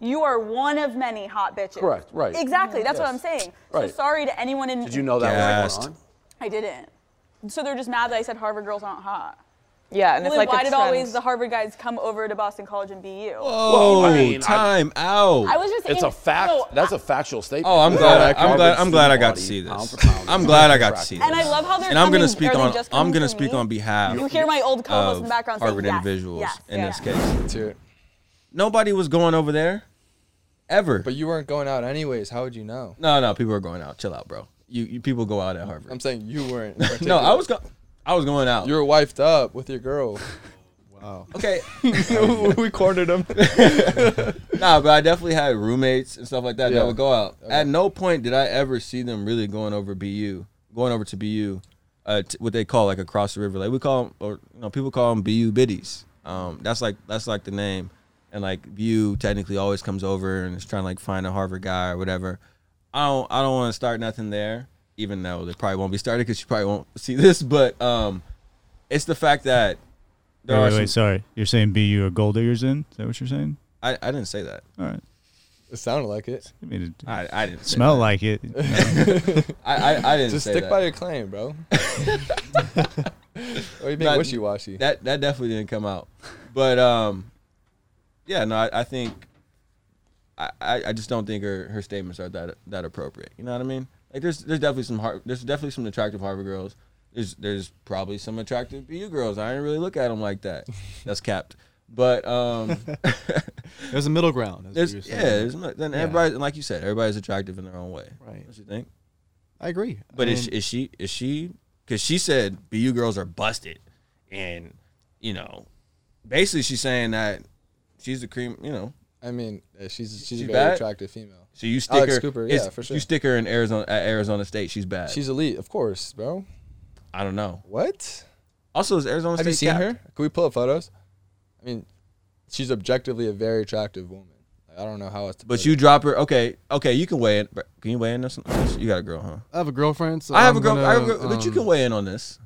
[SPEAKER 5] you are one of many hot bitches.
[SPEAKER 7] Correct, right.
[SPEAKER 5] Exactly. That's what
[SPEAKER 7] Yes.
[SPEAKER 5] I'm saying.
[SPEAKER 7] Right.
[SPEAKER 5] So sorry to anyone in.
[SPEAKER 7] Did you know that was
[SPEAKER 3] Gassed.
[SPEAKER 7] going on?
[SPEAKER 5] I didn't. So they're just mad that I said Harvard girls aren't hot.
[SPEAKER 10] Yeah, and it's
[SPEAKER 5] Like,
[SPEAKER 10] like
[SPEAKER 5] why
[SPEAKER 10] a
[SPEAKER 5] did
[SPEAKER 10] trend.
[SPEAKER 5] always the Harvard guys come over to Boston College and BU?
[SPEAKER 3] oh,
[SPEAKER 7] I mean, I-
[SPEAKER 3] time out.
[SPEAKER 5] I was just.
[SPEAKER 7] It's
[SPEAKER 5] in-
[SPEAKER 7] a fact.
[SPEAKER 5] no,
[SPEAKER 7] That's a factual statement.
[SPEAKER 3] oh, I'm glad. I, am glad. I'm glad I got to
[SPEAKER 7] Harvard's
[SPEAKER 3] see
[SPEAKER 7] student body,
[SPEAKER 3] this.
[SPEAKER 7] pound for pound,
[SPEAKER 3] I'm
[SPEAKER 7] is
[SPEAKER 3] glad I
[SPEAKER 7] highly
[SPEAKER 3] got to see this.
[SPEAKER 7] attractive.
[SPEAKER 5] And I love how they're
[SPEAKER 3] And I'm gonna
[SPEAKER 5] coming-
[SPEAKER 3] speak
[SPEAKER 5] are they
[SPEAKER 3] on.
[SPEAKER 5] just
[SPEAKER 3] I'm
[SPEAKER 5] coming
[SPEAKER 3] gonna
[SPEAKER 5] for
[SPEAKER 3] speak
[SPEAKER 5] me?
[SPEAKER 3] on behalf.
[SPEAKER 5] You hear my old co-host
[SPEAKER 3] of
[SPEAKER 5] in the background saying,
[SPEAKER 3] Harvard
[SPEAKER 5] "Yes,
[SPEAKER 3] individuals
[SPEAKER 5] yes,
[SPEAKER 3] in
[SPEAKER 5] yes."
[SPEAKER 3] this case.
[SPEAKER 1] Let's hear it.
[SPEAKER 3] Nobody was going over there, ever.
[SPEAKER 1] But you weren't going out anyways. How would you know?
[SPEAKER 3] No, no, people are going out. Chill out, bro. You, you people go out at Harvard.
[SPEAKER 1] I'm saying you weren't. in
[SPEAKER 3] no,
[SPEAKER 1] particular.
[SPEAKER 3] I was go- I was going out.
[SPEAKER 1] You were wifed up with your girl.
[SPEAKER 3] okay.
[SPEAKER 1] we cornered him.
[SPEAKER 3] nah, but I definitely had roommates and stuff like that
[SPEAKER 1] Yeah.
[SPEAKER 3] that would go out. At no point did I ever see them really going over BU, going over to BU, uh, t- what they call like across the river. Like we call 'em- or you know, people call them BU biddies. Um, that's like that's like the name, and like BU technically always comes over and is trying to like find a Harvard guy or whatever. I don't I don't want to start nothing there, even though they probably won't be started because you probably won't see this. But um, it's the fact that there
[SPEAKER 6] Wait,
[SPEAKER 3] are
[SPEAKER 6] wait,
[SPEAKER 3] some,
[SPEAKER 6] wait, sorry. You're saying BU are gold diggers in? Is that what you're saying?
[SPEAKER 3] I, I didn't say that.
[SPEAKER 6] All right.
[SPEAKER 1] It sounded like it.
[SPEAKER 6] I mean, it
[SPEAKER 3] I, I didn't say
[SPEAKER 6] smell
[SPEAKER 3] that.
[SPEAKER 6] like it.
[SPEAKER 3] I, I, I didn't
[SPEAKER 1] Just
[SPEAKER 3] say
[SPEAKER 1] stick
[SPEAKER 3] that.
[SPEAKER 1] by your claim, bro. Or you being
[SPEAKER 3] Not-
[SPEAKER 1] wishy washy?
[SPEAKER 3] that that definitely didn't come out. But um, yeah, no, I, I think I, I I just don't think her, her statements are that that appropriate. You know what I mean? Like there's there's definitely some har- there's definitely some attractive Harvard girls. There's there's probably some attractive BU girls. I didn't really look at them like that. That's capped. But um,
[SPEAKER 2] There's a middle ground. as
[SPEAKER 3] there's
[SPEAKER 2] you
[SPEAKER 3] yeah,
[SPEAKER 2] were saying.
[SPEAKER 3] there's no- then everybody like you said, everybody's attractive in their own way.
[SPEAKER 2] Right.
[SPEAKER 3] What you think?
[SPEAKER 2] I agree.
[SPEAKER 3] But
[SPEAKER 2] I
[SPEAKER 3] is, she,
[SPEAKER 2] mean,
[SPEAKER 3] is she is she because she said BU girls are busted, and you know, basically she's saying that she's the cream. You know,
[SPEAKER 1] I mean, uh, she's she's
[SPEAKER 3] She
[SPEAKER 1] a very
[SPEAKER 3] bad?
[SPEAKER 1] attractive female.
[SPEAKER 3] so you stick
[SPEAKER 1] Alex
[SPEAKER 3] her.
[SPEAKER 1] Cooper,
[SPEAKER 3] it's-
[SPEAKER 1] yeah, for sure.
[SPEAKER 3] You stick her in Arizona at Arizona State. She's bad.
[SPEAKER 1] She's elite, of course, bro.
[SPEAKER 3] I don't know.
[SPEAKER 1] What?
[SPEAKER 3] Also, is Arizona
[SPEAKER 1] Have
[SPEAKER 3] State?
[SPEAKER 1] you seen
[SPEAKER 3] capped?
[SPEAKER 1] her? Can we pull up photos? I mean, she's objectively a very attractive woman. Like, I don't know how else to.
[SPEAKER 3] But
[SPEAKER 1] put
[SPEAKER 3] you
[SPEAKER 1] it.
[SPEAKER 3] drop her. Okay, okay, you can weigh in. but Can you weigh in on something? else? You got a girl, huh?
[SPEAKER 2] I have a girlfriend. So
[SPEAKER 3] I have
[SPEAKER 2] I'm
[SPEAKER 3] a girl, I have a
[SPEAKER 2] gonna,
[SPEAKER 3] girl but you
[SPEAKER 2] um,
[SPEAKER 3] can weigh in on this.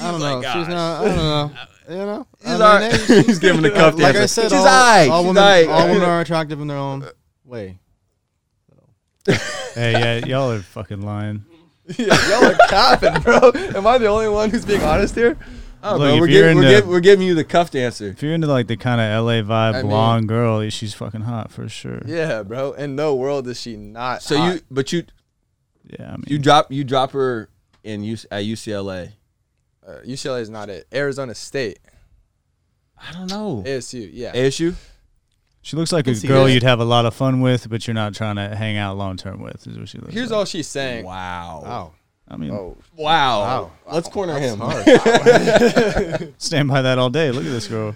[SPEAKER 2] I don't
[SPEAKER 3] He's
[SPEAKER 2] know.
[SPEAKER 3] like,
[SPEAKER 2] She's
[SPEAKER 3] "Gosh."
[SPEAKER 2] not. I don't know. You know. I
[SPEAKER 3] He's,
[SPEAKER 2] mean,
[SPEAKER 3] all
[SPEAKER 2] hey,
[SPEAKER 3] right. he's giving the cuff
[SPEAKER 2] like I
[SPEAKER 3] dancer.
[SPEAKER 2] said,
[SPEAKER 3] she's
[SPEAKER 2] all,
[SPEAKER 3] all right.
[SPEAKER 2] all
[SPEAKER 3] she's
[SPEAKER 2] women,
[SPEAKER 3] all right.
[SPEAKER 2] all women are attractive in their own way.
[SPEAKER 6] Hey, yeah, y'all are fucking lying.
[SPEAKER 1] yeah, y'all are capping, bro. Am I the only one who's being honest here?
[SPEAKER 3] Oh,
[SPEAKER 6] Look,
[SPEAKER 3] bro,
[SPEAKER 6] if
[SPEAKER 3] we're,
[SPEAKER 6] you're
[SPEAKER 3] giving, we're,
[SPEAKER 6] into-
[SPEAKER 3] giving, we're giving you the cuffed answer.
[SPEAKER 6] If you're into like the kind of LA vibe
[SPEAKER 1] mean-
[SPEAKER 6] blonde girl, yeah, she's fucking hot for sure. Yeah,
[SPEAKER 1] Yeah, bro. In no world is she not.
[SPEAKER 3] So
[SPEAKER 1] hot.
[SPEAKER 3] you, but you,
[SPEAKER 6] I mean,
[SPEAKER 3] you drop, you drop her in U, at UCLA.
[SPEAKER 1] uh, UCLA is not it. Arizona State,
[SPEAKER 3] I don't know
[SPEAKER 1] ASU. Yeah,
[SPEAKER 3] ASU.
[SPEAKER 6] she looks like a
[SPEAKER 2] see
[SPEAKER 6] girl
[SPEAKER 2] that.
[SPEAKER 6] you'd have a lot of fun with, but you're not trying to hang out long term with. Is what she looks
[SPEAKER 1] here's
[SPEAKER 6] like.
[SPEAKER 1] all she's saying.
[SPEAKER 3] Wow.
[SPEAKER 2] Wow.
[SPEAKER 6] I mean,
[SPEAKER 1] Oh,
[SPEAKER 3] Wow. Let's corner him.
[SPEAKER 6] stand by that all day. Look at this girl.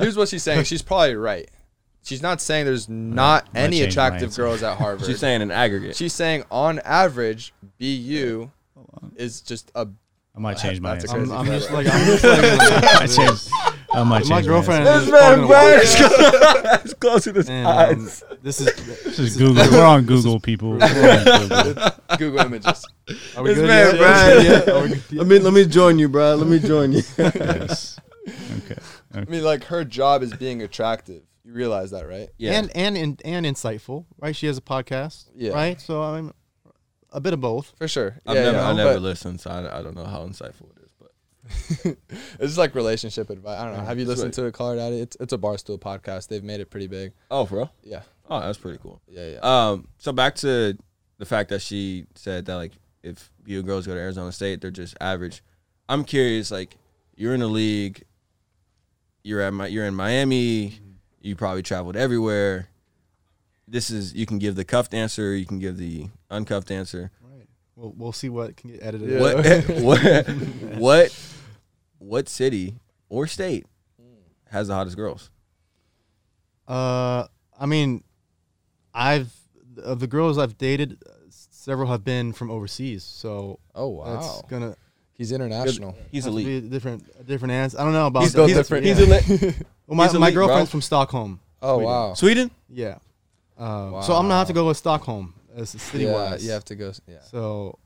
[SPEAKER 1] here's what she's saying. She's probably right. She's not saying there's not
[SPEAKER 6] I
[SPEAKER 1] any
[SPEAKER 6] changed my
[SPEAKER 1] attractive
[SPEAKER 6] answer.
[SPEAKER 1] girls at Harvard.
[SPEAKER 3] She's saying an aggregate.
[SPEAKER 1] She's saying on average, BU is just a.
[SPEAKER 6] I might change my
[SPEAKER 1] that's a
[SPEAKER 6] answer.
[SPEAKER 1] crazy-
[SPEAKER 2] I'm, I'm just
[SPEAKER 1] clever.
[SPEAKER 2] like I'm just like
[SPEAKER 6] I changed. I might change.
[SPEAKER 2] my girlfriend.
[SPEAKER 6] answer.
[SPEAKER 2] is talking to-
[SPEAKER 3] It's close to this
[SPEAKER 2] and, um, this is.
[SPEAKER 6] This is Google. We're on Google, people. We're on Google.
[SPEAKER 1] Google Images.
[SPEAKER 2] Are we good?
[SPEAKER 3] man,
[SPEAKER 2] yet?
[SPEAKER 3] Brian.
[SPEAKER 2] Yeah. Are we good yet?
[SPEAKER 3] Let me let me join you, bro. Let me join you.
[SPEAKER 6] Yes. Okay.
[SPEAKER 1] I
[SPEAKER 6] okay.
[SPEAKER 1] mean, like her job is being attractive. You realize that, right?
[SPEAKER 3] yeah.
[SPEAKER 2] And and and and insightful, right? She has a podcast,
[SPEAKER 1] Yeah.
[SPEAKER 2] right? So I'm a bit of both.
[SPEAKER 1] For sure.
[SPEAKER 3] I've
[SPEAKER 1] Yeah,
[SPEAKER 3] never,
[SPEAKER 1] yeah,
[SPEAKER 3] I never
[SPEAKER 1] but
[SPEAKER 3] listened, so I, I don't know how insightful it is. But
[SPEAKER 1] It's like relationship advice. I don't know. Have you
[SPEAKER 3] That's
[SPEAKER 1] listened
[SPEAKER 3] right.
[SPEAKER 1] to it, Colorado? It's it's a barstool podcast. They've made it pretty big.
[SPEAKER 3] oh, bro.
[SPEAKER 1] Yeah.
[SPEAKER 3] Oh, that's pretty cool.
[SPEAKER 1] Yeah. Yeah.
[SPEAKER 3] Um, so back to the fact that she said that like if BU girls go to Arizona State, they're just average. I'm curious, like you're in a league, you're at my, you're in Miami, you probably traveled everywhere. This is you can give the cuffed answer, you can give the uncuffed answer.
[SPEAKER 2] We'll, we'll see what can get edited.
[SPEAKER 1] Yeah.
[SPEAKER 3] What what what what city or state has the hottest girls?
[SPEAKER 2] Uh, I mean, I've of the girls I've dated, uh, several have been from overseas, so
[SPEAKER 1] oh
[SPEAKER 2] that's
[SPEAKER 1] wow.
[SPEAKER 2] gonna
[SPEAKER 1] He's international.
[SPEAKER 3] He's
[SPEAKER 2] have to be
[SPEAKER 3] elite.
[SPEAKER 2] a different a different answer. I don't know about
[SPEAKER 3] He's,
[SPEAKER 2] that.
[SPEAKER 3] he's,
[SPEAKER 1] different.
[SPEAKER 3] he's
[SPEAKER 1] Yeah.
[SPEAKER 3] elite.
[SPEAKER 2] well, my,
[SPEAKER 3] he's
[SPEAKER 2] my
[SPEAKER 3] elite, bro.
[SPEAKER 2] girlfriend's from Stockholm.
[SPEAKER 1] Oh wow.
[SPEAKER 3] Sweden?
[SPEAKER 2] Yeah. Uh, So I'm gonna have to go with Stockholm as a city
[SPEAKER 1] Yeah.
[SPEAKER 2] wise.
[SPEAKER 1] You have to go. s- Yeah.
[SPEAKER 2] So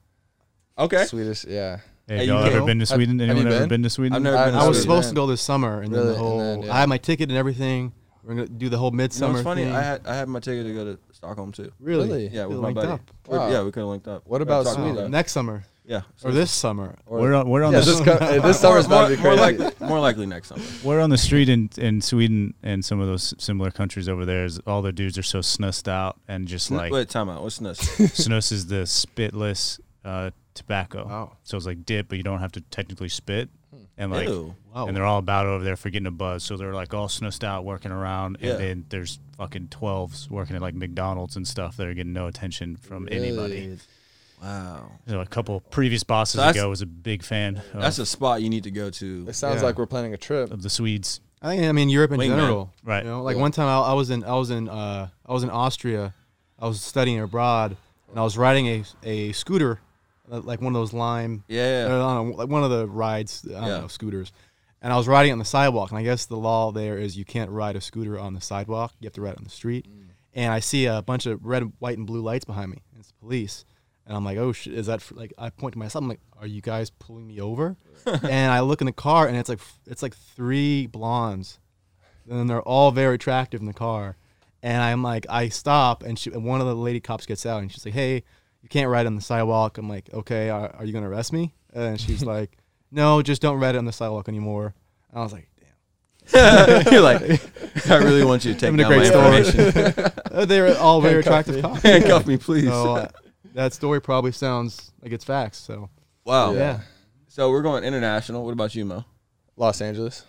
[SPEAKER 3] Okay.
[SPEAKER 1] Swedish. Yeah.
[SPEAKER 6] Hey,
[SPEAKER 3] Hey,
[SPEAKER 6] y'all
[SPEAKER 3] you
[SPEAKER 6] ever
[SPEAKER 2] go.
[SPEAKER 6] been to
[SPEAKER 1] Have-
[SPEAKER 6] Sweden?
[SPEAKER 1] have you
[SPEAKER 6] Anyone ever
[SPEAKER 1] been?
[SPEAKER 6] been? to Sweden?
[SPEAKER 3] I've never
[SPEAKER 1] I-
[SPEAKER 3] been
[SPEAKER 2] I
[SPEAKER 3] to
[SPEAKER 2] was
[SPEAKER 1] Really?
[SPEAKER 3] Sweden.
[SPEAKER 2] supposed to go this summer, and
[SPEAKER 1] Really?
[SPEAKER 2] then the
[SPEAKER 1] And
[SPEAKER 2] whole
[SPEAKER 1] then, yeah.
[SPEAKER 2] I had my ticket and everything. We're gonna do the whole
[SPEAKER 3] You know,
[SPEAKER 2] midsummer
[SPEAKER 3] it's funny.
[SPEAKER 2] thing.
[SPEAKER 3] I had I had my ticket to go to Stockholm too.
[SPEAKER 2] really,
[SPEAKER 1] Really?
[SPEAKER 3] Yeah, with
[SPEAKER 2] They
[SPEAKER 3] my
[SPEAKER 2] linked
[SPEAKER 3] buddy.
[SPEAKER 2] up.
[SPEAKER 3] Or-
[SPEAKER 1] Wow.
[SPEAKER 3] Yeah, we could have linked up.
[SPEAKER 1] What
[SPEAKER 3] Or
[SPEAKER 1] about
[SPEAKER 3] Stockholm,
[SPEAKER 1] Sweden?
[SPEAKER 2] Oh,
[SPEAKER 3] yeah.
[SPEAKER 2] next summer
[SPEAKER 3] Yeah,
[SPEAKER 2] or this summer.
[SPEAKER 6] We're on, we're on
[SPEAKER 1] Yeah,
[SPEAKER 6] the
[SPEAKER 1] this, co- uh, this
[SPEAKER 3] Or-
[SPEAKER 1] summer's about to be
[SPEAKER 3] more,
[SPEAKER 1] crazy.
[SPEAKER 3] more likely, more likely next summer.
[SPEAKER 6] we're on the street in, in Sweden and some of those similar countries over there. Is all the dudes are so snussed out and just like
[SPEAKER 3] Wait, time out. What's this?
[SPEAKER 6] snuss is the spitless uh, tobacco.
[SPEAKER 2] Wow.
[SPEAKER 6] So it's like dip, but you don't have to technically spit. And like,
[SPEAKER 3] Hmm. Ew.
[SPEAKER 2] Wow.
[SPEAKER 6] and they're all about over there for getting a buzz. So they're like all snussed out working around,
[SPEAKER 3] Yeah.
[SPEAKER 6] and then there's fucking twelves working at like McDonald's and stuff that are getting no attention from anybody.
[SPEAKER 3] Wow,
[SPEAKER 6] So a couple previous bosses
[SPEAKER 3] So that's-
[SPEAKER 6] ago was a big fan
[SPEAKER 3] that's
[SPEAKER 6] of,
[SPEAKER 3] a spot you need to go to.
[SPEAKER 1] It sounds
[SPEAKER 2] Yeah.
[SPEAKER 1] like we're planning a trip.
[SPEAKER 6] of the Swedes.
[SPEAKER 2] I think I mean Europe in
[SPEAKER 3] Wingman.
[SPEAKER 2] general,
[SPEAKER 6] Right.
[SPEAKER 2] You know, like
[SPEAKER 1] Yeah.
[SPEAKER 2] one time I, I was in I was in uh, I was in Austria, I was studying abroad, and I was riding a a scooter, uh, like one of those Lime,
[SPEAKER 3] Yeah, yeah.
[SPEAKER 2] uh, I don't know, like one of the rides, I don't
[SPEAKER 3] Yeah.
[SPEAKER 2] know, scooters, and I was riding on the sidewalk, and I guess the law there is you can't ride a scooter on the sidewalk, you have to ride it on the street,
[SPEAKER 3] Mm.
[SPEAKER 2] and I see a bunch of red, white, and blue lights behind me, and it's the police. And I'm like, oh shit, is that for, like? I point to myself. I'm like, are you guys pulling me over? and I look in the car, and it's like it's like three blondes and they're all very attractive in the car. And I'm like, I stop, and she, and one of the lady cops gets out, and she's like, "Hey, you can't ride on the sidewalk." I'm like, "Okay, are, are you gonna arrest me?" And she's like, "No, just don't ride on the sidewalk anymore." And I was like, "Damn."
[SPEAKER 3] You're like, I really want you to take
[SPEAKER 2] Having a
[SPEAKER 3] down my
[SPEAKER 2] great story.
[SPEAKER 3] information.
[SPEAKER 2] Uh, They were all very attractive cops.
[SPEAKER 3] Handcuff me, please.
[SPEAKER 2] So uh, that story probably sounds like it's facts. So
[SPEAKER 3] wow.
[SPEAKER 2] yeah,
[SPEAKER 3] So we're going international. What about you, Mo?
[SPEAKER 1] Los Angeles.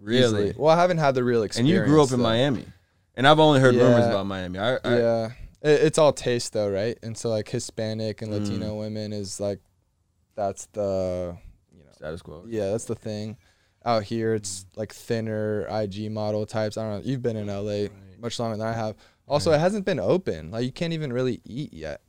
[SPEAKER 3] Really?
[SPEAKER 1] Easily. Well, I haven't had the real
[SPEAKER 3] And
[SPEAKER 1] experience.
[SPEAKER 3] you grew up in
[SPEAKER 1] though.
[SPEAKER 3] Miami, and I've only heard rumors
[SPEAKER 1] Yeah.
[SPEAKER 3] about Miami. I, I,
[SPEAKER 1] Yeah. It, it's all taste though, right? And so like Hispanic
[SPEAKER 3] Mm.
[SPEAKER 1] and Latino women is like that's the you know
[SPEAKER 3] Status quo.
[SPEAKER 1] yeah, that's the thing. Out here
[SPEAKER 3] Mm.
[SPEAKER 1] it's like thinner IG model types. I don't know. You've been in LA much longer than I have. Also, it hasn't been open. Like you can't even really eat yet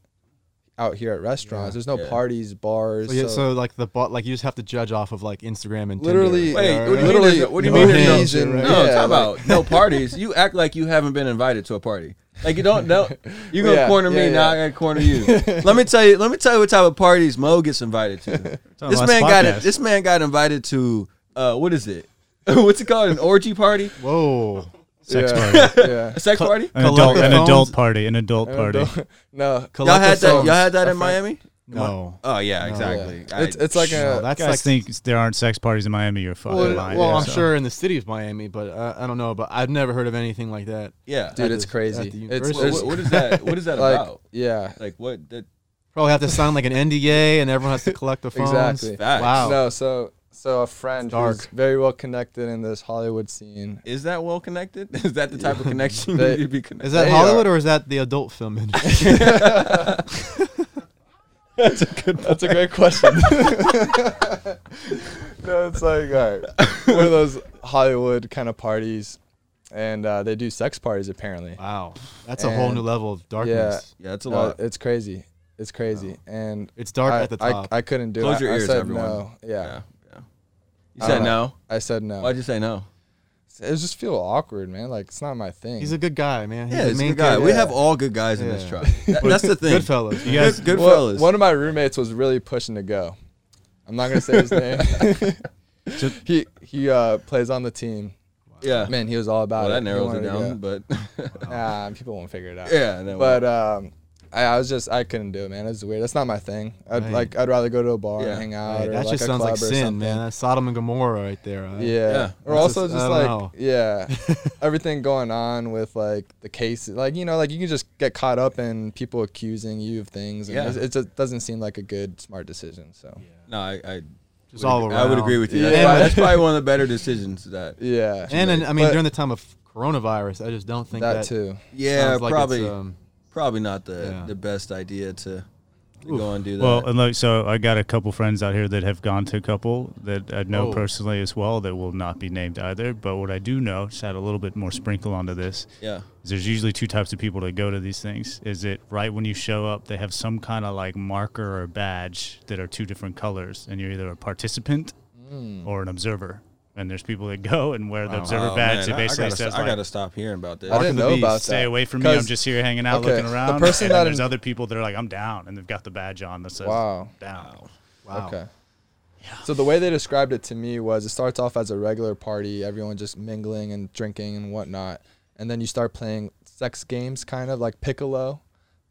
[SPEAKER 1] out here at restaurants. There's no
[SPEAKER 3] Yeah.
[SPEAKER 1] parties, bars.
[SPEAKER 2] so, yeah,
[SPEAKER 1] so-
[SPEAKER 2] so like the bo- like you just have to judge off of like Instagram and Tinder.
[SPEAKER 1] Literally-
[SPEAKER 3] Wait,
[SPEAKER 1] Yeah,
[SPEAKER 3] what do you mean?
[SPEAKER 1] literally
[SPEAKER 3] there's no- What do you
[SPEAKER 1] no
[SPEAKER 3] mean? there's
[SPEAKER 1] reason,
[SPEAKER 3] No,
[SPEAKER 1] right?
[SPEAKER 3] no
[SPEAKER 1] Yeah,
[SPEAKER 3] talk
[SPEAKER 1] like-
[SPEAKER 3] about no parties. You act like you haven't been invited to a party. Like you don't know. You gonna
[SPEAKER 1] Yeah,
[SPEAKER 3] corner me,
[SPEAKER 1] yeah,
[SPEAKER 3] now I
[SPEAKER 1] yeah.
[SPEAKER 3] gotta corner you. let me tell you. Let me tell you what type of parties Mo gets invited to.
[SPEAKER 6] on
[SPEAKER 3] this
[SPEAKER 6] last
[SPEAKER 3] man got
[SPEAKER 6] podcast.
[SPEAKER 3] This man got invited to uh, what is it? What's it called? An orgy party?
[SPEAKER 2] Whoa.
[SPEAKER 6] sex
[SPEAKER 1] yeah,
[SPEAKER 6] party.
[SPEAKER 1] yeah.
[SPEAKER 3] A sex party?
[SPEAKER 6] An
[SPEAKER 2] Collect
[SPEAKER 6] adult,
[SPEAKER 2] the
[SPEAKER 6] an
[SPEAKER 2] phones.
[SPEAKER 6] adult party, an adult
[SPEAKER 1] And
[SPEAKER 6] party.
[SPEAKER 1] don't- no,
[SPEAKER 3] Y'all
[SPEAKER 2] Collect the
[SPEAKER 3] had that.
[SPEAKER 2] phones.
[SPEAKER 3] Y'all had that in Miami.
[SPEAKER 2] No.
[SPEAKER 3] Oh yeah, exactly.
[SPEAKER 1] yeah. It's, it's like
[SPEAKER 2] No,
[SPEAKER 1] a
[SPEAKER 2] that's
[SPEAKER 6] Guys
[SPEAKER 2] like
[SPEAKER 6] think there aren't sex parties in Miami. You're fucking
[SPEAKER 2] Well,
[SPEAKER 6] lying.
[SPEAKER 2] well, I'm
[SPEAKER 6] So-
[SPEAKER 2] sure in the city of Miami, but uh, I don't know. But I've never heard of anything like that.
[SPEAKER 3] yeah.
[SPEAKER 1] dude.
[SPEAKER 2] at
[SPEAKER 1] It's
[SPEAKER 2] the-
[SPEAKER 1] crazy.
[SPEAKER 2] at the
[SPEAKER 1] It's
[SPEAKER 2] university.
[SPEAKER 3] What-
[SPEAKER 1] there's,
[SPEAKER 3] what, what is that? What is that
[SPEAKER 1] like
[SPEAKER 3] about?
[SPEAKER 1] yeah.
[SPEAKER 3] Like what? That,
[SPEAKER 2] Probably have to sign like an NDA, and everyone has to collect the phones.
[SPEAKER 1] Exactly.
[SPEAKER 3] Facts.
[SPEAKER 2] Wow.
[SPEAKER 1] No, so so a friend who's
[SPEAKER 2] Oh. dark.
[SPEAKER 1] very well connected in this Hollywood scene.
[SPEAKER 3] is that well connected? Is that the type of connection
[SPEAKER 1] They-
[SPEAKER 3] you need to be
[SPEAKER 2] Is
[SPEAKER 3] connected?
[SPEAKER 2] that
[SPEAKER 1] They
[SPEAKER 2] Hollywood
[SPEAKER 1] are-
[SPEAKER 2] or is that the adult film industry?
[SPEAKER 1] That's a good. That's a great question. no, it's like all right, one of those Hollywood kind of parties, and uh, they do sex parties apparently.
[SPEAKER 2] wow, that's a whole
[SPEAKER 1] And-
[SPEAKER 2] new level of darkness.
[SPEAKER 3] Yeah, it's a
[SPEAKER 1] No,
[SPEAKER 3] lot.
[SPEAKER 1] it's crazy. It's crazy, and
[SPEAKER 2] It's dark
[SPEAKER 1] I,
[SPEAKER 2] at the
[SPEAKER 1] I-
[SPEAKER 2] top.
[SPEAKER 1] I, couldn't do it.
[SPEAKER 3] Close your
[SPEAKER 1] I- I
[SPEAKER 3] ears,
[SPEAKER 1] said
[SPEAKER 3] everyone.
[SPEAKER 1] No. Yeah.
[SPEAKER 3] yeah. yeah. You
[SPEAKER 1] I
[SPEAKER 3] said
[SPEAKER 1] don't know.
[SPEAKER 3] no.
[SPEAKER 1] I said no.
[SPEAKER 3] Why'd you say no?
[SPEAKER 1] it just feel awkward, man. Like it's not my thing.
[SPEAKER 2] He's a good guy, man. He's
[SPEAKER 3] Yeah,
[SPEAKER 2] the
[SPEAKER 3] it's a
[SPEAKER 2] main
[SPEAKER 3] good guy.
[SPEAKER 2] character.
[SPEAKER 3] We have all good guys in this
[SPEAKER 2] Yeah.
[SPEAKER 3] truck. That- that's the thing.
[SPEAKER 2] good fellas.
[SPEAKER 6] You guys,
[SPEAKER 3] Good
[SPEAKER 1] Well,
[SPEAKER 3] fellas.
[SPEAKER 1] One of my roommates was really pushing to go. I'm not gonna say his name.
[SPEAKER 6] So-
[SPEAKER 1] he he uh, plays on the team.
[SPEAKER 3] yeah.
[SPEAKER 1] Man, he was all about
[SPEAKER 3] well,
[SPEAKER 1] it.
[SPEAKER 3] that
[SPEAKER 1] He
[SPEAKER 3] narrows it
[SPEAKER 1] wanted to
[SPEAKER 3] down, but
[SPEAKER 1] go. Nah, people won't figure it out.
[SPEAKER 3] yeah. That
[SPEAKER 1] But um, I, I was just I couldn't do it, man. It's weird. That's not my thing. I'd
[SPEAKER 2] Right.
[SPEAKER 1] like I'd rather go to a bar
[SPEAKER 3] Yeah.
[SPEAKER 1] and hang out.
[SPEAKER 2] Right,
[SPEAKER 1] or
[SPEAKER 2] that
[SPEAKER 1] like
[SPEAKER 2] just
[SPEAKER 1] a
[SPEAKER 2] sounds like
[SPEAKER 1] club or
[SPEAKER 2] sin,
[SPEAKER 1] something.
[SPEAKER 2] man. That's Sodom and Gomorrah right there. right?
[SPEAKER 1] Yeah.
[SPEAKER 3] Yeah.
[SPEAKER 1] Or
[SPEAKER 2] That's
[SPEAKER 1] also
[SPEAKER 2] just-
[SPEAKER 1] just
[SPEAKER 2] I
[SPEAKER 1] like
[SPEAKER 2] don't know.
[SPEAKER 1] yeah, everything going on with like the cases, like you know, like you can just get caught up in people accusing you of things. And
[SPEAKER 3] Yeah.
[SPEAKER 1] it's- it just doesn't seem like a good smart decision. So
[SPEAKER 3] no, I, I
[SPEAKER 2] just
[SPEAKER 3] would
[SPEAKER 2] all
[SPEAKER 3] agree-
[SPEAKER 2] around.
[SPEAKER 3] I would agree with you. That's,
[SPEAKER 1] Yeah.
[SPEAKER 3] probably, that's probably one of the better decisions that.
[SPEAKER 1] yeah,
[SPEAKER 2] And, and I mean,
[SPEAKER 1] But-
[SPEAKER 2] during the time of coronavirus, I just don't think
[SPEAKER 1] that,
[SPEAKER 2] that,
[SPEAKER 1] too.
[SPEAKER 3] Yeah,
[SPEAKER 2] sounds like it's,
[SPEAKER 3] probably
[SPEAKER 2] um,
[SPEAKER 3] probably not the
[SPEAKER 2] yeah.
[SPEAKER 3] the best idea to, to go and do that.
[SPEAKER 6] well, and look, so I got a couple friends out here that have gone to a couple that I know
[SPEAKER 2] Oh.
[SPEAKER 6] personally as well that will not be named either. But what I do know, just add a little bit more sprinkle onto this.
[SPEAKER 3] yeah.
[SPEAKER 6] is There's usually two types of people that go to these things. Is it right when you show up, they have some kind of like marker or badge that are two different colors, and you're either a participant or an observer. And there's people that go and wear the observer
[SPEAKER 3] Mm. Oh,
[SPEAKER 6] badge.
[SPEAKER 3] man,
[SPEAKER 6] It
[SPEAKER 3] I- I
[SPEAKER 6] basically
[SPEAKER 3] gotta
[SPEAKER 6] says,
[SPEAKER 3] st- I
[SPEAKER 6] like,
[SPEAKER 3] gotta stop hearing about this.
[SPEAKER 1] I didn't
[SPEAKER 2] the
[SPEAKER 1] know
[SPEAKER 2] beast,
[SPEAKER 1] about
[SPEAKER 6] stay
[SPEAKER 1] that.
[SPEAKER 6] away from me. I'm
[SPEAKER 1] 'Cause-
[SPEAKER 6] just here hanging out,
[SPEAKER 1] okay,
[SPEAKER 6] looking
[SPEAKER 1] the
[SPEAKER 6] around.
[SPEAKER 1] person
[SPEAKER 6] and
[SPEAKER 1] that
[SPEAKER 6] there's
[SPEAKER 1] in-
[SPEAKER 6] other people that are like, I'm down, and they've got the badge on that says,
[SPEAKER 1] Wow.
[SPEAKER 6] down.
[SPEAKER 2] wow.
[SPEAKER 1] Okay. So the way they described it to me was it starts off as a regular party, everyone just mingling and drinking and whatnot, and then you start playing sex games, kind of like Piccolo,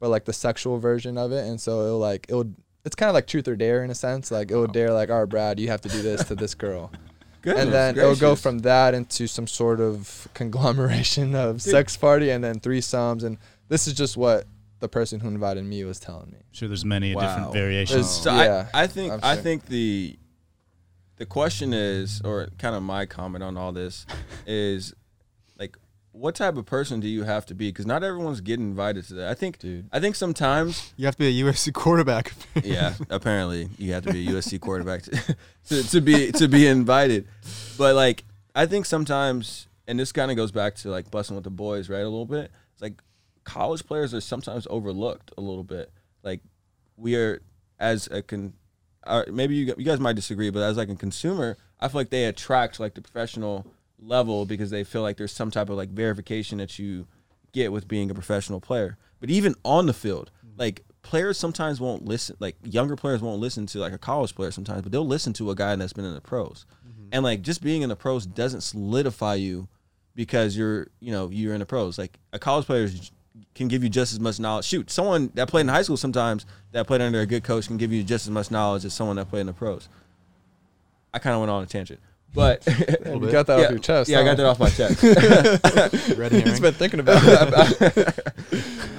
[SPEAKER 1] but like the sexual version of it. And so it'll like it'll it's kind of like Truth or Dare in a sense. Like it'll dare like, all right, Brad, you have to do this to this girl,
[SPEAKER 3] Goodness
[SPEAKER 1] and then it'll go
[SPEAKER 3] gracious.
[SPEAKER 1] from that into some sort of conglomeration of sex party and then threesomes. And this is just what the person who invited me was telling me.
[SPEAKER 6] Sure, there's many
[SPEAKER 3] Wow.
[SPEAKER 6] different variations.
[SPEAKER 1] It's-
[SPEAKER 3] So
[SPEAKER 1] Um, Yeah,
[SPEAKER 3] I, I think
[SPEAKER 1] I'm
[SPEAKER 3] I
[SPEAKER 1] sure.
[SPEAKER 3] think the the question is, or kind of my comment on all this is, like, what type of person do you have to be? Because not everyone's getting invited to that. I think,
[SPEAKER 1] Dude.
[SPEAKER 3] I think sometimes,
[SPEAKER 2] You have to be a USC quarterback.
[SPEAKER 3] yeah. apparently, you have to be a USC quarterback to, to, to be to be invited. But like, I think sometimes, and this kind of goes back to like busting with the boys, right? A little bit. It's like college players are sometimes overlooked a little bit. Like we are as a con, or maybe you, gu- you guys might disagree, but as like a consumer, I feel like they attract like the professional level because they feel like there's some type of like verification that you get with being a professional player. But even on the field, like players sometimes won't listen, like younger players won't listen to like a college player sometimes, but they'll listen to a guy that's been in the pros. And like just being in the pros doesn't solidify you because you're you know you're in the pros. Like a college player is- can give you just as much knowledge. Shoot, someone that played in high school sometimes that played under a good coach can give you just as much knowledge as someone that played in the pros. I kind of went on a tangent, but
[SPEAKER 1] You got that
[SPEAKER 3] yeah,
[SPEAKER 1] off your chest.
[SPEAKER 3] Yeah, I got
[SPEAKER 1] huh?
[SPEAKER 3] that off my chest.
[SPEAKER 2] Red herring.
[SPEAKER 1] He's been thinking about that. I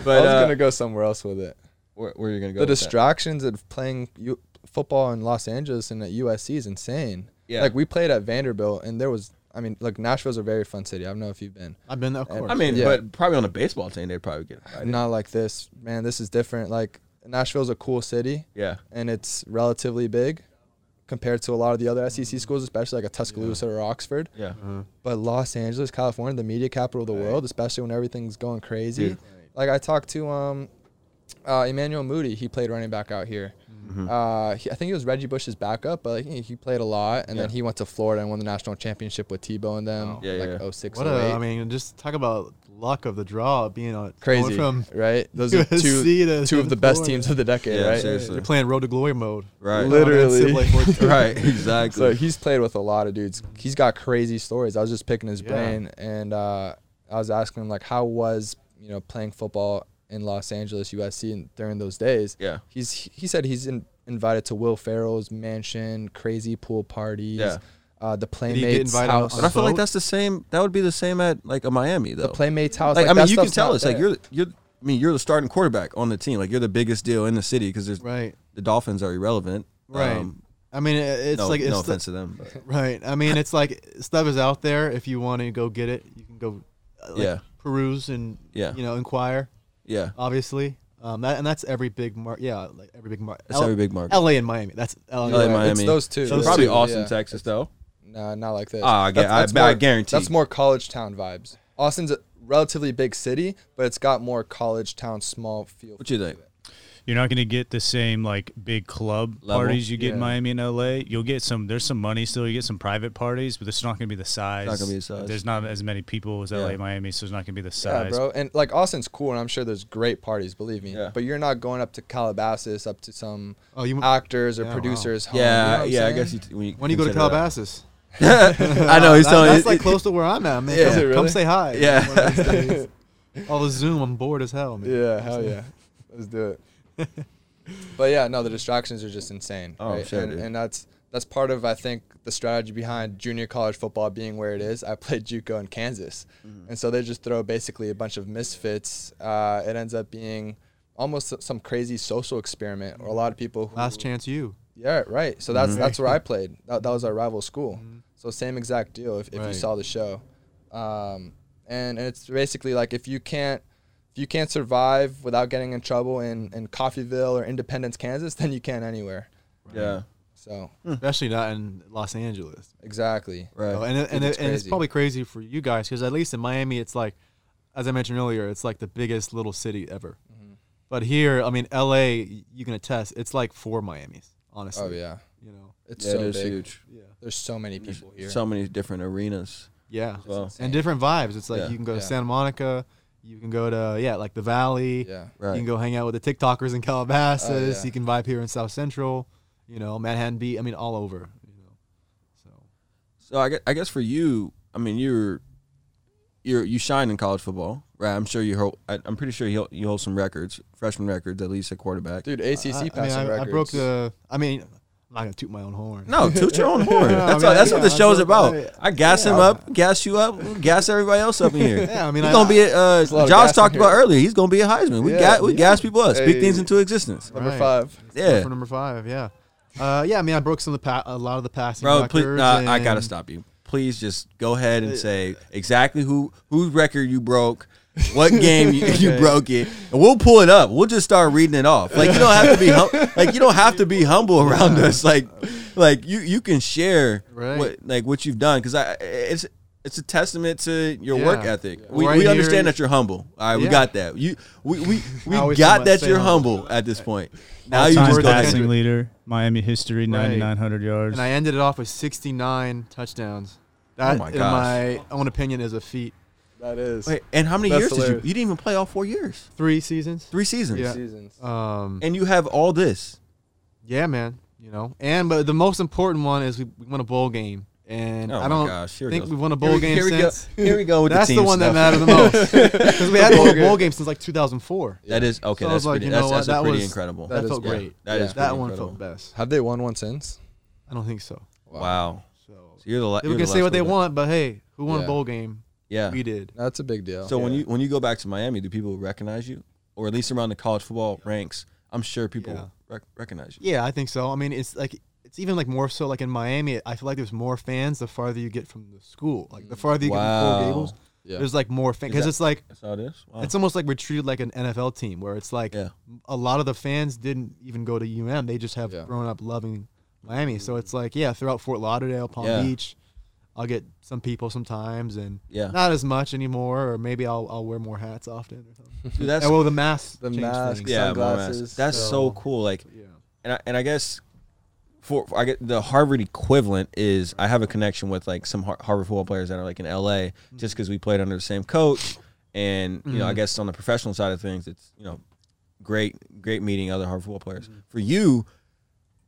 [SPEAKER 3] But
[SPEAKER 1] was
[SPEAKER 3] uh,
[SPEAKER 1] gonna go somewhere else with it.
[SPEAKER 3] where, where are you gonna go?
[SPEAKER 1] The
[SPEAKER 3] with that?
[SPEAKER 1] distractions of playing U- football in Los Angeles and at USC is insane.
[SPEAKER 3] Yeah.
[SPEAKER 1] like we played at Vanderbilt, and there was, I mean, look, Nashville's a very fun city. I don't know if you've been.
[SPEAKER 2] I've been there, of
[SPEAKER 1] I
[SPEAKER 2] course.
[SPEAKER 3] I mean,
[SPEAKER 1] Yeah.
[SPEAKER 3] but probably on a baseball team they'd probably get invited.
[SPEAKER 1] Not like this, man. This is different. Like Nashville's a cool city,
[SPEAKER 3] Yeah,
[SPEAKER 1] and it's relatively big compared to a lot of the other SEC schools, especially like a Tuscaloosa or Oxford.
[SPEAKER 3] yeah.
[SPEAKER 1] But Los Angeles, California, the media capital of the world, especially when everything's going crazy.
[SPEAKER 3] Dude.
[SPEAKER 1] Like I talked to um, uh, Emmanuel Moody. He played running back out here.
[SPEAKER 3] Mm-hmm.
[SPEAKER 1] Uh, he, I think he was Reggie Bush's backup, but like, he, he played a lot. And then
[SPEAKER 3] Yeah. Oh.
[SPEAKER 1] he went to Florida and won the national championship with Tebow and them.
[SPEAKER 3] Yeah,
[SPEAKER 1] like
[SPEAKER 3] yeah.
[SPEAKER 1] 06,
[SPEAKER 2] what
[SPEAKER 1] 08.
[SPEAKER 2] a, I mean, just talk about luck of the draw being a
[SPEAKER 1] Crazy,
[SPEAKER 2] Going from
[SPEAKER 1] right? Those are
[SPEAKER 2] USC
[SPEAKER 1] two,
[SPEAKER 2] to-
[SPEAKER 1] two of the best
[SPEAKER 2] Florida.
[SPEAKER 1] teams of the decade,
[SPEAKER 3] Yeah,
[SPEAKER 1] right?
[SPEAKER 3] seriously.
[SPEAKER 2] you're playing road to glory mode.
[SPEAKER 3] Right.
[SPEAKER 2] You know, that's
[SPEAKER 1] Literally.
[SPEAKER 2] it, like, we're-
[SPEAKER 3] right. Exactly.
[SPEAKER 1] So he's played with a lot of dudes. He's got crazy stories. I was just picking his
[SPEAKER 2] Yeah.
[SPEAKER 1] brain, and uh, I was asking him like, how was you know playing football in Los Angeles, USC, and during those days?
[SPEAKER 3] Yeah.
[SPEAKER 1] he's he said he's in, invited to Will Ferrell's mansion, crazy pool parties.
[SPEAKER 3] Yeah.
[SPEAKER 1] Uh, the
[SPEAKER 2] he get
[SPEAKER 1] playmates
[SPEAKER 2] invited on-
[SPEAKER 1] house.
[SPEAKER 2] on
[SPEAKER 3] But I feel like
[SPEAKER 2] boat?
[SPEAKER 3] that's the same. That would be the same at like a Miami though.
[SPEAKER 1] the playmates house.
[SPEAKER 3] like, I
[SPEAKER 1] that
[SPEAKER 3] mean, you can
[SPEAKER 1] stuff's
[SPEAKER 3] tell
[SPEAKER 1] not
[SPEAKER 3] us like
[SPEAKER 1] there.
[SPEAKER 3] you're you're. I mean, you're the starting quarterback on the team. Like you're the biggest deal in the city because there's
[SPEAKER 2] Right.
[SPEAKER 3] the Dolphins are irrelevant.
[SPEAKER 2] Right.
[SPEAKER 3] Um,
[SPEAKER 2] I mean, it- it's
[SPEAKER 3] no,
[SPEAKER 2] like it's
[SPEAKER 3] no
[SPEAKER 2] the-
[SPEAKER 3] offense to them. but-
[SPEAKER 2] Right. I mean, it's like stuff is out there. If you want to go get it, you can go. uh, Like,
[SPEAKER 3] Yeah.
[SPEAKER 2] Peruse and
[SPEAKER 3] Yeah.
[SPEAKER 2] you know inquire.
[SPEAKER 3] yeah.
[SPEAKER 2] Oh, Obviously, um, that, and that's every big mark. Yeah, like every big mark.
[SPEAKER 3] That's every big market.
[SPEAKER 2] L.A. and Miami. That's L.A.
[SPEAKER 3] LA,
[SPEAKER 2] and
[SPEAKER 3] Miami.
[SPEAKER 1] It's those two.
[SPEAKER 2] Those
[SPEAKER 3] probably
[SPEAKER 1] two,
[SPEAKER 3] Austin,
[SPEAKER 1] yeah.
[SPEAKER 3] Texas, though.
[SPEAKER 1] No, not like this.
[SPEAKER 3] Ah, I gu- I- but I
[SPEAKER 1] more,
[SPEAKER 3] guarantee.
[SPEAKER 1] That's more college town vibes. Austin's a relatively big city, but it's got more college town, small feel.
[SPEAKER 3] What you think?
[SPEAKER 6] You're not going to get the same like big club
[SPEAKER 3] Level?
[SPEAKER 6] parties you get in
[SPEAKER 1] Yeah.
[SPEAKER 6] Miami and LA. You'll get some. There's some money still. You get some private parties, but it's not going to be the size.
[SPEAKER 3] Not gonna be the size.
[SPEAKER 6] There's not as many people as LA,
[SPEAKER 3] Yeah.
[SPEAKER 6] and Miami, so it's not going to be the
[SPEAKER 1] Yeah,
[SPEAKER 6] size.
[SPEAKER 1] bro. And like Austin's cool, and I'm sure there's great parties. Believe me.
[SPEAKER 3] Yeah.
[SPEAKER 1] But you're not going up to Calabasas, up to some
[SPEAKER 2] Oh, you-
[SPEAKER 1] actors or
[SPEAKER 2] Yeah, wow.
[SPEAKER 1] producers. Home, you know
[SPEAKER 3] Yeah,
[SPEAKER 1] what I'm
[SPEAKER 3] yeah. I
[SPEAKER 1] saying?
[SPEAKER 3] guess you t- when you,
[SPEAKER 2] When you go to
[SPEAKER 3] consider that.
[SPEAKER 2] Calabasas, Uh,
[SPEAKER 3] I know he's
[SPEAKER 2] That-
[SPEAKER 3] telling.
[SPEAKER 2] that's
[SPEAKER 3] it-
[SPEAKER 2] like
[SPEAKER 3] it-
[SPEAKER 2] close to where I'm at, man.
[SPEAKER 3] Yeah.
[SPEAKER 2] Come,
[SPEAKER 3] Is it
[SPEAKER 2] come
[SPEAKER 1] really?
[SPEAKER 2] say hi.
[SPEAKER 3] Yeah.
[SPEAKER 2] One of those days. All the Zoom, I'm bored as hell, man.
[SPEAKER 1] Yeah, hell yeah. Let's do it. but yeah, no, the distractions are just insane.
[SPEAKER 3] Oh,
[SPEAKER 1] right?
[SPEAKER 3] sure,
[SPEAKER 1] and,
[SPEAKER 3] dude.
[SPEAKER 1] and that's that's part of I think the strategy behind junior college football being where it is. I played JUCO in Kansas, and so they just throw basically a bunch of misfits. Uh, it ends up being almost s- some crazy social experiment, or a lot of people who
[SPEAKER 2] Last chance, you.
[SPEAKER 1] yeah, right. So that's that's where I played. That, that was our rival school. So same exact deal. If, if you
[SPEAKER 2] Right.
[SPEAKER 1] saw the show, um, and, and it's basically like if you can't if you can't survive without getting in trouble in in Coffeeville or Independence, Kansas, then you can't anywhere.
[SPEAKER 3] Yeah.
[SPEAKER 1] So
[SPEAKER 2] Especially not in Los Angeles.
[SPEAKER 1] exactly.
[SPEAKER 2] Oh,
[SPEAKER 3] Right.
[SPEAKER 2] and it- and,
[SPEAKER 1] Dude,
[SPEAKER 2] it-
[SPEAKER 1] it's
[SPEAKER 2] and it's
[SPEAKER 1] crazy.
[SPEAKER 2] probably crazy for you guys because at least in Miami, it's like, as I mentioned earlier, it's like the biggest little city ever.
[SPEAKER 1] Mm-hmm.
[SPEAKER 2] But here, I mean, L.A. y- You can attest, it's like four Miami's, honestly.
[SPEAKER 1] Oh yeah,
[SPEAKER 2] You know.
[SPEAKER 1] it's
[SPEAKER 3] Yeah,
[SPEAKER 1] so
[SPEAKER 3] it is
[SPEAKER 1] big.
[SPEAKER 3] huge.
[SPEAKER 2] Yeah.
[SPEAKER 1] There's so many people here.
[SPEAKER 3] So many different arenas.
[SPEAKER 2] Yeah.
[SPEAKER 3] well.
[SPEAKER 1] insane.
[SPEAKER 2] And different vibes. It's like
[SPEAKER 3] Yeah.
[SPEAKER 2] you can go to
[SPEAKER 1] Yeah.
[SPEAKER 2] Santa Monica. You can go to yeah, like the Valley.
[SPEAKER 1] yeah, Oh,
[SPEAKER 3] Right.
[SPEAKER 2] You can go hang out with the TikTokers in Calabasas.
[SPEAKER 1] yeah.
[SPEAKER 2] You can vibe here in South Central. You know, Manhattan Beach. I mean, all over. You know, so
[SPEAKER 3] So I guess, I guess for you, I mean, you're you're you shine in college football, right? I'm sure you hold. I, I'm pretty sure you hold, you hold some records, freshman records, at least a quarterback.
[SPEAKER 1] dude. ACC
[SPEAKER 2] I- I, mean,
[SPEAKER 1] passing
[SPEAKER 2] I- I
[SPEAKER 1] records.
[SPEAKER 2] broke the. I mean, I'm not gonna toot my own horn.
[SPEAKER 3] No, toot your own horn.
[SPEAKER 2] Yeah, I
[SPEAKER 3] That's,
[SPEAKER 2] mean,
[SPEAKER 3] all, that's
[SPEAKER 2] yeah,
[SPEAKER 3] what the
[SPEAKER 2] I
[SPEAKER 3] show's
[SPEAKER 2] feel-
[SPEAKER 3] about.
[SPEAKER 2] I-
[SPEAKER 3] I gas him up, gas you up, we'll gas everybody else up in here.
[SPEAKER 2] Yeah, I mean,
[SPEAKER 3] he's
[SPEAKER 2] I-
[SPEAKER 3] gonna be. A, uh,
[SPEAKER 1] a lot of
[SPEAKER 3] Josh
[SPEAKER 1] gas in
[SPEAKER 3] talked about
[SPEAKER 1] here.
[SPEAKER 3] earlier. He's gonna be a Heisman. We
[SPEAKER 1] Yeah,
[SPEAKER 3] gas, we gas people up, speak
[SPEAKER 1] Hey.
[SPEAKER 3] things into existence.
[SPEAKER 1] number
[SPEAKER 2] Right.
[SPEAKER 1] five.
[SPEAKER 3] Yeah,
[SPEAKER 2] For number five, yeah. Uh, yeah, I mean, I broke some of the pa- a lot of the passing.
[SPEAKER 3] bro. Please,
[SPEAKER 2] records
[SPEAKER 3] nah, I
[SPEAKER 2] and-
[SPEAKER 3] gotta stop you. Please just go ahead and say exactly who whose record you broke, what game you, you broke it, and we'll pull it up. We'll just start reading it off. Like you don't have to be hum- like you don't have to be humble around us. Like like you you can share
[SPEAKER 2] Right.
[SPEAKER 3] what like what you've done because I it's. It's a testament to your work
[SPEAKER 2] Yeah.
[SPEAKER 3] ethic. We,
[SPEAKER 2] Right
[SPEAKER 3] we
[SPEAKER 2] here
[SPEAKER 3] understand
[SPEAKER 2] is-
[SPEAKER 3] that you're humble. All right, we
[SPEAKER 2] Yeah.
[SPEAKER 3] got that. You we we,
[SPEAKER 2] I
[SPEAKER 3] we
[SPEAKER 2] always
[SPEAKER 3] got
[SPEAKER 2] tell
[SPEAKER 3] that
[SPEAKER 2] myself-
[SPEAKER 3] you're humble at this point. Now you
[SPEAKER 6] All-time
[SPEAKER 3] just go ahead
[SPEAKER 6] passing
[SPEAKER 3] and-
[SPEAKER 6] leader, Miami history,
[SPEAKER 2] Right.
[SPEAKER 6] 9,900 yards.
[SPEAKER 2] And I ended it off with 69 touchdowns. That,
[SPEAKER 3] Oh my
[SPEAKER 2] in
[SPEAKER 3] gosh.
[SPEAKER 2] my own opinion, is a feat.
[SPEAKER 1] That is
[SPEAKER 3] Wait, and how many
[SPEAKER 1] That's
[SPEAKER 3] years did
[SPEAKER 1] hilarious.
[SPEAKER 3] you? You didn't even play all four years.
[SPEAKER 2] Three seasons.
[SPEAKER 3] Three seasons.
[SPEAKER 2] Yeah.
[SPEAKER 1] seasons.
[SPEAKER 2] Um,
[SPEAKER 3] And you have all this.
[SPEAKER 2] yeah, man. You know, and but the most important one is we, we won a bowl game, and
[SPEAKER 3] Oh
[SPEAKER 2] I
[SPEAKER 3] my
[SPEAKER 2] don't
[SPEAKER 3] gosh, here it
[SPEAKER 2] think
[SPEAKER 3] goes.
[SPEAKER 2] we've won a bowl game
[SPEAKER 3] here
[SPEAKER 2] since.
[SPEAKER 3] We go. Here we go with
[SPEAKER 2] That's
[SPEAKER 3] the
[SPEAKER 2] the,
[SPEAKER 3] team
[SPEAKER 2] one that
[SPEAKER 3] stuff.
[SPEAKER 2] mattered the most because we hadn't won a bowl game since like 2004.
[SPEAKER 3] That is okay.
[SPEAKER 2] So I
[SPEAKER 3] that's
[SPEAKER 2] was like,
[SPEAKER 3] pretty,
[SPEAKER 2] you know
[SPEAKER 3] that's,
[SPEAKER 2] what,
[SPEAKER 3] that's a
[SPEAKER 2] that
[SPEAKER 3] pretty
[SPEAKER 2] was-
[SPEAKER 3] incredible.
[SPEAKER 2] That,
[SPEAKER 1] is-
[SPEAKER 2] felt
[SPEAKER 1] yeah,
[SPEAKER 2] great.
[SPEAKER 3] that is
[SPEAKER 2] that
[SPEAKER 3] pretty
[SPEAKER 2] one
[SPEAKER 3] incredible.
[SPEAKER 2] felt best.
[SPEAKER 1] Have they won one since?
[SPEAKER 2] I don't think so.
[SPEAKER 3] Wow.
[SPEAKER 2] So
[SPEAKER 3] So you're the. la-
[SPEAKER 2] they
[SPEAKER 3] you're
[SPEAKER 2] can
[SPEAKER 3] the
[SPEAKER 2] say
[SPEAKER 3] last
[SPEAKER 2] what they
[SPEAKER 3] one.
[SPEAKER 2] want, but hey, who won
[SPEAKER 1] Yeah.
[SPEAKER 2] a bowl game?
[SPEAKER 3] Yeah.
[SPEAKER 2] We did.
[SPEAKER 1] That's a big deal.
[SPEAKER 3] So when you when you go back to Miami, do people recognize you, or at least around the college football ranks? I'm sure people
[SPEAKER 2] Yeah.
[SPEAKER 3] rec- recognize you.
[SPEAKER 2] Yeah, I think so. I mean, it's like it's even like more so like in Miami. I feel like there's more fans the farther you get from the school. Like the farther you get from
[SPEAKER 3] Wow.
[SPEAKER 2] Coral Gables,
[SPEAKER 1] Yeah.
[SPEAKER 2] there's like more fans because
[SPEAKER 3] that-
[SPEAKER 2] it's like
[SPEAKER 3] That's how it is. Wow.
[SPEAKER 2] it's almost like we're treated like an NFL team where it's like
[SPEAKER 3] Yeah.
[SPEAKER 2] a lot of the fans didn't even go to UM. They just have
[SPEAKER 1] Yeah.
[SPEAKER 2] grown up loving Miami. So it's like yeah, throughout Fort Lauderdale, Palm
[SPEAKER 3] Mm. Yeah.
[SPEAKER 2] Beach, I'll get some people sometimes and
[SPEAKER 3] Yeah.
[SPEAKER 2] not as much anymore. Or maybe I'll I'll wear more hats often or something.
[SPEAKER 3] Dude, that's
[SPEAKER 2] And, well, the mask,
[SPEAKER 1] The
[SPEAKER 2] changed
[SPEAKER 1] mask,
[SPEAKER 2] things.
[SPEAKER 3] yeah. more
[SPEAKER 1] sunglasses,
[SPEAKER 3] masks. That's so
[SPEAKER 2] so-
[SPEAKER 3] cool. Like
[SPEAKER 2] yeah.
[SPEAKER 3] and I, and I guess for, for- I get the Harvard equivalent is I have a connection with like some Har- Harvard football players that are like in LA just
[SPEAKER 2] Mm.
[SPEAKER 3] because we played under the same coach, and you know I guess on the professional side of things it's you know great great meeting other Harvard football players.
[SPEAKER 2] Mm.
[SPEAKER 3] For you,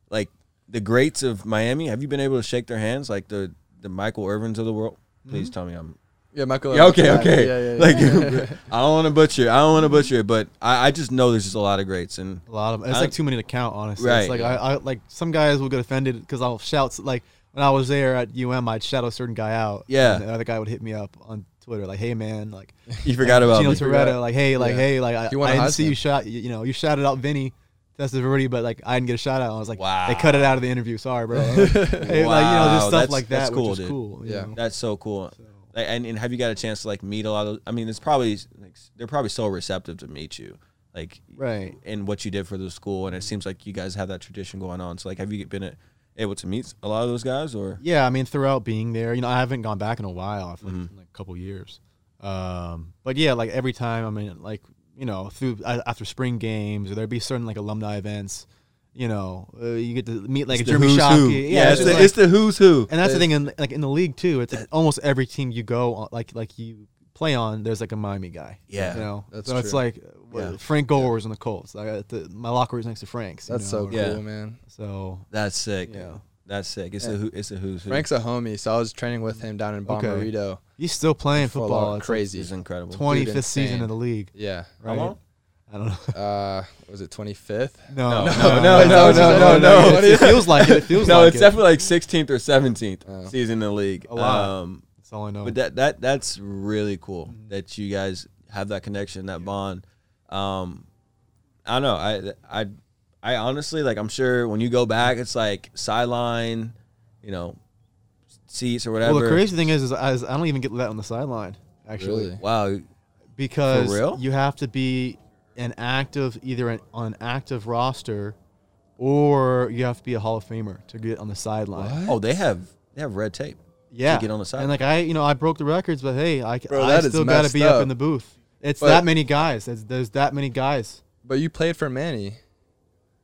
[SPEAKER 3] like the greats
[SPEAKER 2] Mm.
[SPEAKER 3] of Miami, have you been able to shake their hands like the the Michael Irvins of the world? Please tell me I'm
[SPEAKER 1] Yeah, Michael.
[SPEAKER 2] Oh,
[SPEAKER 3] Yeah, okay,
[SPEAKER 1] Irvin.
[SPEAKER 3] okay.
[SPEAKER 1] Yeah, yeah, yeah.
[SPEAKER 3] like, I don't want to butcher. I don't want to butcher it, but I, I just know there's just a lot of greats, and
[SPEAKER 2] A lot of it's
[SPEAKER 3] I-
[SPEAKER 2] like too many to count. Honestly,
[SPEAKER 3] Right.
[SPEAKER 2] it's like I, I like some guys will get offended because I'll shout like when I was there at UM, I'd shout a certain guy out.
[SPEAKER 3] Yeah.
[SPEAKER 2] and another guy would hit me up on Twitter like, "Hey man, like
[SPEAKER 3] you forgot about
[SPEAKER 2] Gino
[SPEAKER 3] me.
[SPEAKER 2] Toretta, like hey, like
[SPEAKER 1] Yeah.
[SPEAKER 2] hey, like I,
[SPEAKER 1] You won a
[SPEAKER 2] I didn't see
[SPEAKER 1] Heisman.
[SPEAKER 2] you shot. You, you know, you shouted out Vinny." That's the Verdi, but like I didn't get a shout out. I was like,
[SPEAKER 3] Wow.
[SPEAKER 2] they cut it out of the interview. Sorry, bro. Like, hey, like, you know,
[SPEAKER 3] Wow,
[SPEAKER 2] just stuff
[SPEAKER 3] that's-
[SPEAKER 2] like
[SPEAKER 3] that's
[SPEAKER 2] that,
[SPEAKER 3] cool,
[SPEAKER 2] which
[SPEAKER 3] dude.
[SPEAKER 2] is cool. you
[SPEAKER 1] Yeah.
[SPEAKER 2] know?
[SPEAKER 3] That's so cool. Like, and, and have you got a chance to like meet a lot of? I mean, it's probably like, they're probably so receptive to meet you, like
[SPEAKER 2] Right.
[SPEAKER 3] And what you did for the school, and it seems like you guys have that tradition going on. So like, have you been a- able to meet a lot of those guys, or
[SPEAKER 2] Yeah, I mean, throughout being there, you know, I haven't gone back in a while, I've like,
[SPEAKER 3] Mm-hmm.
[SPEAKER 2] in, like a couple years. Um, but yeah, like every time, I mean, like you know, through a- after spring games, or there'd be certain like alumni events. You know, uh, you get to meet like
[SPEAKER 3] It's the
[SPEAKER 2] Jeremy
[SPEAKER 3] who's who.
[SPEAKER 2] Shockey.
[SPEAKER 3] Yeah, it's,
[SPEAKER 2] just
[SPEAKER 3] the,
[SPEAKER 2] like-
[SPEAKER 3] it's Uh, the who's who.
[SPEAKER 2] and that's the thing, in, like in the league too, it's like, almost every team you go on, like like you play on, there's like a Miami guy.
[SPEAKER 3] Yeah,
[SPEAKER 2] you know,
[SPEAKER 1] that's
[SPEAKER 2] so it's
[SPEAKER 1] true.
[SPEAKER 2] like uh, Frank Gore was in the Colts. Like, uh, the, my locker was next to Frank's. you
[SPEAKER 1] That's
[SPEAKER 2] know,
[SPEAKER 1] so cool,
[SPEAKER 3] Yeah.
[SPEAKER 1] man.
[SPEAKER 2] So
[SPEAKER 3] That's sick.
[SPEAKER 2] Yeah.
[SPEAKER 3] That's sick. It's the who. It's the who's who.
[SPEAKER 1] Frank's a homie, so I was training with him down in
[SPEAKER 2] Okay.
[SPEAKER 1] Bomarito.
[SPEAKER 2] he's still playing
[SPEAKER 1] For a lot
[SPEAKER 2] football.
[SPEAKER 1] of
[SPEAKER 2] It's like
[SPEAKER 1] crazy.
[SPEAKER 3] is incredible.
[SPEAKER 2] 25th
[SPEAKER 1] Dude,
[SPEAKER 2] season
[SPEAKER 1] insane.
[SPEAKER 2] of the league.
[SPEAKER 1] Yeah.
[SPEAKER 2] Right?
[SPEAKER 3] long?
[SPEAKER 2] I don't know.
[SPEAKER 1] Uh, was it 25th?
[SPEAKER 2] No,
[SPEAKER 3] no, no, no, no, no, no.
[SPEAKER 2] It feels like it. It feels
[SPEAKER 3] No,
[SPEAKER 2] like
[SPEAKER 3] it's
[SPEAKER 2] it.
[SPEAKER 3] definitely like 16th or 17th
[SPEAKER 1] Oh.
[SPEAKER 3] season in the league.
[SPEAKER 2] A lot.
[SPEAKER 3] Um,
[SPEAKER 2] That's all I know.
[SPEAKER 3] but that that that's really cool that you guys have that connection, that bond. Um, I don't know. I I I honestly like. I'm sure when you go back, it's like sideline, you know, seats or whatever.
[SPEAKER 2] well, the crazy thing is, is, I- is I don't even get let on the sideline actually
[SPEAKER 1] Really?
[SPEAKER 3] Wow.
[SPEAKER 2] because
[SPEAKER 3] For real?
[SPEAKER 2] you have to be an active either an, on an active roster or you have to be a Hall of Famer to get on the sideline.
[SPEAKER 3] Oh, they have they have red tape.
[SPEAKER 2] Yeah,
[SPEAKER 3] To get on the sideline.
[SPEAKER 2] And like I, you know, I broke the records, but hey, I,
[SPEAKER 1] Bro,
[SPEAKER 2] I
[SPEAKER 1] that is
[SPEAKER 2] still got to
[SPEAKER 1] messed
[SPEAKER 2] be up.
[SPEAKER 1] up.
[SPEAKER 2] in the booth. It's
[SPEAKER 1] But-
[SPEAKER 2] that many guys. There's, there's that many guys.
[SPEAKER 1] But you played for Manny.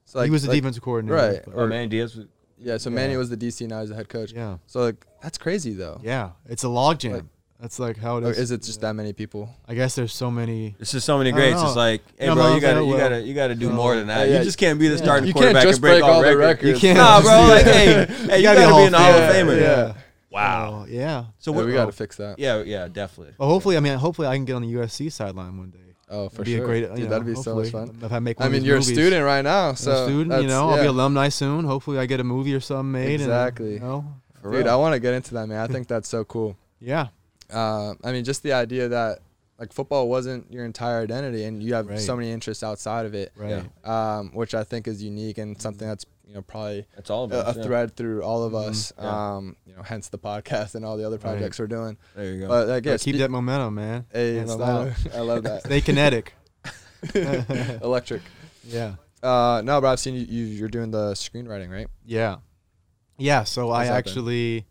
[SPEAKER 1] So
[SPEAKER 2] he was a
[SPEAKER 1] like-
[SPEAKER 2] defensive coordinator,
[SPEAKER 1] Right.
[SPEAKER 2] but-
[SPEAKER 3] Oh, man, Diaz. was-
[SPEAKER 1] Yeah, so Manny was the DC and I was the head coach.
[SPEAKER 2] Yeah.
[SPEAKER 1] So like that's crazy though.
[SPEAKER 2] Yeah, it's a logjam.
[SPEAKER 1] Like-
[SPEAKER 2] That's like how it
[SPEAKER 1] Or
[SPEAKER 2] is.
[SPEAKER 1] is it just that many people?
[SPEAKER 2] I guess there's so many.
[SPEAKER 3] It's just so many
[SPEAKER 2] I don't
[SPEAKER 3] greats. It's
[SPEAKER 2] know.
[SPEAKER 3] like, hey,
[SPEAKER 2] Yeah,
[SPEAKER 3] bro,
[SPEAKER 2] Miles,
[SPEAKER 3] you gotta,
[SPEAKER 2] I
[SPEAKER 3] you
[SPEAKER 2] will.
[SPEAKER 3] gotta, you gotta do more than that.
[SPEAKER 1] Yeah,
[SPEAKER 3] You
[SPEAKER 1] yeah.
[SPEAKER 3] just can't be the starting
[SPEAKER 1] You can't
[SPEAKER 3] quarterback
[SPEAKER 1] just
[SPEAKER 3] and break,
[SPEAKER 1] break all the
[SPEAKER 3] records.
[SPEAKER 1] records.
[SPEAKER 2] You can't.
[SPEAKER 3] Nah,
[SPEAKER 2] just
[SPEAKER 3] bro,
[SPEAKER 2] do
[SPEAKER 3] like,
[SPEAKER 2] that.
[SPEAKER 3] hey, hey, you gotta, be in the Hall of Famer.
[SPEAKER 1] Yeah.
[SPEAKER 2] Wow. yeah.
[SPEAKER 3] So
[SPEAKER 1] Yeah,
[SPEAKER 3] what,
[SPEAKER 1] we got to fix that.
[SPEAKER 3] Yeah, yeah, definitely.
[SPEAKER 2] Well, hopefully, I mean, hopefully, I can get on the USC sideline one day.
[SPEAKER 1] Oh, for
[SPEAKER 2] It'd be
[SPEAKER 1] sure.
[SPEAKER 2] a great.
[SPEAKER 1] Dude,
[SPEAKER 2] you know,
[SPEAKER 1] that'd be so much
[SPEAKER 2] hopefully,
[SPEAKER 1] fun.
[SPEAKER 2] If I make one
[SPEAKER 1] I
[SPEAKER 2] of
[SPEAKER 1] mean,
[SPEAKER 2] these
[SPEAKER 1] you're
[SPEAKER 2] movies.
[SPEAKER 1] a student right now,
[SPEAKER 2] I'm a
[SPEAKER 1] so
[SPEAKER 2] student, you
[SPEAKER 1] that's-
[SPEAKER 2] know, I'll be
[SPEAKER 1] yeah.
[SPEAKER 2] alumni soon. Hopefully, I get a movie or something made.
[SPEAKER 1] Exactly.
[SPEAKER 2] And, you know,
[SPEAKER 1] Dude, I want to get into that, man. I think that's so cool.
[SPEAKER 2] yeah.
[SPEAKER 1] Uh, I mean, just the idea that like football wasn't your entire identity, and you have
[SPEAKER 2] Right.
[SPEAKER 1] so many interests outside of it,
[SPEAKER 2] Right.
[SPEAKER 1] um, which I think is unique and something that's you know probably
[SPEAKER 3] That's all of
[SPEAKER 1] a, a
[SPEAKER 3] us. yeah. Mm-hmm.
[SPEAKER 1] thread through all of us.
[SPEAKER 3] Yeah.
[SPEAKER 1] Um, you know, hence the podcast and all the other
[SPEAKER 2] Right.
[SPEAKER 1] projects we're doing.
[SPEAKER 3] There you go.
[SPEAKER 1] But like, yeah,
[SPEAKER 2] Gotta keep
[SPEAKER 1] spe-
[SPEAKER 2] that momentum, man.
[SPEAKER 1] Hey,
[SPEAKER 2] Can't
[SPEAKER 1] no
[SPEAKER 2] stop.
[SPEAKER 1] matter. I love that.
[SPEAKER 2] Stay kinetic.
[SPEAKER 1] Electric.
[SPEAKER 2] yeah.
[SPEAKER 1] Uh, no, but I've seen you, you. You're doing the screenwriting, right?
[SPEAKER 2] Yeah. Yeah. So
[SPEAKER 1] How's
[SPEAKER 2] I
[SPEAKER 1] that been?
[SPEAKER 2] actually,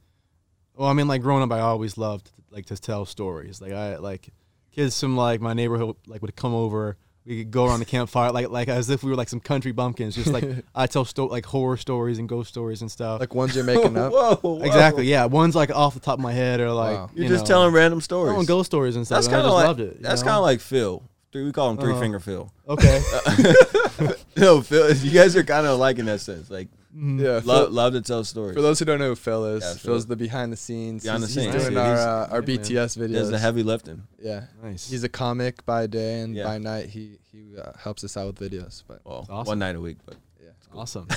[SPEAKER 2] well, I mean, like growing up, I always loved like to tell stories. Like I like kids from like my neighborhood like would come over. We could go around the campfire like like as if we were like some country bumpkins. Just like I tell sto- like horror stories and ghost stories and stuff.
[SPEAKER 1] Like ones you're making up.
[SPEAKER 3] whoa, whoa.
[SPEAKER 2] exactly. Yeah. One's like off the top of my head or like
[SPEAKER 1] Wow.
[SPEAKER 3] You're
[SPEAKER 2] you
[SPEAKER 3] just
[SPEAKER 2] know,
[SPEAKER 3] telling random stories.
[SPEAKER 2] telling ghost stories and stuff.
[SPEAKER 3] that's
[SPEAKER 2] and I
[SPEAKER 3] kind of
[SPEAKER 2] just
[SPEAKER 3] like.
[SPEAKER 2] loved it. you
[SPEAKER 3] that's
[SPEAKER 2] know? Uh-huh.
[SPEAKER 3] kind of like Phil. Three, we call him three finger Phil.
[SPEAKER 2] okay.
[SPEAKER 3] No, Phil. You guys are kind of alike in that sense. Like,
[SPEAKER 2] Mm-hmm.
[SPEAKER 1] Yeah.
[SPEAKER 3] love,
[SPEAKER 1] Phil-
[SPEAKER 3] love to tell stories.
[SPEAKER 1] for those who don't know who Phil is,
[SPEAKER 3] Yeah, Phil.
[SPEAKER 1] Phil's the behind the scenes.
[SPEAKER 3] Behind the
[SPEAKER 1] he's,
[SPEAKER 3] scenes.
[SPEAKER 1] He's doing
[SPEAKER 3] Nice.
[SPEAKER 1] our
[SPEAKER 3] He's-
[SPEAKER 1] uh, our BTS
[SPEAKER 3] There's
[SPEAKER 1] videos.
[SPEAKER 3] the heavy lifting.
[SPEAKER 1] yeah.
[SPEAKER 2] Nice.
[SPEAKER 1] He's a comic by day and
[SPEAKER 3] Yeah.
[SPEAKER 1] by night he he uh, helps us out with videos. But
[SPEAKER 3] Well,
[SPEAKER 2] Awesome.
[SPEAKER 3] one night a week, but
[SPEAKER 2] awesome.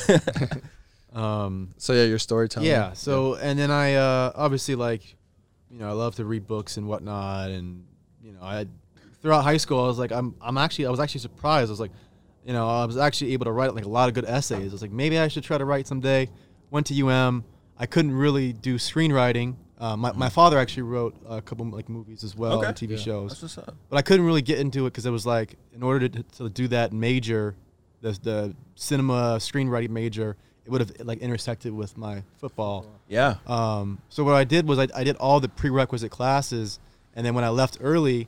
[SPEAKER 2] um.
[SPEAKER 1] so yeah, your storytelling.
[SPEAKER 2] Yeah. So and then I uh, obviously like, you know, I love to read books and whatnot, and you know, I throughout high school I was like, I'm I'm actually I was actually surprised. I was like, you know, I was actually able to write like a lot of good essays. I was like, maybe I should try to write someday. Went to UM. I couldn't really do screenwriting. Uh, my, my father actually wrote a couple like movies as well,
[SPEAKER 3] Okay.
[SPEAKER 2] and TV shows
[SPEAKER 3] that's what's up.
[SPEAKER 2] but I couldn't really get into it because it was like in order to, to do that major, the the cinema screenwriting major, it would have like intersected with my football.
[SPEAKER 3] Yeah.
[SPEAKER 2] Um, so what I did was I, I did all the prerequisite classes, and then when I left early,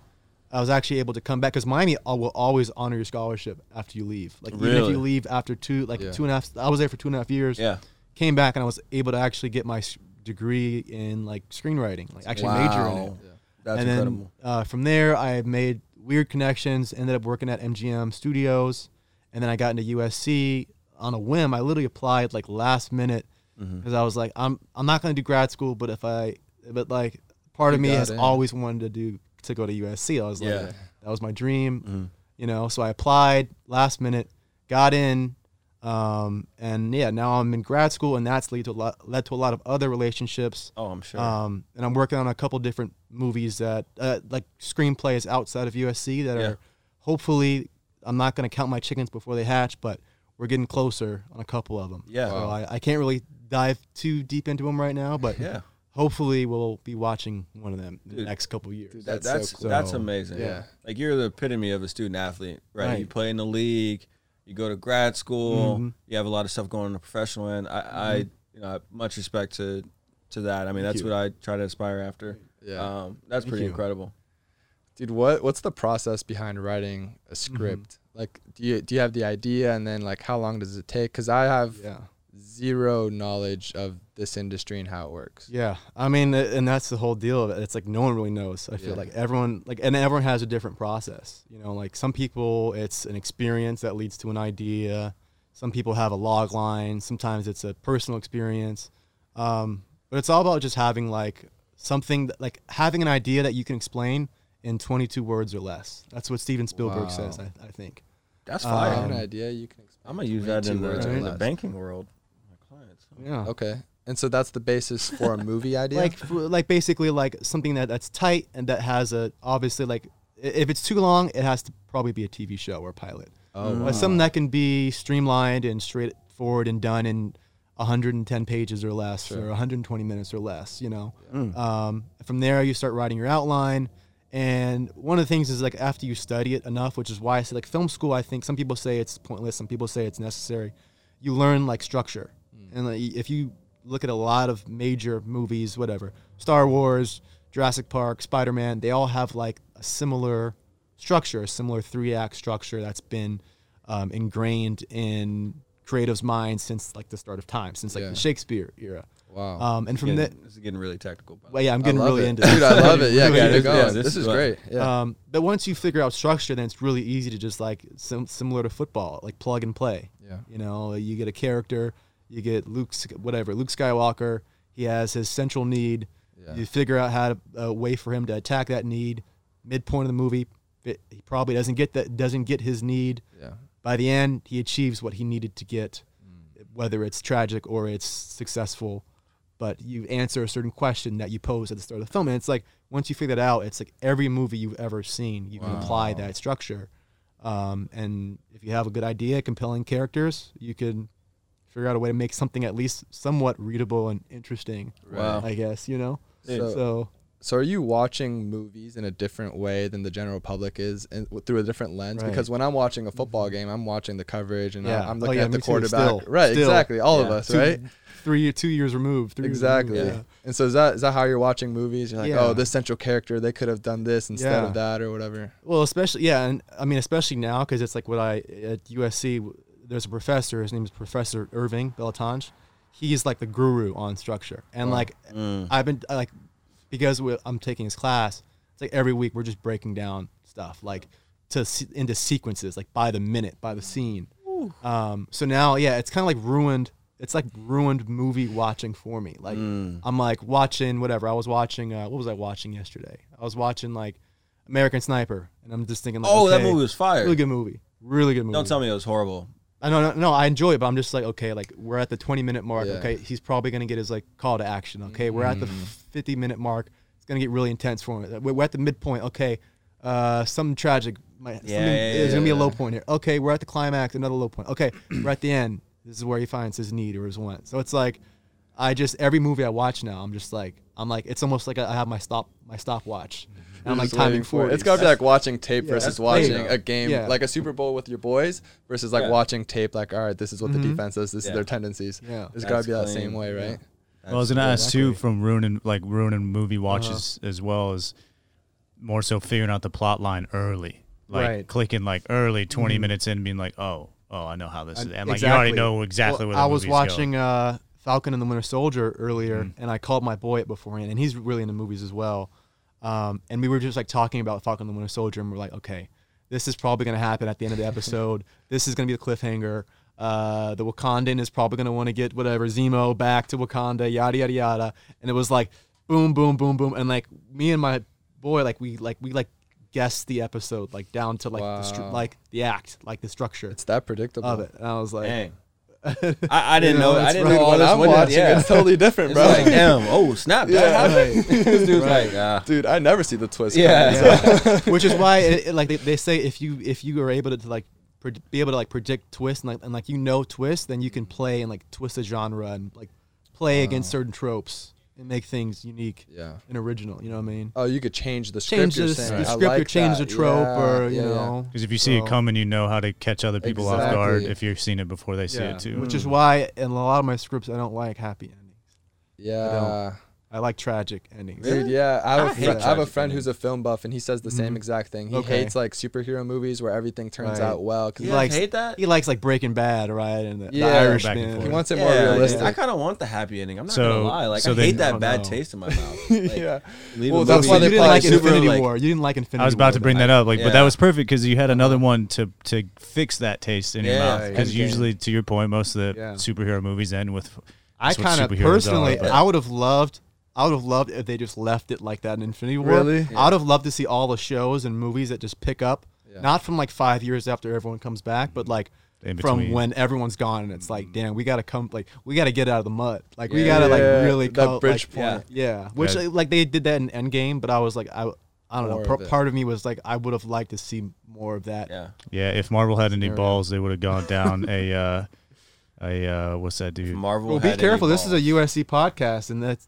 [SPEAKER 2] I was actually able to come back because Miami al- will always honor your scholarship after you leave. Like even if
[SPEAKER 3] Really?
[SPEAKER 2] you leave after two like
[SPEAKER 1] Yeah.
[SPEAKER 2] two and a half, I was there for two and a half years.
[SPEAKER 3] Yeah.
[SPEAKER 2] came back and I was able to actually get my s- degree in like screenwriting, like actually major in it
[SPEAKER 3] Wow. That's
[SPEAKER 2] and
[SPEAKER 3] incredible.
[SPEAKER 2] then uh, from there, I made weird connections. Ended up working at MGM Studios, and then I got into USC on a whim. I literally applied like last minute because I was like, I'm I'm not going to do grad school, but if I but like part of me
[SPEAKER 1] got
[SPEAKER 2] has
[SPEAKER 1] in.
[SPEAKER 2] always wanted to do to go to USC. I was like,
[SPEAKER 1] Yeah.
[SPEAKER 2] that was my dream, you know. So I applied last minute, got in, um, and yeah, now I'm in grad school, and that's lead to a lot, led to a lot of other relationships.
[SPEAKER 3] Oh, I'm sure.
[SPEAKER 2] Um, and I'm working on a couple different movies that, uh, like screenplays outside of USC that
[SPEAKER 3] Yeah.
[SPEAKER 2] are hopefully, I'm not going to count my chickens before they hatch, but we're getting closer on a couple of them.
[SPEAKER 3] Yeah.
[SPEAKER 2] So I, I can't really dive too deep into them right now, but
[SPEAKER 3] Yeah.
[SPEAKER 2] hopefully we'll be watching one of them in the
[SPEAKER 3] Dude.
[SPEAKER 2] next couple years.
[SPEAKER 3] That-
[SPEAKER 1] That's
[SPEAKER 3] that's that's,
[SPEAKER 1] so cool.
[SPEAKER 2] So,
[SPEAKER 3] amazing.
[SPEAKER 1] yeah.
[SPEAKER 3] Like you're the epitome of a student athlete, right? You
[SPEAKER 2] Right.
[SPEAKER 3] play in the league, you go to grad school,
[SPEAKER 1] Mm-hmm.
[SPEAKER 3] you have a lot of stuff going on in the professional end. I, I you know, I have much respect to to that. I mean, that's what I try to aspire after.
[SPEAKER 1] Yeah.
[SPEAKER 3] Um, that's pretty
[SPEAKER 2] you.
[SPEAKER 3] incredible.
[SPEAKER 1] dude what what's the process behind writing a script like do you do you have the idea and then like how long does it take because i have
[SPEAKER 2] yeah.
[SPEAKER 1] zero knowledge of this industry and how it works
[SPEAKER 2] Yeah, I mean, a- and that's the whole deal of it. It's like no one really knows. I feel
[SPEAKER 1] Yeah.
[SPEAKER 2] like everyone, like, and everyone has a different process. You know, like some people, it's an experience that leads to an idea. Some people have a log line. Sometimes it's a personal experience. Um, but it's all about just having like something, that, like having an idea that you can explain in 22 words or less. That's what Steven Spielberg
[SPEAKER 1] Wow.
[SPEAKER 2] says. I, I think.
[SPEAKER 3] That's
[SPEAKER 1] i
[SPEAKER 3] fire.
[SPEAKER 1] have an idea you can explain.
[SPEAKER 3] I'm gonna use that in
[SPEAKER 1] 22
[SPEAKER 3] the,
[SPEAKER 1] Um, words or
[SPEAKER 3] in the
[SPEAKER 1] less.
[SPEAKER 3] banking world. My clients.
[SPEAKER 2] Yeah.
[SPEAKER 1] okay and so that's the basis for a movie idea
[SPEAKER 2] like f- like basically like something that that's tight and that has a obviously like i- if it's too long it has to probably be a tv show or a pilot oh, but something that can be streamlined and straightforward and done in 110 pages or less or 120 minutes or less you know um, from there you start writing your outline and one of the things is like after you study it enough which is why i say like film school i think some people say it's pointless some people say it's necessary you learn like structure
[SPEAKER 1] Mm.
[SPEAKER 2] and like, if you look at a lot of major movies, whatever, Star Wars, Jurassic Park, Spider Man, they all have like a similar structure, a similar three act structure that's been um, ingrained in creatives' minds since like the start of time, since like
[SPEAKER 1] Yeah.
[SPEAKER 2] the Shakespeare era.
[SPEAKER 1] wow
[SPEAKER 2] Um, and from
[SPEAKER 3] Getting-
[SPEAKER 2] that,
[SPEAKER 3] this is getting really technical. By the
[SPEAKER 2] well, yeah, I'm
[SPEAKER 1] I
[SPEAKER 2] getting
[SPEAKER 1] love
[SPEAKER 2] really
[SPEAKER 1] it.
[SPEAKER 2] into
[SPEAKER 1] dude
[SPEAKER 2] this.
[SPEAKER 1] i love it yeah,
[SPEAKER 3] Yeah,
[SPEAKER 1] keep
[SPEAKER 3] this-
[SPEAKER 1] it going.
[SPEAKER 3] yeah,
[SPEAKER 1] this,
[SPEAKER 3] this
[SPEAKER 1] is
[SPEAKER 3] is what-
[SPEAKER 1] great yeah
[SPEAKER 2] Um, but once you figure out structure, then it's really easy to just like sim- similar to football, like plug and play.
[SPEAKER 1] Yeah.
[SPEAKER 2] You know, you get a character, you get Luke, Sk- whatever Luke Skywalker. He has his central need.
[SPEAKER 1] Yeah.
[SPEAKER 2] You figure out how to a way for him to attack that need. Midpoint of the movie, it, he probably doesn't get that. Doesn't get his need.
[SPEAKER 1] yeah
[SPEAKER 2] By the end, he achieves what he needed to get, whether it's tragic or it's successful. But you answer a certain question that you pose at the start of the film, and it's like once you figure that out, it's like every movie you've ever seen, you can apply that structure. Um, and if you have a good idea, compelling characters, you can figure out a way to make something at least somewhat readable and interesting.
[SPEAKER 3] Wow.
[SPEAKER 2] I guess you know.
[SPEAKER 1] So-
[SPEAKER 2] so
[SPEAKER 1] so are you watching movies in a different way than the general public is and w- through a different lens
[SPEAKER 2] Right. Mm-hmm.
[SPEAKER 1] because when i'm watching a football game i'm watching the coverage and I-
[SPEAKER 2] Yeah.
[SPEAKER 1] i'm
[SPEAKER 2] Oh,
[SPEAKER 1] looking
[SPEAKER 2] yeah,
[SPEAKER 1] at the
[SPEAKER 2] me too.
[SPEAKER 1] quarterback
[SPEAKER 2] Still-
[SPEAKER 1] right
[SPEAKER 2] still.
[SPEAKER 1] exactly all of
[SPEAKER 3] Yeah.
[SPEAKER 1] us
[SPEAKER 2] two,
[SPEAKER 1] right
[SPEAKER 2] three two years removed. Three years removed,
[SPEAKER 1] Exactly.
[SPEAKER 2] yeah.
[SPEAKER 1] And so is that is that how you're watching movies? You're like,
[SPEAKER 2] Yeah.
[SPEAKER 1] oh, this central character, they could have done this instead
[SPEAKER 2] Yeah.
[SPEAKER 1] of that or whatever.
[SPEAKER 2] Well, especially yeah, and I mean especially now because it's like what I at USC. w- There's a professor. His name is Professor Irving Belatange. He's like the guru on structure, and like I've been I, like because we, I'm taking his class. It's like every week we're just breaking down stuff like to se- into sequences, like by the minute, by the scene. Um, so now, yeah, it's kind of like ruined. It's like ruined movie watching for me. Like
[SPEAKER 3] Mm.
[SPEAKER 2] I'm like watching whatever. I was watching. Uh, what was I watching yesterday? I was watching like American Sniper, and I'm just thinking like,
[SPEAKER 3] Oh, that
[SPEAKER 2] okay,
[SPEAKER 3] movie was fire.
[SPEAKER 2] Really good movie. Really good movie.
[SPEAKER 3] Don't tell me it was horrible.
[SPEAKER 2] I know, Uh, no, no, I enjoy it, but I'm just like, okay, like we're at the 20 minute mark.
[SPEAKER 1] Yeah. Mm.
[SPEAKER 2] Okay, he's probably gonna get his like call to action. Okay, we're at the 50 minute mark. It's gonna get really intense for him. Uh, We're we're at the midpoint. Okay, uh, something tragic. Might, something,
[SPEAKER 3] yeah,
[SPEAKER 2] there's
[SPEAKER 3] yeah,
[SPEAKER 2] gonna be a
[SPEAKER 1] yeah.
[SPEAKER 2] low point here. Okay, we're at the climax. Another low point. Okay, we're at the end. This is where he finds his need or his want. So it's like, I just every movie I watch now, I'm just like, I'm like, it's almost like I have my stop my stopwatch. And I'm like
[SPEAKER 1] Mm-hmm. Just
[SPEAKER 2] timing
[SPEAKER 1] waiting
[SPEAKER 2] for
[SPEAKER 1] it. It's gotta be like watching tape versus
[SPEAKER 3] That's crazy.
[SPEAKER 1] watching a game
[SPEAKER 2] Yeah.
[SPEAKER 1] like a Super Bowl with your boys versus like
[SPEAKER 3] Yeah.
[SPEAKER 1] watching tape like, all right, this is what the defense does, this
[SPEAKER 3] Yeah.
[SPEAKER 1] is their tendencies.
[SPEAKER 2] Mm-hmm. Yeah.
[SPEAKER 1] It's gotta
[SPEAKER 3] That's
[SPEAKER 1] be that
[SPEAKER 3] clean.
[SPEAKER 1] same way, right?
[SPEAKER 6] Well, I was gonna ask too from ruining like ruining
[SPEAKER 2] Uh-huh.
[SPEAKER 6] movie watches as well as more so figuring out the plot line early, like
[SPEAKER 2] Right. Mm-hmm.
[SPEAKER 6] clicking like early 20 minutes in, being like, oh, oh, I know how this is, and like you
[SPEAKER 2] Uh, Exactly.
[SPEAKER 6] already know exactly
[SPEAKER 2] Well,
[SPEAKER 6] where the
[SPEAKER 2] I was
[SPEAKER 6] movie's
[SPEAKER 2] watching
[SPEAKER 6] Going. Mm.
[SPEAKER 2] uh, Falcon and the Winter Soldier earlier, and I called my boy up beforehand, and he's really into movies as well. Um, and we were just like talking about Falcon and the Winter Soldier, and we're like, okay, this is probably going to happen at the end of the episode. this is going to be the cliffhanger. Uh, the Wakandan is probably going to want to get whatever Zemo back to Wakanda, yada yada yada. And it was like boom, boom, boom, boom, and like me and my boy, like we like we like guessed the episode like down to like the stru-
[SPEAKER 1] Wow.
[SPEAKER 2] like the act, like the structure
[SPEAKER 1] It's that predictable.
[SPEAKER 2] of it. And I was like,
[SPEAKER 3] Dang. I, I didn't
[SPEAKER 2] You know,
[SPEAKER 3] know. I
[SPEAKER 2] it's
[SPEAKER 3] didn't
[SPEAKER 2] really
[SPEAKER 3] know all
[SPEAKER 1] What
[SPEAKER 3] this
[SPEAKER 1] I'm
[SPEAKER 3] went down.
[SPEAKER 1] watching,
[SPEAKER 3] Yeah.
[SPEAKER 1] it's totally different,
[SPEAKER 3] It's
[SPEAKER 1] bro.
[SPEAKER 3] like, damn. Oh, snap. That happened. This dude's like, ah.
[SPEAKER 1] Dude, I never see the twist.
[SPEAKER 3] Yeah.
[SPEAKER 1] coming.
[SPEAKER 2] which is why it, it- like they, they say if you if you are able to, like pred be able to like predict twists and like, and like you know twists then you can play and like twist the genre and like play against certain tropes and make things unique
[SPEAKER 1] Uh. Yeah.
[SPEAKER 2] and original you know what i mean
[SPEAKER 1] Oh, you could change the script.
[SPEAKER 2] change
[SPEAKER 1] you're
[SPEAKER 2] the,
[SPEAKER 1] saying.
[SPEAKER 2] the
[SPEAKER 1] I
[SPEAKER 2] script or
[SPEAKER 1] like
[SPEAKER 2] change
[SPEAKER 1] that.
[SPEAKER 2] the trope
[SPEAKER 1] Yeah,
[SPEAKER 2] or you
[SPEAKER 1] yeah, yeah.
[SPEAKER 2] know
[SPEAKER 6] Because if you see
[SPEAKER 2] so-
[SPEAKER 6] it coming, you know how to catch other people off guard
[SPEAKER 1] Exactly.
[SPEAKER 6] if you've seen it before they see
[SPEAKER 1] Yeah.
[SPEAKER 6] it too. Mm.
[SPEAKER 2] which is why in a lot of my scripts i don't like happy endings
[SPEAKER 1] Yeah.
[SPEAKER 2] i like tragic endings
[SPEAKER 1] Dude, yeah, I have, a fri-
[SPEAKER 3] hate
[SPEAKER 1] I have a
[SPEAKER 3] tragic
[SPEAKER 1] friend who's a film buff, and he says the same exact thing. He
[SPEAKER 2] Mm-hmm. Okay.
[SPEAKER 1] hates like superhero movies where everything turns
[SPEAKER 2] Right.
[SPEAKER 1] out well. 'cause
[SPEAKER 2] he
[SPEAKER 3] Yeah,
[SPEAKER 2] likes
[SPEAKER 3] hate that?
[SPEAKER 2] he likes like breaking bad right and the,
[SPEAKER 1] Yeah.
[SPEAKER 2] the irish
[SPEAKER 6] Back and
[SPEAKER 1] he
[SPEAKER 6] forth.
[SPEAKER 1] wants it more
[SPEAKER 3] Yeah,
[SPEAKER 1] realistic.
[SPEAKER 3] I kind of want the happy ending. I'm not
[SPEAKER 6] So-
[SPEAKER 3] gonna lie. Like
[SPEAKER 6] so
[SPEAKER 3] I
[SPEAKER 6] then-
[SPEAKER 3] hate
[SPEAKER 6] I
[SPEAKER 3] that
[SPEAKER 6] don't
[SPEAKER 3] bad
[SPEAKER 6] know.
[SPEAKER 3] taste in my mouth. Like,
[SPEAKER 1] yeah.
[SPEAKER 3] leave
[SPEAKER 1] Well,
[SPEAKER 3] a
[SPEAKER 1] that's
[SPEAKER 3] movie.
[SPEAKER 1] why they
[SPEAKER 2] you didn't
[SPEAKER 1] probably
[SPEAKER 2] like
[SPEAKER 1] super,
[SPEAKER 2] infinity
[SPEAKER 3] like-
[SPEAKER 2] war you didn't like infinity
[SPEAKER 6] I was about
[SPEAKER 2] war
[SPEAKER 6] to
[SPEAKER 2] then.
[SPEAKER 6] bring that up, like, but
[SPEAKER 3] Yeah.
[SPEAKER 6] that was perfect because you had
[SPEAKER 2] Uh-huh.
[SPEAKER 6] another one to to fix that taste in your
[SPEAKER 3] Yeah,
[SPEAKER 6] mouth. Because
[SPEAKER 1] Endgame.
[SPEAKER 6] usually, to your point, most of the
[SPEAKER 2] Yeah.
[SPEAKER 6] superhero movies end with.
[SPEAKER 2] I
[SPEAKER 6] that's what
[SPEAKER 2] kind of
[SPEAKER 6] superheroes are,
[SPEAKER 2] personally,
[SPEAKER 6] but-
[SPEAKER 2] I would have loved, I would have loved if they just left it like that in Infinity War.
[SPEAKER 1] Really?
[SPEAKER 2] I would have loved to see all the shows and movies that just pick up, not from like five years after everyone comes back, but like
[SPEAKER 6] In
[SPEAKER 2] from
[SPEAKER 6] between.
[SPEAKER 2] when everyone's gone and it's like, damn, we gotta come, like we gotta get out of the mud, like we gotta
[SPEAKER 1] Mm. Yeah,
[SPEAKER 2] like really
[SPEAKER 1] that
[SPEAKER 2] come,
[SPEAKER 1] bridge
[SPEAKER 2] like,
[SPEAKER 1] point.
[SPEAKER 2] yeah. Which
[SPEAKER 6] Yeah.
[SPEAKER 2] like, like, they did that in Endgame, but I was like, I, I don't
[SPEAKER 1] More
[SPEAKER 2] know.
[SPEAKER 1] of
[SPEAKER 2] P-
[SPEAKER 1] it.
[SPEAKER 2] part of me was like, I would have liked to see more of that.
[SPEAKER 3] Yeah.
[SPEAKER 6] Yeah, if Marvel had any balls, they would have gone down a uh, a uh, what's that dude?
[SPEAKER 3] Marvel.
[SPEAKER 2] Well, be careful. This is a USC podcast, and that's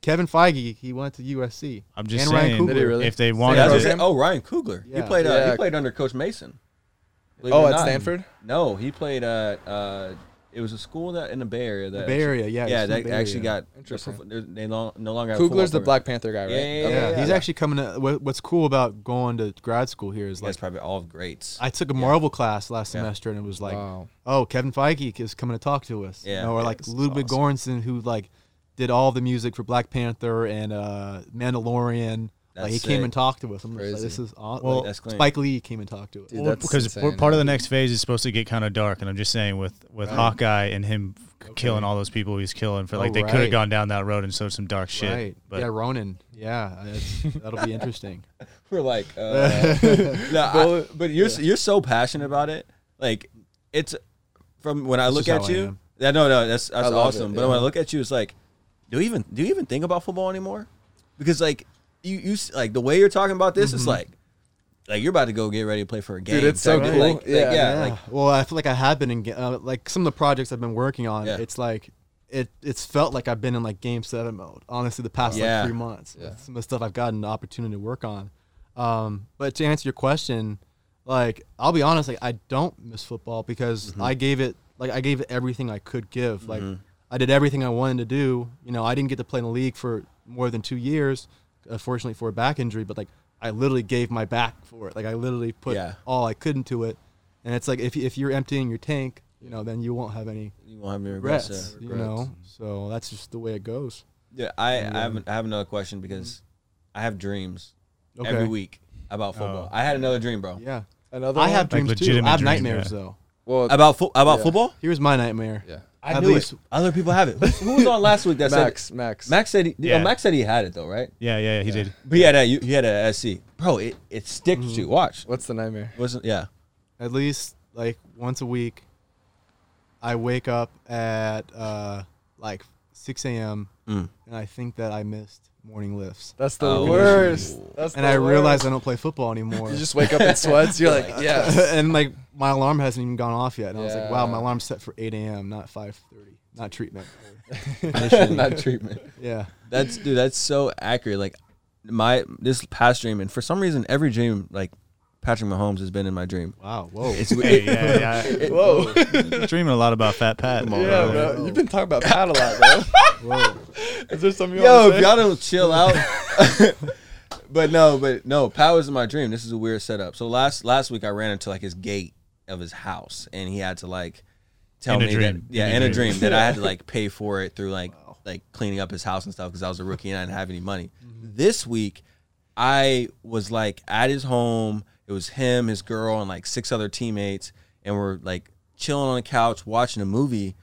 [SPEAKER 2] Kevin Feige. He went to USC.
[SPEAKER 6] I'm just
[SPEAKER 2] and Ryan
[SPEAKER 6] saying,
[SPEAKER 2] Coogler.
[SPEAKER 1] Did he really?
[SPEAKER 6] if they
[SPEAKER 3] Oh,
[SPEAKER 6] wanted,
[SPEAKER 1] Yeah,
[SPEAKER 6] it-
[SPEAKER 1] that's- program?
[SPEAKER 3] oh Ryan Coogler.
[SPEAKER 2] Yeah.
[SPEAKER 3] He played. Uh,
[SPEAKER 1] Yeah.
[SPEAKER 3] He played under Coach Mason. Believe it
[SPEAKER 1] Oh,
[SPEAKER 3] or
[SPEAKER 1] at
[SPEAKER 3] not.
[SPEAKER 1] Stanford?
[SPEAKER 3] No, he played at. Uh, it was a school that in the Bay Area. That
[SPEAKER 2] Bay
[SPEAKER 3] actually-
[SPEAKER 2] Area, yeah,
[SPEAKER 3] Yeah,
[SPEAKER 2] it's in
[SPEAKER 3] that
[SPEAKER 2] the Bay
[SPEAKER 3] actually
[SPEAKER 2] Area.
[SPEAKER 3] got. Interesting. They no, no longer. have a
[SPEAKER 1] Coogler's the
[SPEAKER 3] football
[SPEAKER 1] Black Panther guy, right?
[SPEAKER 3] program. Yeah, yeah,
[SPEAKER 1] Okay.
[SPEAKER 3] yeah,
[SPEAKER 2] Yeah,
[SPEAKER 3] yeah,
[SPEAKER 2] he's
[SPEAKER 3] yeah.
[SPEAKER 2] actually coming. To, what, what's cool about going to grad school here is
[SPEAKER 3] Yeah,
[SPEAKER 2] like
[SPEAKER 3] it's probably all greats.
[SPEAKER 2] I took a Marvel class last
[SPEAKER 3] Yeah.
[SPEAKER 2] semester, and it was like,
[SPEAKER 1] Wow.
[SPEAKER 2] oh, Kevin Feige is coming to talk to us. you
[SPEAKER 3] Yeah,
[SPEAKER 2] know, or
[SPEAKER 3] yeah,
[SPEAKER 2] like
[SPEAKER 3] it's
[SPEAKER 2] Ludwig Göransson, who like did all the music for Black Panther and uh, Mandalorian. like he
[SPEAKER 3] That's
[SPEAKER 2] came
[SPEAKER 3] sick.
[SPEAKER 2] and talked to us. I'm just like,
[SPEAKER 1] Crazy.
[SPEAKER 2] this is awesome.
[SPEAKER 6] Well-
[SPEAKER 3] That's clean.
[SPEAKER 2] Spike Lee came and talked to us.
[SPEAKER 1] Dude,
[SPEAKER 6] Well,
[SPEAKER 1] that's
[SPEAKER 6] because
[SPEAKER 1] insane,
[SPEAKER 6] we're- part of the
[SPEAKER 1] dude.
[SPEAKER 6] next phase is supposed to get kind of dark, and I'm just saying with with Hawkeye and him f- killing all those people he's killing for
[SPEAKER 2] Oh,
[SPEAKER 6] like they could
[SPEAKER 2] right.
[SPEAKER 6] have gone down that road and showed some dark shit.
[SPEAKER 2] Right.
[SPEAKER 6] But
[SPEAKER 2] yeah, Ronan. Yeah, that's- that'll be interesting.
[SPEAKER 3] We're like, uh, no, I- but you're s you're so passionate about it. Like it's from when I look
[SPEAKER 2] just how
[SPEAKER 3] at
[SPEAKER 2] I
[SPEAKER 3] you.
[SPEAKER 2] am.
[SPEAKER 3] Yeah, no, no, that's that's
[SPEAKER 1] love
[SPEAKER 3] awesome.
[SPEAKER 1] it,
[SPEAKER 3] but
[SPEAKER 1] yeah.
[SPEAKER 3] when I look at you, it's like, do you even do you even think about football anymore? Because like you you s- like the way you're talking about this
[SPEAKER 2] Mm-hmm.
[SPEAKER 3] is like. Like you're about to go get ready to play for a game.
[SPEAKER 1] it's so
[SPEAKER 3] type of-
[SPEAKER 1] cool.
[SPEAKER 3] Like, like,
[SPEAKER 1] Yeah.
[SPEAKER 3] yeah,
[SPEAKER 2] Yeah.
[SPEAKER 3] like
[SPEAKER 2] well, I feel like I have been in ga- uh, like some of the projects I've been working on.
[SPEAKER 3] Yeah.
[SPEAKER 2] It's like it. It's felt like I've been in like game seven mode. Honestly, the past
[SPEAKER 3] Yeah.
[SPEAKER 2] like three months, with some of the stuff I've gotten the opportunity to work on. Um, but to answer your question, like I'll be honest, like I don't miss football because
[SPEAKER 3] Mm-hmm.
[SPEAKER 2] I gave it like I gave it everything I could give. Like I did everything I wanted to do. You know, I didn't get to play in the league for more than two years, unfortunately for a back injury. But like I literally gave my back for it. Like I literally put
[SPEAKER 3] Yeah.
[SPEAKER 2] all I could into it. And it's like if if you're emptying your tank, you know, then you won't have any
[SPEAKER 3] you won't have any regrets.
[SPEAKER 2] regrets.
[SPEAKER 3] yeah.
[SPEAKER 2] You know, so that's just the way it goes.
[SPEAKER 3] Yeah, I, I have I have another question because I have dreams every
[SPEAKER 2] Okay. Oh.
[SPEAKER 3] week about football. I had another dream, bro.
[SPEAKER 2] Yeah,
[SPEAKER 1] Another
[SPEAKER 2] I
[SPEAKER 1] one?
[SPEAKER 2] have dreams too.
[SPEAKER 6] legitimate
[SPEAKER 2] I have
[SPEAKER 6] dream,
[SPEAKER 2] nightmares
[SPEAKER 6] yeah.
[SPEAKER 2] though.
[SPEAKER 1] Well,
[SPEAKER 3] About fo- about football.
[SPEAKER 2] Here's my nightmare.
[SPEAKER 1] yeah.
[SPEAKER 3] I
[SPEAKER 2] At
[SPEAKER 3] knew
[SPEAKER 2] least-
[SPEAKER 3] it. Other people have it. Who, who was on last week that
[SPEAKER 1] Max,
[SPEAKER 3] said
[SPEAKER 1] Max.
[SPEAKER 3] Max said he,
[SPEAKER 6] Yeah.
[SPEAKER 3] oh, Max said he had it though, right?
[SPEAKER 6] yeah, yeah, he did.
[SPEAKER 3] But he had a he had a SC, bro. It it sticks to you. Watch.
[SPEAKER 1] What's the nightmare?
[SPEAKER 3] Wasn't yeah.
[SPEAKER 2] At least like once a week, I wake up at uh like 6 a.m. and I think that I missed morning lifts,
[SPEAKER 1] That's the
[SPEAKER 3] Oh.
[SPEAKER 1] worst. That's
[SPEAKER 2] and
[SPEAKER 1] the
[SPEAKER 2] I
[SPEAKER 1] worst.
[SPEAKER 2] realize I don't play football anymore.
[SPEAKER 1] You just wake up in sweats. You're like, yes.
[SPEAKER 2] and like my alarm hasn't even gone off yet, and I was like, wow,
[SPEAKER 1] Yeah.
[SPEAKER 2] my alarm's set for 8 a.m. not 5:30, not treatment.
[SPEAKER 3] Not treatment.
[SPEAKER 2] yeah.
[SPEAKER 3] That's dude. That's so accurate. Like my this past dream, and for some reason, every dream like Patrick Mahomes has been in my dream.
[SPEAKER 2] Wow. Whoa.
[SPEAKER 3] It's
[SPEAKER 6] Hey, yeah, yeah.
[SPEAKER 1] Whoa.
[SPEAKER 6] You're dreaming a lot about Fat Pat.
[SPEAKER 1] Yeah, bro. You've been talking about Pat a lot, bro. Is there something you
[SPEAKER 3] Yo,
[SPEAKER 1] want to
[SPEAKER 3] if
[SPEAKER 1] say?
[SPEAKER 3] y'all don't chill out. but no, but no, Pat was in my dream. This is a weird setup. So last last week I ran into like his gate of his house and he had to like tell
[SPEAKER 6] In a
[SPEAKER 3] me
[SPEAKER 6] dream.
[SPEAKER 3] that yeah,
[SPEAKER 6] In a
[SPEAKER 3] in, a
[SPEAKER 6] dream.
[SPEAKER 3] dream, that I had to like pay for it through like like cleaning up his house and stuff because I was a rookie and I didn't have any money.
[SPEAKER 1] Mm-hmm.
[SPEAKER 3] This week I was like at his home. It was him, his girl, and like six other teammates, and we're like chilling on the couch watching a movie,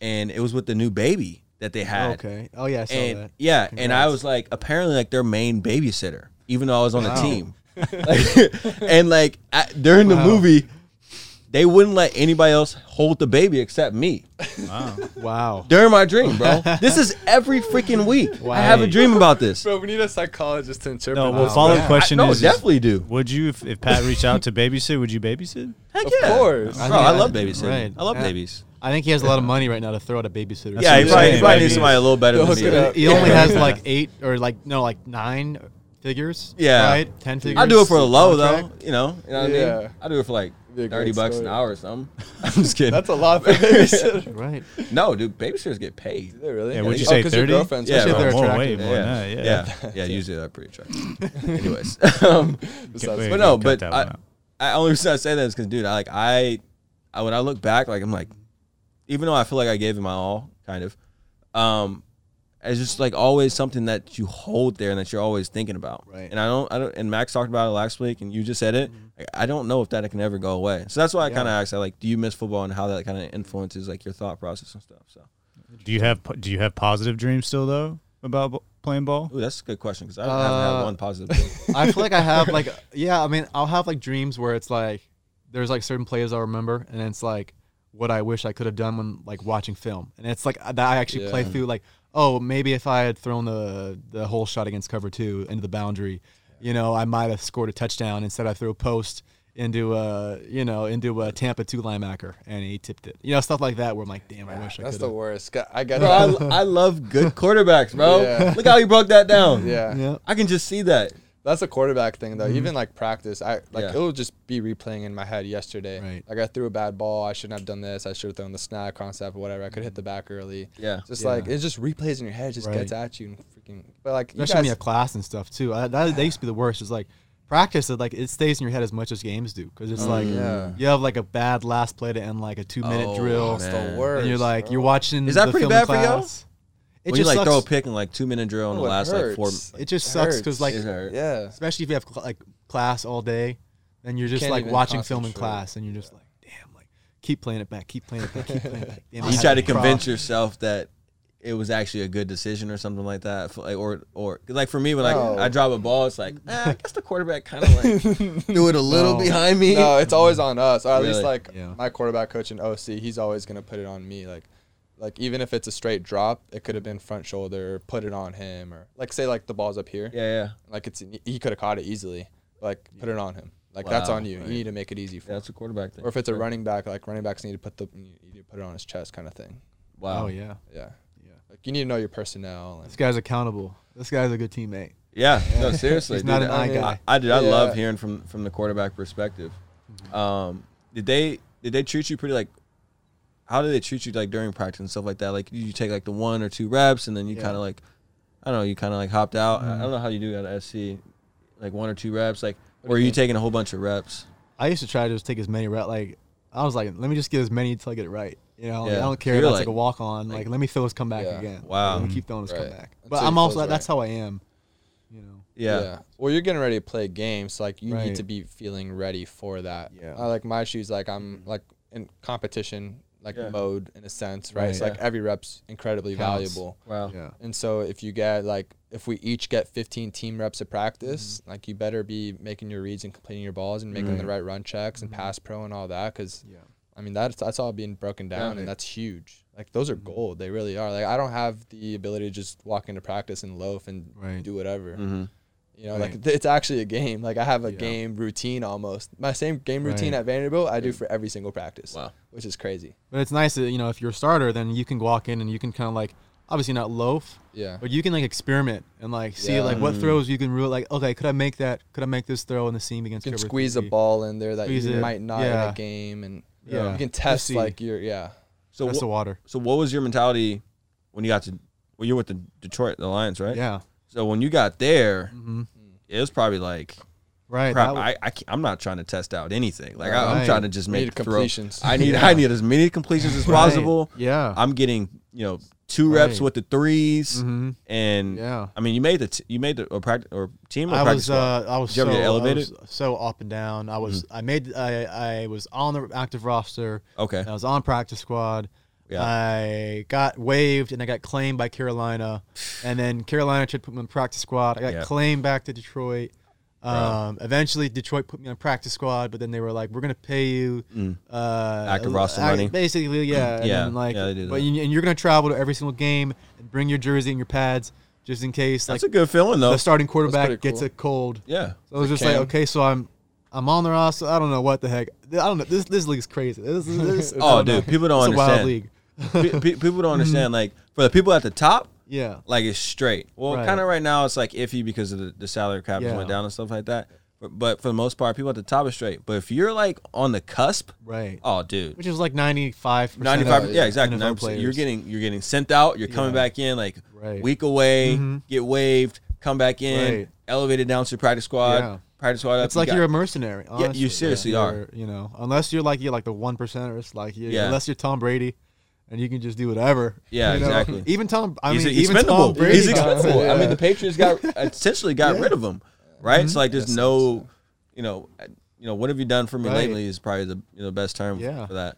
[SPEAKER 3] and it was with the new baby. that they had.
[SPEAKER 2] Okay. Oh yeah, I saw
[SPEAKER 3] and
[SPEAKER 2] that.
[SPEAKER 3] yeah, and I
[SPEAKER 2] Congrats.
[SPEAKER 3] was like, apparently, like their main babysitter, even though I was on the team. Like, and like I, during the
[SPEAKER 2] Wow.
[SPEAKER 3] movie, they wouldn't let anybody else hold the baby except me
[SPEAKER 2] Wow.
[SPEAKER 3] during my dream, bro. this is every freaking week. I have a
[SPEAKER 6] Wow.
[SPEAKER 3] dream about this.
[SPEAKER 1] Bro, we need a psychologist to interpret.
[SPEAKER 6] No,
[SPEAKER 1] this.
[SPEAKER 6] well, follow up question
[SPEAKER 3] no,
[SPEAKER 6] is, is
[SPEAKER 3] definitely do.
[SPEAKER 6] would you if, if Pat reached out to babysit? Would you babysit?
[SPEAKER 3] Heck
[SPEAKER 1] Of
[SPEAKER 3] yeah.
[SPEAKER 1] course.
[SPEAKER 3] Bro, I, love
[SPEAKER 2] think-
[SPEAKER 3] babysitting.
[SPEAKER 2] right.
[SPEAKER 3] I love
[SPEAKER 2] Yeah.
[SPEAKER 3] babies.
[SPEAKER 2] I think he has a lot of money right now to throw at a babysitter.
[SPEAKER 3] Yeah, he
[SPEAKER 6] what
[SPEAKER 3] probably, he
[SPEAKER 6] I'm saying,
[SPEAKER 3] probably needs
[SPEAKER 6] babies.
[SPEAKER 3] somebody a little better
[SPEAKER 1] Hook
[SPEAKER 3] than
[SPEAKER 1] it
[SPEAKER 3] me.
[SPEAKER 1] up.
[SPEAKER 2] He only has like eight or like no, like nine figures.
[SPEAKER 3] Yeah.
[SPEAKER 2] Right? Ten figures.
[SPEAKER 3] I do it for a low though,
[SPEAKER 2] contract.
[SPEAKER 3] you know. You know what I
[SPEAKER 1] Yeah.
[SPEAKER 3] mean? I do it for like
[SPEAKER 1] Be a great
[SPEAKER 3] thirty bucks an
[SPEAKER 1] story.
[SPEAKER 3] hour or something. I'm just kidding.
[SPEAKER 1] That's a lot for a babysitter.
[SPEAKER 2] Right.
[SPEAKER 3] no, dude. Babysitters get paid.
[SPEAKER 1] They really?
[SPEAKER 6] Yeah, would you
[SPEAKER 1] Oh,
[SPEAKER 6] say
[SPEAKER 1] 'cause your
[SPEAKER 6] 30?
[SPEAKER 1] girlfriend's
[SPEAKER 3] Yeah,
[SPEAKER 1] with you.
[SPEAKER 2] bro. they're
[SPEAKER 6] more,
[SPEAKER 2] attractive.
[SPEAKER 6] way more
[SPEAKER 3] yeah.
[SPEAKER 6] than that. Oh, Yeah.
[SPEAKER 3] yeah, yeah, Usually they're pretty attractive. Anyways, um,
[SPEAKER 1] Besides-
[SPEAKER 6] wait.
[SPEAKER 3] but no,
[SPEAKER 6] cut
[SPEAKER 3] but
[SPEAKER 6] that one
[SPEAKER 3] I,
[SPEAKER 6] out.
[SPEAKER 3] I only reason I say that is because, dude, I like I, I when I look back, like I'm like, even though I feel like I gave him my all, kind of, um, it's just like always something that you hold there and that you're always thinking about.
[SPEAKER 2] Right.
[SPEAKER 3] And I don't, I don't, and Max talked about it last week, and you just said
[SPEAKER 6] Mm-hmm.
[SPEAKER 3] it. Like, I don't know if that can ever go away. So that's why I kind of asked, I like, do you miss football and how that kind of influences like your thought process and stuff. So,
[SPEAKER 6] Do you have do you have positive dreams still though about b- playing ball?
[SPEAKER 3] ooh, that's a good question because I haven't had
[SPEAKER 2] Uh,
[SPEAKER 3] one positive. thing.
[SPEAKER 2] I feel like I have like yeah, I mean I'll have like dreams where it's like there's like certain plays I'll remember and it's like what I wish I could have done when like watching film. And it's like that I actually play
[SPEAKER 1] Yeah.
[SPEAKER 2] through like, oh, maybe if I had thrown the the whole shot against cover two into the boundary, you know, I might have scored a touchdown. Instead I threw a post into a you know, into a Tampa two linebacker and he tipped it. You know, stuff like that where I'm like, damn, I wish I
[SPEAKER 1] That's
[SPEAKER 2] could
[SPEAKER 1] the
[SPEAKER 2] have.
[SPEAKER 1] worst. Got- I got
[SPEAKER 3] Bro, I, I love good quarterbacks, bro.
[SPEAKER 1] Yeah.
[SPEAKER 3] Look how you broke that down.
[SPEAKER 1] Yeah.
[SPEAKER 2] Yeah.
[SPEAKER 3] I can just see that.
[SPEAKER 1] That's a quarterback thing
[SPEAKER 2] Mm-hmm.
[SPEAKER 1] though. Even like practice, I like
[SPEAKER 3] Yeah.
[SPEAKER 1] it'll just be replaying in my head yesterday.
[SPEAKER 2] Right.
[SPEAKER 1] Like I threw a bad ball. I shouldn't have done this. I should have thrown the snap concept or whatever. I could hit the back early.
[SPEAKER 3] Yeah.
[SPEAKER 1] Just
[SPEAKER 2] Mm-hmm. Yeah.
[SPEAKER 1] like it just replays in your head. It just
[SPEAKER 2] Right.
[SPEAKER 1] gets at you and freaking. But like you
[SPEAKER 2] especially
[SPEAKER 1] guys,
[SPEAKER 2] when you have class and stuff too. I, that, that used to be the worst. Is like practice. It like it stays in your head as much as games do because
[SPEAKER 3] Oh,
[SPEAKER 2] it's like
[SPEAKER 1] yeah.
[SPEAKER 2] you have like a bad last play to end like a two minute
[SPEAKER 3] Oh,
[SPEAKER 2] drill,
[SPEAKER 1] it's
[SPEAKER 3] man.
[SPEAKER 1] the worst.
[SPEAKER 2] and you're like
[SPEAKER 1] bro.
[SPEAKER 2] you're watching.
[SPEAKER 3] Is that
[SPEAKER 2] the
[SPEAKER 3] pretty
[SPEAKER 2] film in
[SPEAKER 3] bad for y'all?
[SPEAKER 2] class. It
[SPEAKER 3] when you
[SPEAKER 2] just
[SPEAKER 3] like
[SPEAKER 2] sucks.
[SPEAKER 3] throw a pick and like two minute drill in
[SPEAKER 1] Oh,
[SPEAKER 3] the
[SPEAKER 1] it
[SPEAKER 3] last like four.
[SPEAKER 1] hurts.
[SPEAKER 2] It just sucks
[SPEAKER 1] hurts.
[SPEAKER 2] 'cause, like,
[SPEAKER 3] It hurts.
[SPEAKER 1] yeah.
[SPEAKER 2] especially if you have cl- like class all day, and you're just
[SPEAKER 1] Can't
[SPEAKER 2] like
[SPEAKER 1] even
[SPEAKER 2] watching film in
[SPEAKER 1] concentrate.
[SPEAKER 2] class, and you're just like, damn, like keep playing it back, keep playing it back, keep playing it back. Damn, I
[SPEAKER 3] You
[SPEAKER 2] had
[SPEAKER 3] try to
[SPEAKER 2] cross.
[SPEAKER 3] convince yourself that it was actually a good decision or something like that. F- Like, or or 'cause, like for me when like
[SPEAKER 1] No.
[SPEAKER 3] I drop a ball, it's like ah, I guess the quarterback kind of like knew it a little
[SPEAKER 2] No.
[SPEAKER 3] behind me.
[SPEAKER 1] No, it's always on us. Or at
[SPEAKER 3] Really?
[SPEAKER 1] least like
[SPEAKER 2] Yeah.
[SPEAKER 1] my quarterback coach and OC, he's always gonna put it on me. Like, like even if it's a straight drop, it could have been front shoulder. Put it on him, or like say like the ball's up here.
[SPEAKER 3] Yeah, yeah,
[SPEAKER 1] Like it's he could have caught it easily. Like put it on him. Like that's
[SPEAKER 3] Wow,
[SPEAKER 1] on you.
[SPEAKER 3] right.
[SPEAKER 1] You need to make it easy for.
[SPEAKER 3] yeah.
[SPEAKER 1] him.
[SPEAKER 3] That's a quarterback thing.
[SPEAKER 1] Or if it's a running back, like running backs need to put the you need to put it on his chest, kind of thing.
[SPEAKER 3] wow.
[SPEAKER 2] Oh yeah,
[SPEAKER 1] Yeah.
[SPEAKER 2] Yeah.
[SPEAKER 1] Like you need to know your personnel.
[SPEAKER 2] this
[SPEAKER 1] And,
[SPEAKER 2] guy's accountable. This guy's a good teammate.
[SPEAKER 3] Yeah, no, seriously.
[SPEAKER 2] He's not
[SPEAKER 3] dude,
[SPEAKER 2] an
[SPEAKER 3] I,
[SPEAKER 2] eye guy.
[SPEAKER 3] I, I did. I
[SPEAKER 1] Yeah.
[SPEAKER 3] love hearing from from the quarterback perspective.
[SPEAKER 2] Mm-hmm.
[SPEAKER 3] Um, did they did they treat you pretty like? How did they treat you like during practice and stuff like that? Like you take like the one or two reps and then you
[SPEAKER 2] Yeah. Mm-hmm.
[SPEAKER 3] kind of like, I don't know, you kind of like hopped out. I I don't know how you do that at SC, like one or two reps. Like, or are you taking a whole bunch of reps?
[SPEAKER 2] I used to try to just take as many rep. Like I was like, let me just get as many until I get it right. You know, like,
[SPEAKER 3] Yeah.
[SPEAKER 2] I don't care
[SPEAKER 3] You're
[SPEAKER 2] if that's
[SPEAKER 3] like-
[SPEAKER 2] like, a walk on. Like, let me throw this comeback
[SPEAKER 1] Yeah.
[SPEAKER 2] again.
[SPEAKER 3] Wow.
[SPEAKER 2] Let me keep throwing this
[SPEAKER 1] Right.
[SPEAKER 2] comeback.
[SPEAKER 1] Until
[SPEAKER 2] But
[SPEAKER 1] you
[SPEAKER 2] I'm also
[SPEAKER 1] feels
[SPEAKER 2] that's
[SPEAKER 1] right.
[SPEAKER 2] how I am. You know.
[SPEAKER 3] Yeah.
[SPEAKER 1] Well, you're getting ready to play games, so, like you
[SPEAKER 2] Right.
[SPEAKER 1] need to be feeling ready for that.
[SPEAKER 2] Yeah. Mm-hmm.
[SPEAKER 1] I like my shoes. Like I'm like in competition like
[SPEAKER 3] Yeah.
[SPEAKER 1] mode in a sense, right?
[SPEAKER 2] Right.
[SPEAKER 1] So like every rep's incredibly
[SPEAKER 2] Counts.
[SPEAKER 1] valuable.
[SPEAKER 3] Wow.
[SPEAKER 2] Yeah.
[SPEAKER 1] And so if you get like if we each get 15 team reps at practice,
[SPEAKER 2] Mm-hmm.
[SPEAKER 1] like you better be making your reads and completing your balls and making the right run checks and pass pro and all that cuz
[SPEAKER 2] Mm-hmm. Yeah.
[SPEAKER 1] I mean that's that's all being broken down
[SPEAKER 3] it-
[SPEAKER 1] and that's huge. Like those are
[SPEAKER 2] Mm-hmm.
[SPEAKER 1] gold. They really are. Like I don't have the ability to just walk into practice and loaf and
[SPEAKER 2] Right.
[SPEAKER 1] do whatever. You know, like
[SPEAKER 2] Right.
[SPEAKER 1] th- it's actually a game. Like I have a
[SPEAKER 2] Yeah.
[SPEAKER 1] game routine almost. My same game routine
[SPEAKER 2] Right.
[SPEAKER 1] at Vanderbilt I do for every single practice.
[SPEAKER 3] Wow.
[SPEAKER 1] Which is crazy.
[SPEAKER 2] But it's nice that you know if you're a starter, then you can walk in and you can kind of like obviously not loaf,
[SPEAKER 1] Yeah.
[SPEAKER 2] but you can like experiment and like see
[SPEAKER 1] Yeah.
[SPEAKER 2] like what throws you can really like. Okay, could I make that? Could I make this throw in the seam against?
[SPEAKER 1] You can
[SPEAKER 2] cover
[SPEAKER 1] squeeze a
[SPEAKER 2] three?
[SPEAKER 1] ball in there that
[SPEAKER 2] Squeeze
[SPEAKER 1] you
[SPEAKER 2] it.
[SPEAKER 1] might not in
[SPEAKER 2] Yeah.
[SPEAKER 1] a game, and
[SPEAKER 2] Yeah.
[SPEAKER 1] you can
[SPEAKER 2] Let's
[SPEAKER 1] test
[SPEAKER 2] see.
[SPEAKER 1] like your yeah.
[SPEAKER 3] So
[SPEAKER 2] That's
[SPEAKER 3] what,
[SPEAKER 2] the water.
[SPEAKER 3] so what was your mentality when you got to when you were with the Detroit the Lions, right?
[SPEAKER 2] Yeah. Mm-hmm.
[SPEAKER 3] So when you got there, it was probably like
[SPEAKER 2] Right.
[SPEAKER 3] crap,
[SPEAKER 2] that w-
[SPEAKER 3] I, I can't- I'm not trying to test out anything. Like I, I'm
[SPEAKER 2] Right.
[SPEAKER 3] trying to just
[SPEAKER 1] You
[SPEAKER 3] make
[SPEAKER 1] need
[SPEAKER 3] throw.
[SPEAKER 1] completions.
[SPEAKER 3] I need I need as many completions as
[SPEAKER 2] Right.
[SPEAKER 3] possible.
[SPEAKER 2] Yeah.
[SPEAKER 3] I'm getting you know two
[SPEAKER 2] Right.
[SPEAKER 3] reps with the 3s
[SPEAKER 2] Mhm.
[SPEAKER 3] and
[SPEAKER 2] Yeah.
[SPEAKER 3] I mean you made the t- you made the or practice or team or
[SPEAKER 2] I
[SPEAKER 3] practice
[SPEAKER 2] was
[SPEAKER 3] squad?
[SPEAKER 2] uh, I was
[SPEAKER 3] Did you
[SPEAKER 2] so
[SPEAKER 3] ever get elevated. Mm-hmm.
[SPEAKER 2] I was so up and down. I was I made I I was on the active roster.
[SPEAKER 3] Okay.
[SPEAKER 2] And I was on practice squad.
[SPEAKER 3] Yeah.
[SPEAKER 2] I got waived and I got claimed by Carolina, and then Carolina tried to put me on practice squad. I got
[SPEAKER 3] Yeah.
[SPEAKER 2] claimed back to Detroit. Um, eventually, Detroit put me on practice squad, but then they were like, "We're gonna pay you uh,
[SPEAKER 3] Mm. Active
[SPEAKER 2] a-
[SPEAKER 3] roster
[SPEAKER 2] I-
[SPEAKER 3] money.
[SPEAKER 2] Basically, yeah,
[SPEAKER 3] Yeah.
[SPEAKER 2] And then, like,
[SPEAKER 3] Yeah, they do that.
[SPEAKER 2] but you, and you're gonna travel to every single game and bring your jersey and your pads just in case. Like,
[SPEAKER 3] That's a good feeling though.
[SPEAKER 2] the starting quarterback
[SPEAKER 1] pretty
[SPEAKER 2] gets
[SPEAKER 1] cool.
[SPEAKER 2] a cold.
[SPEAKER 3] yeah.
[SPEAKER 2] So I was just
[SPEAKER 1] Cam.
[SPEAKER 2] like, okay, so I'm I'm on the roster. I don't know what the heck. I don't know. This this league's crazy. This, this, this- I
[SPEAKER 3] Oh,
[SPEAKER 2] don't know.
[SPEAKER 3] dude, people don't
[SPEAKER 2] it's a wild
[SPEAKER 3] understand.
[SPEAKER 2] league.
[SPEAKER 3] Pe- pe- people
[SPEAKER 2] Mm-hmm.
[SPEAKER 3] don't understand. Like for the people at the top,
[SPEAKER 2] Yeah.
[SPEAKER 3] like it's straight. Well,
[SPEAKER 2] Right.
[SPEAKER 3] kind of right now it's like iffy because of the, the salary cap just
[SPEAKER 2] Yeah.
[SPEAKER 3] went down and stuff like that. But, but for the most part, people at the top is straight. But if you're like on the cusp,
[SPEAKER 2] Right.
[SPEAKER 3] oh dude,
[SPEAKER 2] Which is like 95
[SPEAKER 3] ninety five, yeah,
[SPEAKER 2] of
[SPEAKER 3] exactly.
[SPEAKER 2] NFL
[SPEAKER 3] 90%, you're
[SPEAKER 2] players.
[SPEAKER 3] getting you're getting sent out. You're coming back in like
[SPEAKER 2] Right. Mm-hmm.
[SPEAKER 3] week away, get waived, come back in,
[SPEAKER 2] Right.
[SPEAKER 3] elevated down to practice squad,
[SPEAKER 2] Yeah.
[SPEAKER 3] practice squad. up,
[SPEAKER 2] It's like
[SPEAKER 3] got-
[SPEAKER 2] you're a mercenary.
[SPEAKER 3] you
[SPEAKER 2] honestly.
[SPEAKER 3] seriously
[SPEAKER 2] You're-
[SPEAKER 3] are.
[SPEAKER 2] You know, unless you're like you're like the one percenter. It's like you
[SPEAKER 3] Yeah.
[SPEAKER 2] unless you're Tom Brady, and you can just do whatever.
[SPEAKER 3] Yeah,
[SPEAKER 2] you know?
[SPEAKER 3] exactly.
[SPEAKER 2] Even Tom, I
[SPEAKER 3] he's
[SPEAKER 2] mean, even
[SPEAKER 3] expendable.
[SPEAKER 2] Tom Brady.
[SPEAKER 3] he's
[SPEAKER 2] got-
[SPEAKER 3] expendable. I
[SPEAKER 2] yeah.
[SPEAKER 3] mean, the Patriots got essentially got rid of him, right?
[SPEAKER 2] Mm-hmm.
[SPEAKER 3] So like, there's no, you know, uh, you know, what have you done for me
[SPEAKER 2] Right.
[SPEAKER 3] lately is probably the you know best term
[SPEAKER 2] Yeah.
[SPEAKER 3] for that.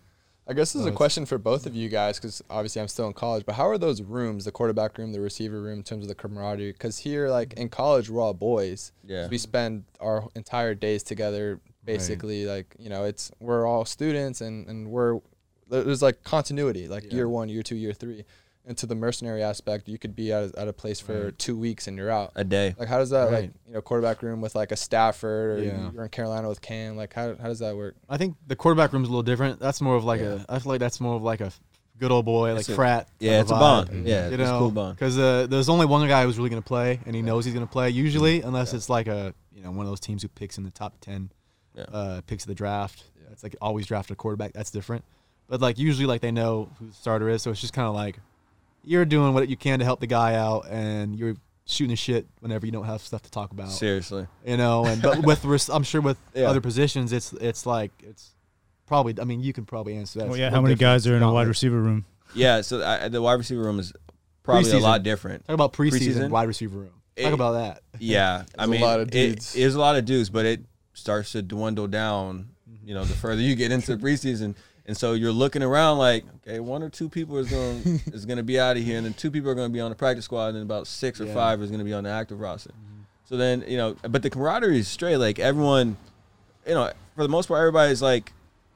[SPEAKER 1] I guess this is a question for both of you guys because obviously I'm still in college. But how are those rooms, the quarterback room, the receiver room, in terms of the camaraderie? Because here, like in college, we're all boys.
[SPEAKER 3] Yeah.
[SPEAKER 1] So we spend our entire days together. Basically, like you know, it's we're all students and and we're there- there's like continuity, like year one, year two, year three. And to the mercenary aspect, you could be at a, at a place for two weeks and you're out
[SPEAKER 3] A day.
[SPEAKER 1] Like, how does that like
[SPEAKER 2] Right.
[SPEAKER 1] you know quarterback room with like a Stafford or
[SPEAKER 2] Yeah.
[SPEAKER 1] you're in Carolina with Cam? Like, how how does that work?
[SPEAKER 2] I think the quarterback room's a little different. That's more of like a. I feel like that's more of like a good old boy, like
[SPEAKER 3] a-
[SPEAKER 2] frat.
[SPEAKER 3] yeah,
[SPEAKER 2] kind of
[SPEAKER 3] it's a
[SPEAKER 2] vibe.
[SPEAKER 3] bond. Yeah,
[SPEAKER 2] you
[SPEAKER 3] it's a
[SPEAKER 2] know,
[SPEAKER 3] cool bond.
[SPEAKER 2] Because uh, there's only one guy who's really gonna play, and he knows he's gonna play usually, unless it's like a you know one of those teams who picks in the top ten, uh, picks of the draft. It's like always draft a quarterback. That's different. But like usually, like they know who the starter is, so it's just kind of like you're doing what you can to help the guy out, and you're shooting the shit whenever you don't have stuff to talk about
[SPEAKER 3] Seriously,
[SPEAKER 2] you know. And but with res- I'm sure with
[SPEAKER 3] Yeah.
[SPEAKER 2] other positions, it's it's like it's probably. I mean, you can probably answer that.
[SPEAKER 6] Well,
[SPEAKER 2] It's
[SPEAKER 6] yeah,
[SPEAKER 2] a
[SPEAKER 6] how
[SPEAKER 2] little
[SPEAKER 6] many
[SPEAKER 2] different.
[SPEAKER 6] guys are in a wide
[SPEAKER 2] Gauntlet.
[SPEAKER 6] receiver room?
[SPEAKER 3] yeah. So I, the wide receiver room is probably a
[SPEAKER 2] Preseason.
[SPEAKER 3] lot different.
[SPEAKER 2] Talk about preseason,
[SPEAKER 3] Preseason?
[SPEAKER 2] wide receiver room.
[SPEAKER 3] It-
[SPEAKER 2] Talk about that.
[SPEAKER 3] Yeah, I
[SPEAKER 1] a
[SPEAKER 3] mean,
[SPEAKER 1] lot of
[SPEAKER 3] it-
[SPEAKER 1] dudes.
[SPEAKER 3] it is a lot of dudes, but it starts to dwindle down. You know, the further you get into preseason, and so you're looking around like, okay, one or two people is going is going to be out of here, and then two people are going to be on the practice squad, and then about six or
[SPEAKER 2] Yeah.
[SPEAKER 3] five is going to be on the active roster.
[SPEAKER 1] Mm-hmm.
[SPEAKER 3] So then, you know, but the camaraderie is straight. Like everyone, you know, for the most part, everybody's like,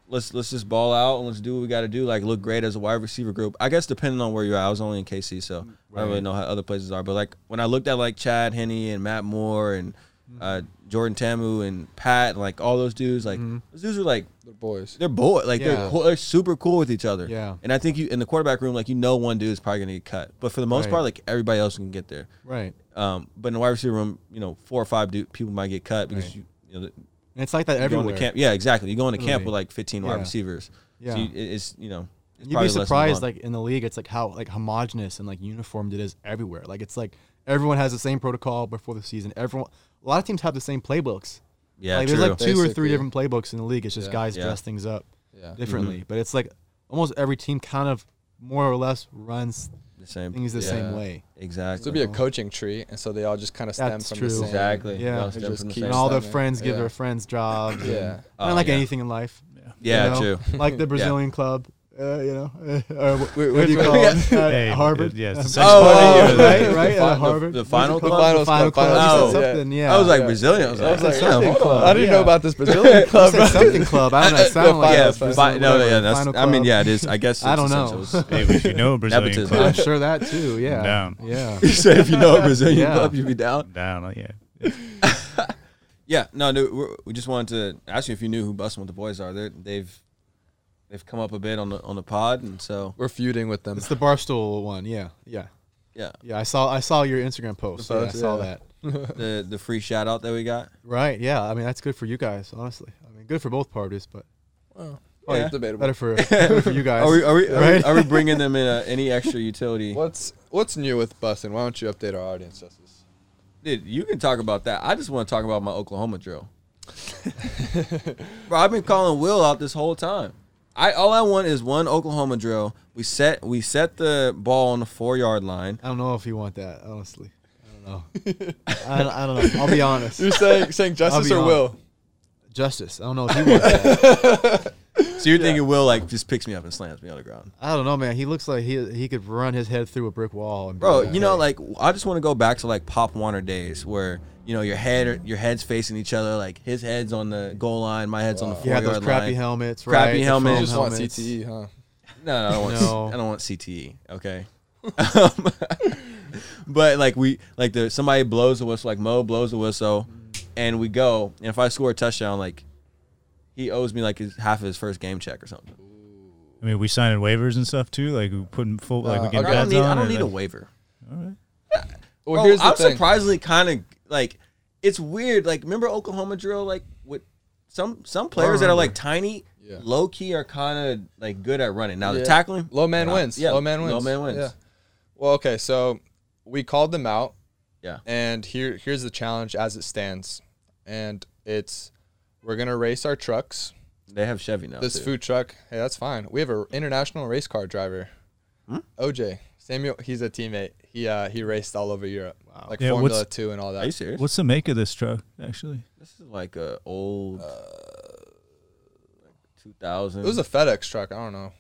[SPEAKER 3] let's let's just ball out and let's do what we got to do. Like look great as a wide receiver group. I guess depending on where you're at, I was only in KC, so I don't really know how other places are. But like when I looked at like Chad Henney and Matt Moore and
[SPEAKER 2] Mm-hmm.
[SPEAKER 3] uh, Jordan Tamu and Pat and like all those dudes, like those dudes were like
[SPEAKER 1] The boys.
[SPEAKER 3] they're boy like they're
[SPEAKER 2] Mm-hmm. Yeah.
[SPEAKER 3] cool, they're super cool with each other.
[SPEAKER 2] Yeah.
[SPEAKER 3] and I think you in the quarterback room, like you know, one dude is probably gonna get cut, but for the most
[SPEAKER 2] Right.
[SPEAKER 3] part, like everybody else can get there.
[SPEAKER 2] Right.
[SPEAKER 3] Um, but in the wide receiver room, you know, four or five dude, people might get cut because you, you know,
[SPEAKER 2] And it's like that
[SPEAKER 3] you go
[SPEAKER 2] everywhere.
[SPEAKER 3] into camp. Yeah, exactly. You go into camp
[SPEAKER 2] Literally.
[SPEAKER 3] with like 15
[SPEAKER 2] Yeah.
[SPEAKER 3] wide receivers. Yeah,
[SPEAKER 2] Yeah.
[SPEAKER 3] so you, it- it's you know, it's
[SPEAKER 2] And You'd be
[SPEAKER 3] probably less than
[SPEAKER 2] surprised,
[SPEAKER 3] one.
[SPEAKER 2] like in the league, it's like how like homogenous and like uniformed it is everywhere. Like it's like everyone has the same protocol before the season. Everyone, a lot of teams have the same playbooks.
[SPEAKER 3] yeah,
[SPEAKER 2] like
[SPEAKER 3] true.
[SPEAKER 2] there's like two or
[SPEAKER 1] Basically.
[SPEAKER 2] three different playbooks in the league. It's just
[SPEAKER 1] Yeah.
[SPEAKER 2] guys
[SPEAKER 3] Yeah. Mm-hmm.
[SPEAKER 2] dress things up
[SPEAKER 1] Yeah.
[SPEAKER 2] differently. But it's like almost every team kind of more or less runs
[SPEAKER 3] the same
[SPEAKER 2] things the
[SPEAKER 1] Yeah.
[SPEAKER 2] same way.
[SPEAKER 1] So
[SPEAKER 3] Exactly. Oh,
[SPEAKER 1] it'd be a coaching tree, and so they all just kind of stem
[SPEAKER 2] That's
[SPEAKER 1] from
[SPEAKER 2] true.
[SPEAKER 1] the same.
[SPEAKER 3] exactly.
[SPEAKER 2] Yeah.
[SPEAKER 3] Y'all
[SPEAKER 2] It
[SPEAKER 3] stem
[SPEAKER 1] just
[SPEAKER 3] from
[SPEAKER 1] keeps
[SPEAKER 3] the same
[SPEAKER 2] and all
[SPEAKER 3] stuff.
[SPEAKER 2] their
[SPEAKER 1] stomach.
[SPEAKER 2] friends give
[SPEAKER 1] Yeah.
[SPEAKER 2] their friends jobs.
[SPEAKER 1] Yeah.
[SPEAKER 2] and,
[SPEAKER 3] Oh,
[SPEAKER 2] I mean, like
[SPEAKER 3] yeah.
[SPEAKER 2] anything in life.
[SPEAKER 3] yeah,
[SPEAKER 2] you know?
[SPEAKER 3] true.
[SPEAKER 2] Like the Brazilian club, uh, you know, or what,
[SPEAKER 1] Wait,
[SPEAKER 2] what do you
[SPEAKER 1] which
[SPEAKER 2] call
[SPEAKER 1] one?
[SPEAKER 2] it? At
[SPEAKER 6] Hey,
[SPEAKER 2] Harvard.
[SPEAKER 6] it- yeah, it's
[SPEAKER 2] Uh,
[SPEAKER 6] the sex
[SPEAKER 3] Oh,
[SPEAKER 6] part
[SPEAKER 2] oh,
[SPEAKER 6] of it.
[SPEAKER 2] right, right,
[SPEAKER 1] The fi-
[SPEAKER 2] at Harvard.
[SPEAKER 3] the
[SPEAKER 2] What's it
[SPEAKER 3] final
[SPEAKER 2] called?
[SPEAKER 3] club?
[SPEAKER 2] the
[SPEAKER 1] Finals
[SPEAKER 2] final
[SPEAKER 1] club,
[SPEAKER 2] club,
[SPEAKER 1] finals
[SPEAKER 2] you said
[SPEAKER 3] club.
[SPEAKER 2] something. Yeah,
[SPEAKER 3] I was like
[SPEAKER 1] Yeah.
[SPEAKER 3] Brazilian. I was
[SPEAKER 1] I
[SPEAKER 3] like,
[SPEAKER 1] was like,
[SPEAKER 3] damn,
[SPEAKER 1] something
[SPEAKER 3] hold
[SPEAKER 1] club.
[SPEAKER 3] on.
[SPEAKER 1] I didn't know
[SPEAKER 2] Yeah.
[SPEAKER 1] about this Brazilian
[SPEAKER 2] You
[SPEAKER 1] club,
[SPEAKER 2] said
[SPEAKER 1] bro.
[SPEAKER 2] something club. I don't know. It sounded like
[SPEAKER 3] yeah,
[SPEAKER 2] it was
[SPEAKER 3] fi-
[SPEAKER 2] Brazilian,
[SPEAKER 3] no,
[SPEAKER 2] whatever,
[SPEAKER 3] yeah, that's.
[SPEAKER 2] final
[SPEAKER 3] I mean,
[SPEAKER 2] club.
[SPEAKER 3] yeah, it is. I guess.
[SPEAKER 2] I don't
[SPEAKER 3] it's-
[SPEAKER 2] know.
[SPEAKER 3] it's- it's-
[SPEAKER 6] Hey, if you know a Brazilian
[SPEAKER 3] Nepotism.
[SPEAKER 6] club,
[SPEAKER 2] I'm sure that too. Yeah,
[SPEAKER 6] Damn.
[SPEAKER 2] yeah.
[SPEAKER 3] You say if you know a Brazilian
[SPEAKER 2] Yeah.
[SPEAKER 3] club, you'd be down.
[SPEAKER 6] down, oh, yeah. yeah.
[SPEAKER 3] Yeah, no, no we're, we just wanted to ask you if you knew who Bustin' with the Boys are. They're, they've they've come up a bit on the on the pod, and so
[SPEAKER 1] We're feuding with them.
[SPEAKER 2] It's the barstool one. Yeah, yeah,
[SPEAKER 3] yeah,
[SPEAKER 2] yeah. I saw I saw your Instagram post. Yeah, I
[SPEAKER 1] post,
[SPEAKER 2] saw
[SPEAKER 1] yeah.
[SPEAKER 2] that.
[SPEAKER 3] the the free shout out that we got.
[SPEAKER 2] Right. Yeah. I mean, that's good for you guys, honestly. I mean, good for both parties, but
[SPEAKER 1] Oh, it's debatable.
[SPEAKER 2] better for, better for you guys.
[SPEAKER 3] Are we are we are, we,
[SPEAKER 2] Right?
[SPEAKER 3] are we bringing them in uh, any extra utility?
[SPEAKER 1] What's what's new with Bustin? Why don't you update our audience, Justice?
[SPEAKER 3] Dude, you can talk about that. I just want to talk about my Oklahoma drill. Bro, I've been calling Will out this whole time. I all I want is one Oklahoma drill. We set we set the ball on the four yard line.
[SPEAKER 2] I don't know if you want that, honestly. I don't know. I, don't- I don't know. I'll be honest.
[SPEAKER 1] You're saying saying
[SPEAKER 2] I'll
[SPEAKER 1] Justice
[SPEAKER 2] be
[SPEAKER 1] or
[SPEAKER 2] honest.
[SPEAKER 1] Will?
[SPEAKER 2] Justice. I don't know if you want that.
[SPEAKER 3] So you're thinking Will like just picks me up and slams me on the ground,
[SPEAKER 2] I don't know, man. He looks like he he could run his head through a brick wall. And be
[SPEAKER 3] bro.
[SPEAKER 2] like,
[SPEAKER 3] You know, like I just want to go back to like Pop Warner days where you know your head your heads facing each other, like his head's on the goal line, my head's on the four
[SPEAKER 2] yeah, those
[SPEAKER 3] yard
[SPEAKER 2] crappy
[SPEAKER 3] line.
[SPEAKER 2] helmets,
[SPEAKER 3] Crappy
[SPEAKER 2] right? The
[SPEAKER 3] helmets.
[SPEAKER 2] foam
[SPEAKER 3] You just
[SPEAKER 1] want
[SPEAKER 2] helmets.
[SPEAKER 3] E.
[SPEAKER 1] CTE, huh?
[SPEAKER 3] No, no, I don't want.
[SPEAKER 2] No.
[SPEAKER 3] I don't want CTE. Okay. Um, but like we like the somebody blows the whistle, like Mo blows the whistle, and we go. And if I score a touchdown, like he owes me like his, half of his first game check or something.
[SPEAKER 6] I mean, we signing waivers and stuff too. Like we putting full, like we
[SPEAKER 1] Uh,
[SPEAKER 6] getting
[SPEAKER 1] okay.
[SPEAKER 3] I don't
[SPEAKER 6] pads
[SPEAKER 3] need.
[SPEAKER 6] on.
[SPEAKER 3] I don't
[SPEAKER 6] or
[SPEAKER 3] need a
[SPEAKER 6] like-
[SPEAKER 3] waiver.
[SPEAKER 1] Well,
[SPEAKER 3] Bro,
[SPEAKER 1] here's the
[SPEAKER 3] I'm
[SPEAKER 1] thing.
[SPEAKER 3] surprisingly kind of like it's weird. Like remember Oklahoma drill? Like with some some players that are like tiny,
[SPEAKER 1] Yeah.
[SPEAKER 3] low key are kind of like good at running. Now the
[SPEAKER 1] Yeah.
[SPEAKER 3] tackling,
[SPEAKER 1] Low man
[SPEAKER 3] Nah.
[SPEAKER 1] wins.
[SPEAKER 3] Yeah,
[SPEAKER 1] Low man wins.
[SPEAKER 3] Low man wins.
[SPEAKER 1] Yeah. Well, okay, so we called them out.
[SPEAKER 3] Yeah.
[SPEAKER 1] And here here's the challenge as it stands. And it's we're gonna race our trucks.
[SPEAKER 3] they have Chevy now.
[SPEAKER 1] This
[SPEAKER 3] too.
[SPEAKER 1] food truck, hey, that's fine. We have an international race car driver.
[SPEAKER 3] Hmm?
[SPEAKER 1] OJ. Samuel he's a teammate. He uh he raced all over Europe. Like
[SPEAKER 6] Yeah, what's-
[SPEAKER 1] Formula Two and all
[SPEAKER 3] Are you
[SPEAKER 1] that.
[SPEAKER 3] serious?
[SPEAKER 6] What's the make of this truck actually?
[SPEAKER 3] This is like a old two thousand.
[SPEAKER 1] It was a FedEx truck, I don't know.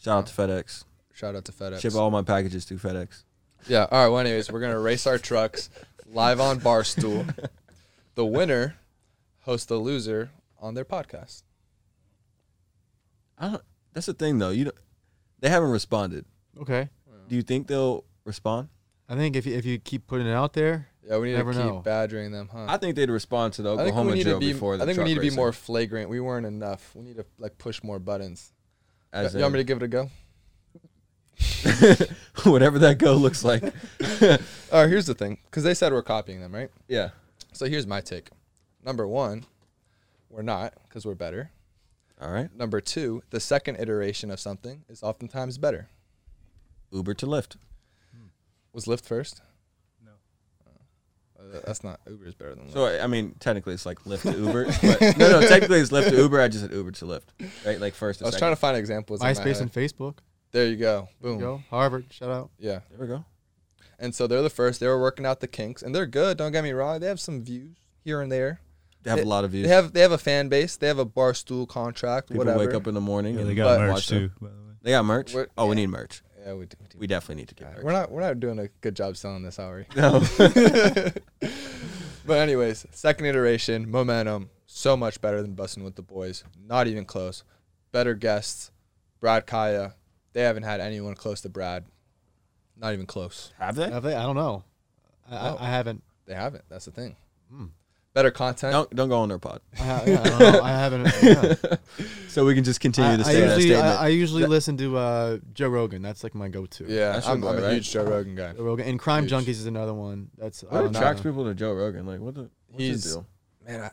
[SPEAKER 3] shout out to FedEx.
[SPEAKER 1] Shout out to FedEx.
[SPEAKER 3] Ship all my packages through FedEx.
[SPEAKER 1] Yeah. All right. Well, anyways, we're gonna race our trucks live on Barstool. The winner hosts the loser on their podcast.
[SPEAKER 3] I don't. That's the thing though. You don't, they haven't responded.
[SPEAKER 2] Okay,
[SPEAKER 3] Do you think they'll respond?
[SPEAKER 2] I think if you, if you keep putting it out there,
[SPEAKER 1] Yeah, we need
[SPEAKER 2] Never
[SPEAKER 1] to keep
[SPEAKER 2] know.
[SPEAKER 1] badgering them, huh?
[SPEAKER 3] I think they'd respond to the
[SPEAKER 1] I think
[SPEAKER 3] Oklahoma
[SPEAKER 1] we need
[SPEAKER 3] drill
[SPEAKER 1] to be.
[SPEAKER 3] before the
[SPEAKER 1] I think we
[SPEAKER 3] truck
[SPEAKER 1] need to be
[SPEAKER 3] racing,
[SPEAKER 1] more flagrant. We weren't enough. We need to like push more buttons.
[SPEAKER 3] as
[SPEAKER 1] you want me
[SPEAKER 3] in-
[SPEAKER 1] to give it a go?
[SPEAKER 3] whatever that go looks like.
[SPEAKER 1] All right. Here's the thing, because they said we're copying them, right?
[SPEAKER 3] Yeah.
[SPEAKER 1] So here's my take. Number one, we're not because we're better.
[SPEAKER 3] All right.
[SPEAKER 1] Number two, the second iteration of something is oftentimes better.
[SPEAKER 3] Uber to Lyft.
[SPEAKER 1] Was Lyft first? No. that's not Uber's better than Lyft.
[SPEAKER 3] So I I mean, technically it's like Lyft to Uber. but no, no, technically it's Lyft to Uber. I just said Uber to Lyft, right? Like first.
[SPEAKER 1] I
[SPEAKER 3] And
[SPEAKER 1] was
[SPEAKER 3] second.
[SPEAKER 1] trying to find examples. in my
[SPEAKER 2] MySpace
[SPEAKER 1] head.
[SPEAKER 2] and Facebook.
[SPEAKER 1] there you go. Boom.
[SPEAKER 2] Go Harvard, shout out.
[SPEAKER 1] Yeah.
[SPEAKER 3] There we go.
[SPEAKER 1] And so they're the first. They were working out the kinks, and they're good. Don't get me wrong. They have some views here and there.
[SPEAKER 3] They have
[SPEAKER 1] They-
[SPEAKER 3] a lot of views.
[SPEAKER 1] They have they have a fan base. They have a bar stool contract.
[SPEAKER 3] People
[SPEAKER 1] whatever.
[SPEAKER 3] wake up in the morning
[SPEAKER 6] Yeah,
[SPEAKER 3] and
[SPEAKER 6] they got
[SPEAKER 1] But-
[SPEAKER 6] merch
[SPEAKER 3] watch them.
[SPEAKER 6] too. By the way.
[SPEAKER 3] They got merch.
[SPEAKER 1] We're-
[SPEAKER 3] oh, we need merch.
[SPEAKER 1] yeah, we do. We do.
[SPEAKER 3] We definitely need to get merch.
[SPEAKER 1] We're not we're not doing a good job selling this, are we?
[SPEAKER 3] No.
[SPEAKER 1] But anyways, second iteration, momentum, so much better than busting with the boys. Not even close. Better guests, Brad Kaya. They haven't had anyone close to Brad. Not even close.
[SPEAKER 4] Have they?
[SPEAKER 2] Have they? I don't know. I,
[SPEAKER 3] Oh.
[SPEAKER 2] I- I, haven't.
[SPEAKER 1] They haven't. That's the thing. Better content.
[SPEAKER 3] don't don't go on their pod.
[SPEAKER 2] I, ha- yeah, I don't know. I haven't. yeah.
[SPEAKER 3] So we can just continue
[SPEAKER 2] I,
[SPEAKER 3] to
[SPEAKER 2] I
[SPEAKER 3] say that
[SPEAKER 2] usually
[SPEAKER 3] statement.
[SPEAKER 2] I, I usually listen to uh, Joe Rogan. That's like my go-to.
[SPEAKER 1] Yeah,
[SPEAKER 3] That's your
[SPEAKER 1] I'm,
[SPEAKER 3] boy,
[SPEAKER 1] I'm a
[SPEAKER 3] right?
[SPEAKER 1] huge Joe Rogan guy.
[SPEAKER 2] Joe Rogan and Crime
[SPEAKER 1] Huge.
[SPEAKER 2] Junkies is another one. That's I
[SPEAKER 3] what
[SPEAKER 2] don't know.
[SPEAKER 3] attracts people to Joe Rogan? Like what the what's his
[SPEAKER 1] He's-
[SPEAKER 3] deal?
[SPEAKER 1] Man, I,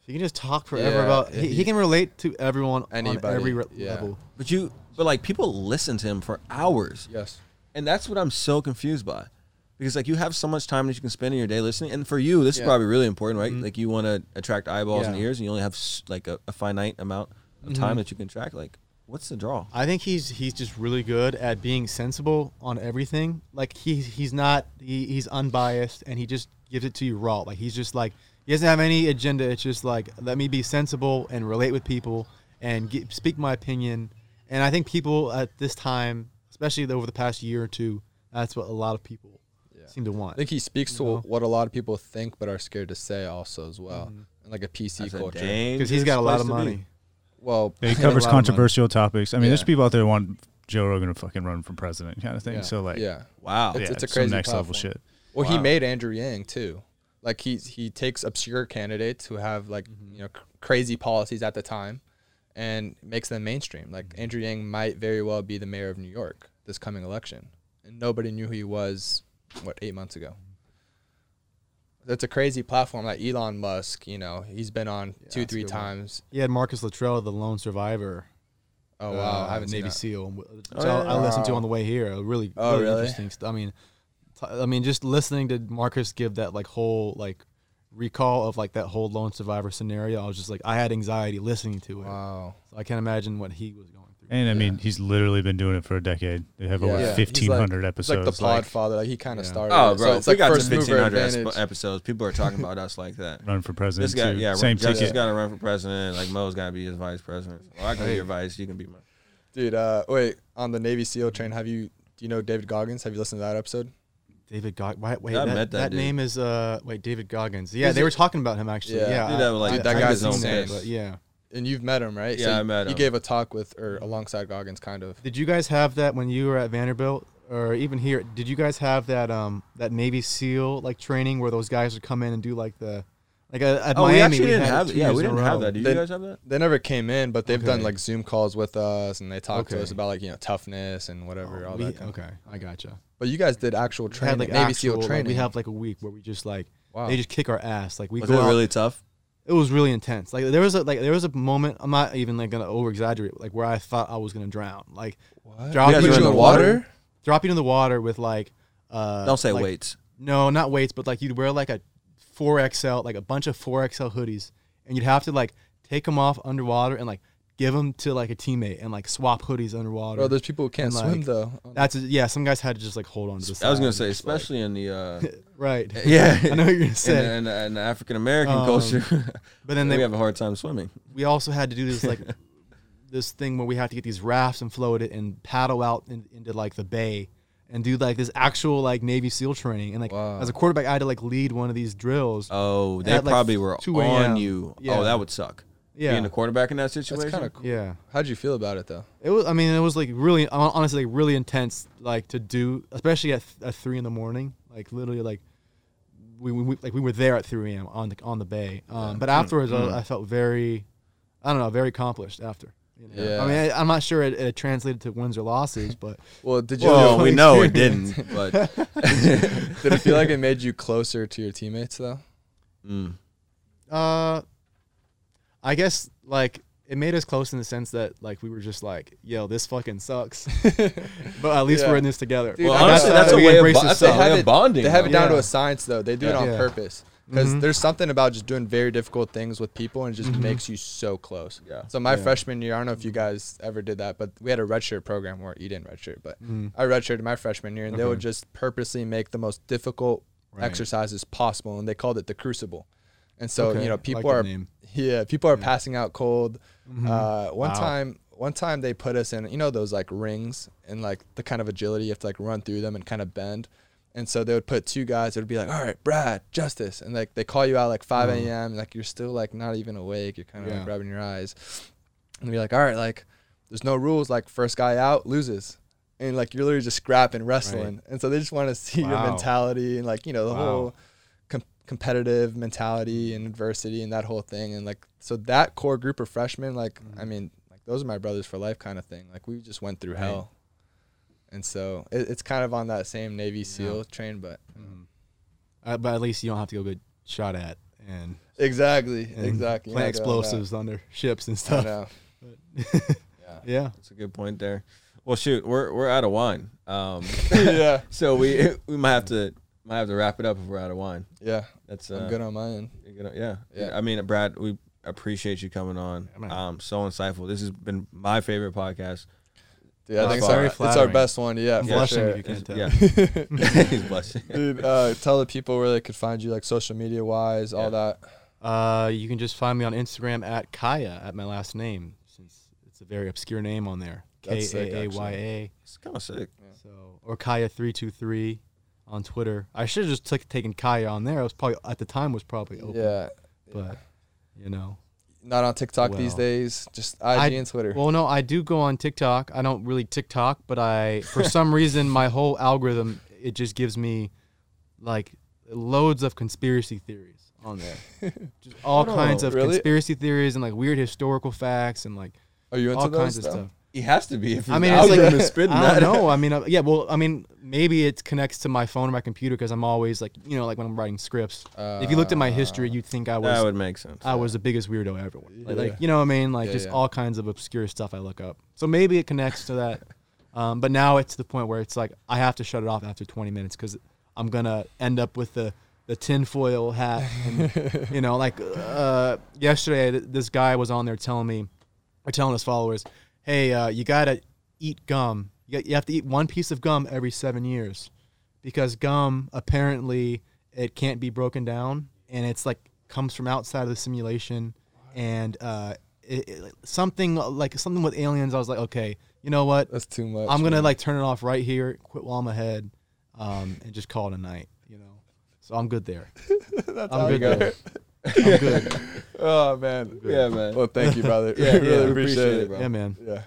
[SPEAKER 2] He can just talk forever
[SPEAKER 1] Yeah,
[SPEAKER 2] about. He,
[SPEAKER 1] he-
[SPEAKER 2] he can relate to everyone on
[SPEAKER 1] Anybody,
[SPEAKER 2] every re-
[SPEAKER 1] yeah.
[SPEAKER 2] level.
[SPEAKER 3] But you but like people listen to him for hours.
[SPEAKER 1] yes.
[SPEAKER 3] And that's what I'm so confused by. Because like you have so much time that you can spend in your day listening, and for you, this
[SPEAKER 1] Yeah.
[SPEAKER 3] is probably really important,
[SPEAKER 2] Mm-hmm.
[SPEAKER 3] right? Like you want to attract eyeballs and
[SPEAKER 2] Yeah.
[SPEAKER 3] ears, and you only have s- like a, a finite amount of
[SPEAKER 2] Mm-hmm.
[SPEAKER 3] time that you can track. Like, what's the draw?
[SPEAKER 2] I think he's he's just really good at being sensible on everything. Like he he's not he, he's unbiased and he just gives it to you raw. Like he's just like he doesn't have any agenda. It's just like let me be sensible and relate with people and get, speak my opinion. And I think people at this time, especially over the past year or two, that's what a lot of people seem to want.
[SPEAKER 1] I think he speaks to what a lot of people think but are scared to say also as well. And like a PC
[SPEAKER 3] That's a
[SPEAKER 1] culture.
[SPEAKER 2] Because he's
[SPEAKER 3] dangerous
[SPEAKER 2] got a lot
[SPEAKER 3] place
[SPEAKER 2] of
[SPEAKER 3] to be.
[SPEAKER 2] money.
[SPEAKER 1] Well,
[SPEAKER 6] Yeah, he
[SPEAKER 2] a
[SPEAKER 6] covers
[SPEAKER 2] lot of money.
[SPEAKER 6] controversial topics. I mean, there's
[SPEAKER 1] Yeah.
[SPEAKER 6] people out there who want Joe Rogan to fucking run for president, kind of thing.
[SPEAKER 1] yeah,
[SPEAKER 6] So like,
[SPEAKER 1] yeah.
[SPEAKER 3] Wow,
[SPEAKER 6] yeah,
[SPEAKER 1] It's- it's a
[SPEAKER 6] some
[SPEAKER 1] crazy
[SPEAKER 6] next level
[SPEAKER 1] platform.
[SPEAKER 6] shit.
[SPEAKER 1] Well, he made Andrew Yang too. Like he he takes obscure candidates who have like
[SPEAKER 2] Mm-hmm.
[SPEAKER 1] you know c- crazy policies at the time, and makes them mainstream. Like
[SPEAKER 2] Mm-hmm.
[SPEAKER 1] Andrew Yang might very well be the mayor of New York this coming election, and nobody knew who he was. What eight months ago? That's a crazy platform. Like Elon Musk, you know, he's been on two
[SPEAKER 2] that's a
[SPEAKER 1] three
[SPEAKER 2] good one.
[SPEAKER 1] times.
[SPEAKER 2] He had Marcus Luttrell, the lone survivor.
[SPEAKER 1] Oh wow, I
[SPEAKER 2] uh,
[SPEAKER 1] haven't seen
[SPEAKER 2] Navy
[SPEAKER 1] that.
[SPEAKER 2] SEAL, which I, I listened to on the way here. A Really,
[SPEAKER 1] Oh,
[SPEAKER 2] really,
[SPEAKER 1] really?
[SPEAKER 2] interesting stuff. I mean, t- I mean, just listening to Marcus give that like whole like recall of like that whole lone survivor scenario, I was just like, I had anxiety listening to it.
[SPEAKER 1] Wow.
[SPEAKER 2] So I can't imagine what he was going through.
[SPEAKER 6] And I mean, he's literally been doing it for a decade. They have over
[SPEAKER 1] Yeah. He's like-
[SPEAKER 6] fifteen hundred
[SPEAKER 1] It's like
[SPEAKER 6] episodes.
[SPEAKER 1] the pod father. Like he kind of started.
[SPEAKER 3] Oh,
[SPEAKER 1] it.
[SPEAKER 3] bro,
[SPEAKER 1] So
[SPEAKER 3] if
[SPEAKER 1] it's
[SPEAKER 3] we
[SPEAKER 1] like
[SPEAKER 3] got to
[SPEAKER 1] first mover
[SPEAKER 3] 1500
[SPEAKER 1] advantage.
[SPEAKER 3] esp- episodes. People are talking about us like that.
[SPEAKER 6] run for president.
[SPEAKER 3] This guy,
[SPEAKER 6] too.
[SPEAKER 3] yeah,
[SPEAKER 6] same
[SPEAKER 3] Josh
[SPEAKER 6] ticket.
[SPEAKER 3] has got to run for president. Like Mo's got to be his vice president. Well, I can be your vice. You can be my.
[SPEAKER 1] Dude, uh, wait. On the Navy SEAL train, have you? Do you know David Goggins? Have you listened to that episode?
[SPEAKER 2] David Goggins. Wait, wait
[SPEAKER 3] I
[SPEAKER 2] that,
[SPEAKER 3] met that
[SPEAKER 2] that
[SPEAKER 3] dude.
[SPEAKER 2] name is uh wait David Goggins. Yeah,
[SPEAKER 1] He's
[SPEAKER 2] they
[SPEAKER 1] a-
[SPEAKER 2] were talking about him actually.
[SPEAKER 1] Yeah.
[SPEAKER 2] Yeah,
[SPEAKER 1] Dude,
[SPEAKER 2] I-
[SPEAKER 3] that was like-
[SPEAKER 2] I-
[SPEAKER 1] that
[SPEAKER 2] I
[SPEAKER 1] guy's
[SPEAKER 2] didn't see
[SPEAKER 1] insane.
[SPEAKER 2] that, but yeah.
[SPEAKER 1] And you've met him, right?
[SPEAKER 3] Yeah, I met
[SPEAKER 1] You
[SPEAKER 3] him.
[SPEAKER 1] gave a talk with or alongside Goggins, kind of.
[SPEAKER 2] Did you guys have that when you were at Vanderbilt or even here? Did you guys have that um that Navy SEAL like training where those guys would come in and do like the like uh, at
[SPEAKER 3] Oh,
[SPEAKER 2] Miami?
[SPEAKER 3] we actually didn't
[SPEAKER 2] had it
[SPEAKER 3] have.
[SPEAKER 2] two
[SPEAKER 3] Yeah,
[SPEAKER 2] years
[SPEAKER 3] we
[SPEAKER 2] in a
[SPEAKER 3] didn't have
[SPEAKER 2] row.
[SPEAKER 3] that. Do you
[SPEAKER 1] Then-
[SPEAKER 3] guys have that?
[SPEAKER 1] They never came in, but they've done
[SPEAKER 2] Okay.
[SPEAKER 1] like Zoom calls with us, and they talked to
[SPEAKER 2] Okay.
[SPEAKER 1] us about like you know toughness and whatever, all
[SPEAKER 2] We-
[SPEAKER 1] that. Kind of-
[SPEAKER 2] okay, I gotcha.
[SPEAKER 1] But you guys did actual
[SPEAKER 2] We
[SPEAKER 1] training,
[SPEAKER 2] had like
[SPEAKER 1] Navy
[SPEAKER 2] actual,
[SPEAKER 1] SEAL
[SPEAKER 2] like,
[SPEAKER 1] training.
[SPEAKER 2] we have like a week where we just like
[SPEAKER 1] Wow.
[SPEAKER 2] they just kick our ass. Like we
[SPEAKER 3] Was
[SPEAKER 2] go
[SPEAKER 3] it
[SPEAKER 2] out-
[SPEAKER 3] really tough?
[SPEAKER 2] it was really intense. Like there was a like there was a moment. I'm not even like gonna over exaggerate. Like where I thought I was gonna drown. Like
[SPEAKER 1] What?
[SPEAKER 2] dropping
[SPEAKER 3] guys were in the water?
[SPEAKER 2] dropping in the water with like. Uh,
[SPEAKER 3] Don't say
[SPEAKER 2] like-
[SPEAKER 3] weights.
[SPEAKER 2] No, not weights, but like you'd wear like a four XL, like a bunch of four XL hoodies, and you'd have to like take them off underwater and like give them to like a teammate and like swap hoodies underwater.
[SPEAKER 1] Bro, there's Oh, people who can't
[SPEAKER 2] And, like,
[SPEAKER 1] swim though.
[SPEAKER 2] That's yeah. Some guys had to just like hold on to the.
[SPEAKER 3] I was gonna
[SPEAKER 2] side.
[SPEAKER 3] say, especially in the uh,
[SPEAKER 2] right.
[SPEAKER 3] yeah,
[SPEAKER 2] I know what you're gonna
[SPEAKER 3] in
[SPEAKER 2] say.
[SPEAKER 3] the, in the, in the African American
[SPEAKER 2] Um,
[SPEAKER 3] culture.
[SPEAKER 2] but then
[SPEAKER 3] we
[SPEAKER 2] they
[SPEAKER 3] have a hard time swimming.
[SPEAKER 2] we also had to do this like this thing where we had to get these rafts and float it and paddle out in, into like the bay and do like this actual like Navy SEAL training. And like as a quarterback, I had to like lead one of these drills.
[SPEAKER 3] Oh, they
[SPEAKER 2] At, like,
[SPEAKER 3] probably were
[SPEAKER 2] 2
[SPEAKER 3] on
[SPEAKER 2] a.m..
[SPEAKER 3] you.
[SPEAKER 2] Yeah.
[SPEAKER 3] Oh, that would suck.
[SPEAKER 2] Yeah.
[SPEAKER 3] Being a quarterback in that situation.
[SPEAKER 1] kind of cool.
[SPEAKER 2] yeah.
[SPEAKER 1] How'd you feel about it though?
[SPEAKER 2] It was. I mean, it was like really, hon- honestly, like really intense. Like to do, especially at, th- at three in the morning. Like literally, like we, we we- like we were there at three a.m. on the on the bay. Um, but afterwards,
[SPEAKER 3] Mm-hmm.
[SPEAKER 2] I, I felt very, I don't know, very accomplished after. You know?
[SPEAKER 1] Yeah.
[SPEAKER 2] I mean, I, I'm not sure it, it translated to wins or losses, but
[SPEAKER 1] Well, did you
[SPEAKER 3] Well, we
[SPEAKER 1] feel,
[SPEAKER 3] know it didn't, but
[SPEAKER 1] did it feel like it made you closer to your teammates though?
[SPEAKER 2] uh, I guess like it made us close in the sense that like we were just like, yo, this fucking sucks, but at least
[SPEAKER 1] Yeah.
[SPEAKER 2] we're in this together.
[SPEAKER 1] Dude,
[SPEAKER 3] well,
[SPEAKER 1] I-
[SPEAKER 3] honestly,
[SPEAKER 1] I-
[SPEAKER 3] that's a
[SPEAKER 2] we
[SPEAKER 3] way of,
[SPEAKER 2] embrace
[SPEAKER 3] bo- that's a
[SPEAKER 2] this
[SPEAKER 1] have
[SPEAKER 3] way of
[SPEAKER 1] it-
[SPEAKER 3] bonding.
[SPEAKER 1] They have it
[SPEAKER 3] though.
[SPEAKER 1] down to
[SPEAKER 2] Yeah.
[SPEAKER 1] a science though. They do it
[SPEAKER 3] Yeah.
[SPEAKER 1] on
[SPEAKER 2] Yeah. Mm-hmm.
[SPEAKER 1] purpose because there's something about just doing very difficult things with people and it
[SPEAKER 2] Mm-hmm.
[SPEAKER 1] just makes you so close.
[SPEAKER 3] Yeah.
[SPEAKER 1] So my freshman year, I don't know if you guys ever did that, but we had a redshirt program where you didn't redshirt, but
[SPEAKER 2] Mm-hmm.
[SPEAKER 1] I redshirted my freshman year, and they would just purposely make the most difficult exercises possible, and they called it the crucible. And so
[SPEAKER 2] Okay,
[SPEAKER 1] you know
[SPEAKER 2] like
[SPEAKER 1] people
[SPEAKER 2] that
[SPEAKER 1] are
[SPEAKER 2] name.
[SPEAKER 1] yeah people are passing out cold.
[SPEAKER 2] Mm-hmm.
[SPEAKER 1] Uh, one time. One time they put us in, you know, those like rings and like the kind of agility you have to like run through them and kind of bend. And so they would put two guys. It would be like, all right, Brad, Justice, and like they call you out like 5 a.m. and, Like you're still like not even awake. You're kind of
[SPEAKER 2] Mm-hmm. Yeah.
[SPEAKER 1] like rubbing your eyes, and you're like, all right, like there's no rules. Like first guy out loses, and like you're literally just scrapping, wrestling. And so they just want to see your
[SPEAKER 2] Wow.
[SPEAKER 1] mentality and like you know the
[SPEAKER 2] Wow.
[SPEAKER 1] whole com- competitive mentality
[SPEAKER 2] Mm-hmm.
[SPEAKER 1] and adversity and that whole thing. And like so that core group of freshmen, like I
[SPEAKER 2] Mm-hmm.
[SPEAKER 1] mean, like those are my brothers for life kind of thing. Like we just went through hell. And so it, it's kind of on that same Navy SEAL train, but
[SPEAKER 2] Uh, but at least you don't have to go get shot at and
[SPEAKER 1] Exactly.
[SPEAKER 2] and
[SPEAKER 1] exactly. Yeah, I
[SPEAKER 2] Plant
[SPEAKER 1] know, I know.
[SPEAKER 2] explosives on their ships and
[SPEAKER 1] I
[SPEAKER 2] stuff.
[SPEAKER 1] know.
[SPEAKER 2] Yeah.
[SPEAKER 3] That's a good point there. Well, shoot, we're we're out of wine. Um,
[SPEAKER 1] yeah.
[SPEAKER 3] so we we might have to might have to wrap it up if we're out of wine.
[SPEAKER 1] Yeah.
[SPEAKER 3] That's uh,
[SPEAKER 1] I'm good on my end.
[SPEAKER 3] you know, yeah.
[SPEAKER 1] Yeah.
[SPEAKER 3] I mean, Brad, we appreciate you coming on.
[SPEAKER 2] man.
[SPEAKER 3] Um, so insightful. This has been my favorite podcast.
[SPEAKER 1] Dude, I
[SPEAKER 3] That's
[SPEAKER 1] think it's
[SPEAKER 3] very
[SPEAKER 1] our, it's our
[SPEAKER 2] flattering.
[SPEAKER 1] best one. Yeah.
[SPEAKER 2] I'm
[SPEAKER 1] for
[SPEAKER 2] blushing
[SPEAKER 1] sure.
[SPEAKER 2] if you can't tell.
[SPEAKER 3] Yeah, he's blushing.
[SPEAKER 1] Dude, uh, tell the people where they could find you, like social media wise, all that.
[SPEAKER 2] Uh, you can just find me on Instagram at Kaya at my last name since it's a very obscure name on there. K
[SPEAKER 1] That's sick,
[SPEAKER 2] A A Y A.
[SPEAKER 3] It's kind of sick.
[SPEAKER 2] So or Kaya three two three on Twitter. I should have just took, taken Kaya on there. It was probably at the time was probably open.
[SPEAKER 1] Yeah.
[SPEAKER 2] But you know.
[SPEAKER 1] Not on TikTok these
[SPEAKER 2] Well.
[SPEAKER 1] days, just IG
[SPEAKER 2] I-
[SPEAKER 1] and Twitter.
[SPEAKER 2] Well, no, I do go on TikTok. I don't really TikTok, but I for some reason my whole algorithm it just gives me like loads of conspiracy theories on there. just all kinds of
[SPEAKER 1] really?
[SPEAKER 2] conspiracy theories and like weird historical facts and like
[SPEAKER 1] Are you into
[SPEAKER 2] all
[SPEAKER 1] those?
[SPEAKER 2] kinds of
[SPEAKER 1] though?
[SPEAKER 2] stuff.
[SPEAKER 3] He has to be. If his
[SPEAKER 2] I mean, it's
[SPEAKER 3] algorithm
[SPEAKER 2] like
[SPEAKER 3] is spitting
[SPEAKER 2] I
[SPEAKER 3] that.
[SPEAKER 2] don't know. I mean, uh, yeah. Well, I mean, maybe it connects to my phone or my computer because I'm always like, you know, like when I'm writing scripts. if you looked at my history, you'd think I was
[SPEAKER 3] That would make sense.
[SPEAKER 2] I was the biggest weirdo ever. Like,
[SPEAKER 1] Yeah.
[SPEAKER 2] like you know what I mean? Like
[SPEAKER 1] Yeah,
[SPEAKER 2] just
[SPEAKER 1] yeah.
[SPEAKER 2] all kinds of obscure stuff I look up. So maybe it connects to that. Um, but now it's the point where it's like I have to shut it off after 20 minutes because I'm gonna end up with the the tinfoil hat. And, you know, like uh, yesterday, th- this guy was on there telling me or telling his followers, hey, uh, you gotta eat gum. You, got- you have to eat one piece of gum every seven years, because gum apparently it can't be broken down, and it's like comes from outside of the simulation, and uh, it, it- something like something with aliens. I was like, okay, you know what?
[SPEAKER 1] That's too much.
[SPEAKER 2] I'm gonna
[SPEAKER 1] man.
[SPEAKER 2] like turn it off right here, quit while I'm ahead, um, and just call it a night. You know, so I'm good there.
[SPEAKER 1] That's
[SPEAKER 2] I'm
[SPEAKER 1] how we go.
[SPEAKER 2] good there. I'm good.
[SPEAKER 1] Oh man.
[SPEAKER 3] Yeah, man.
[SPEAKER 1] Well, thank you, brother.
[SPEAKER 3] Oh, Yeah,
[SPEAKER 1] really
[SPEAKER 3] yeah,
[SPEAKER 1] appreciate
[SPEAKER 3] appreciate
[SPEAKER 1] it,
[SPEAKER 3] it,
[SPEAKER 1] bro.
[SPEAKER 2] Yeah, man.
[SPEAKER 1] Yeah.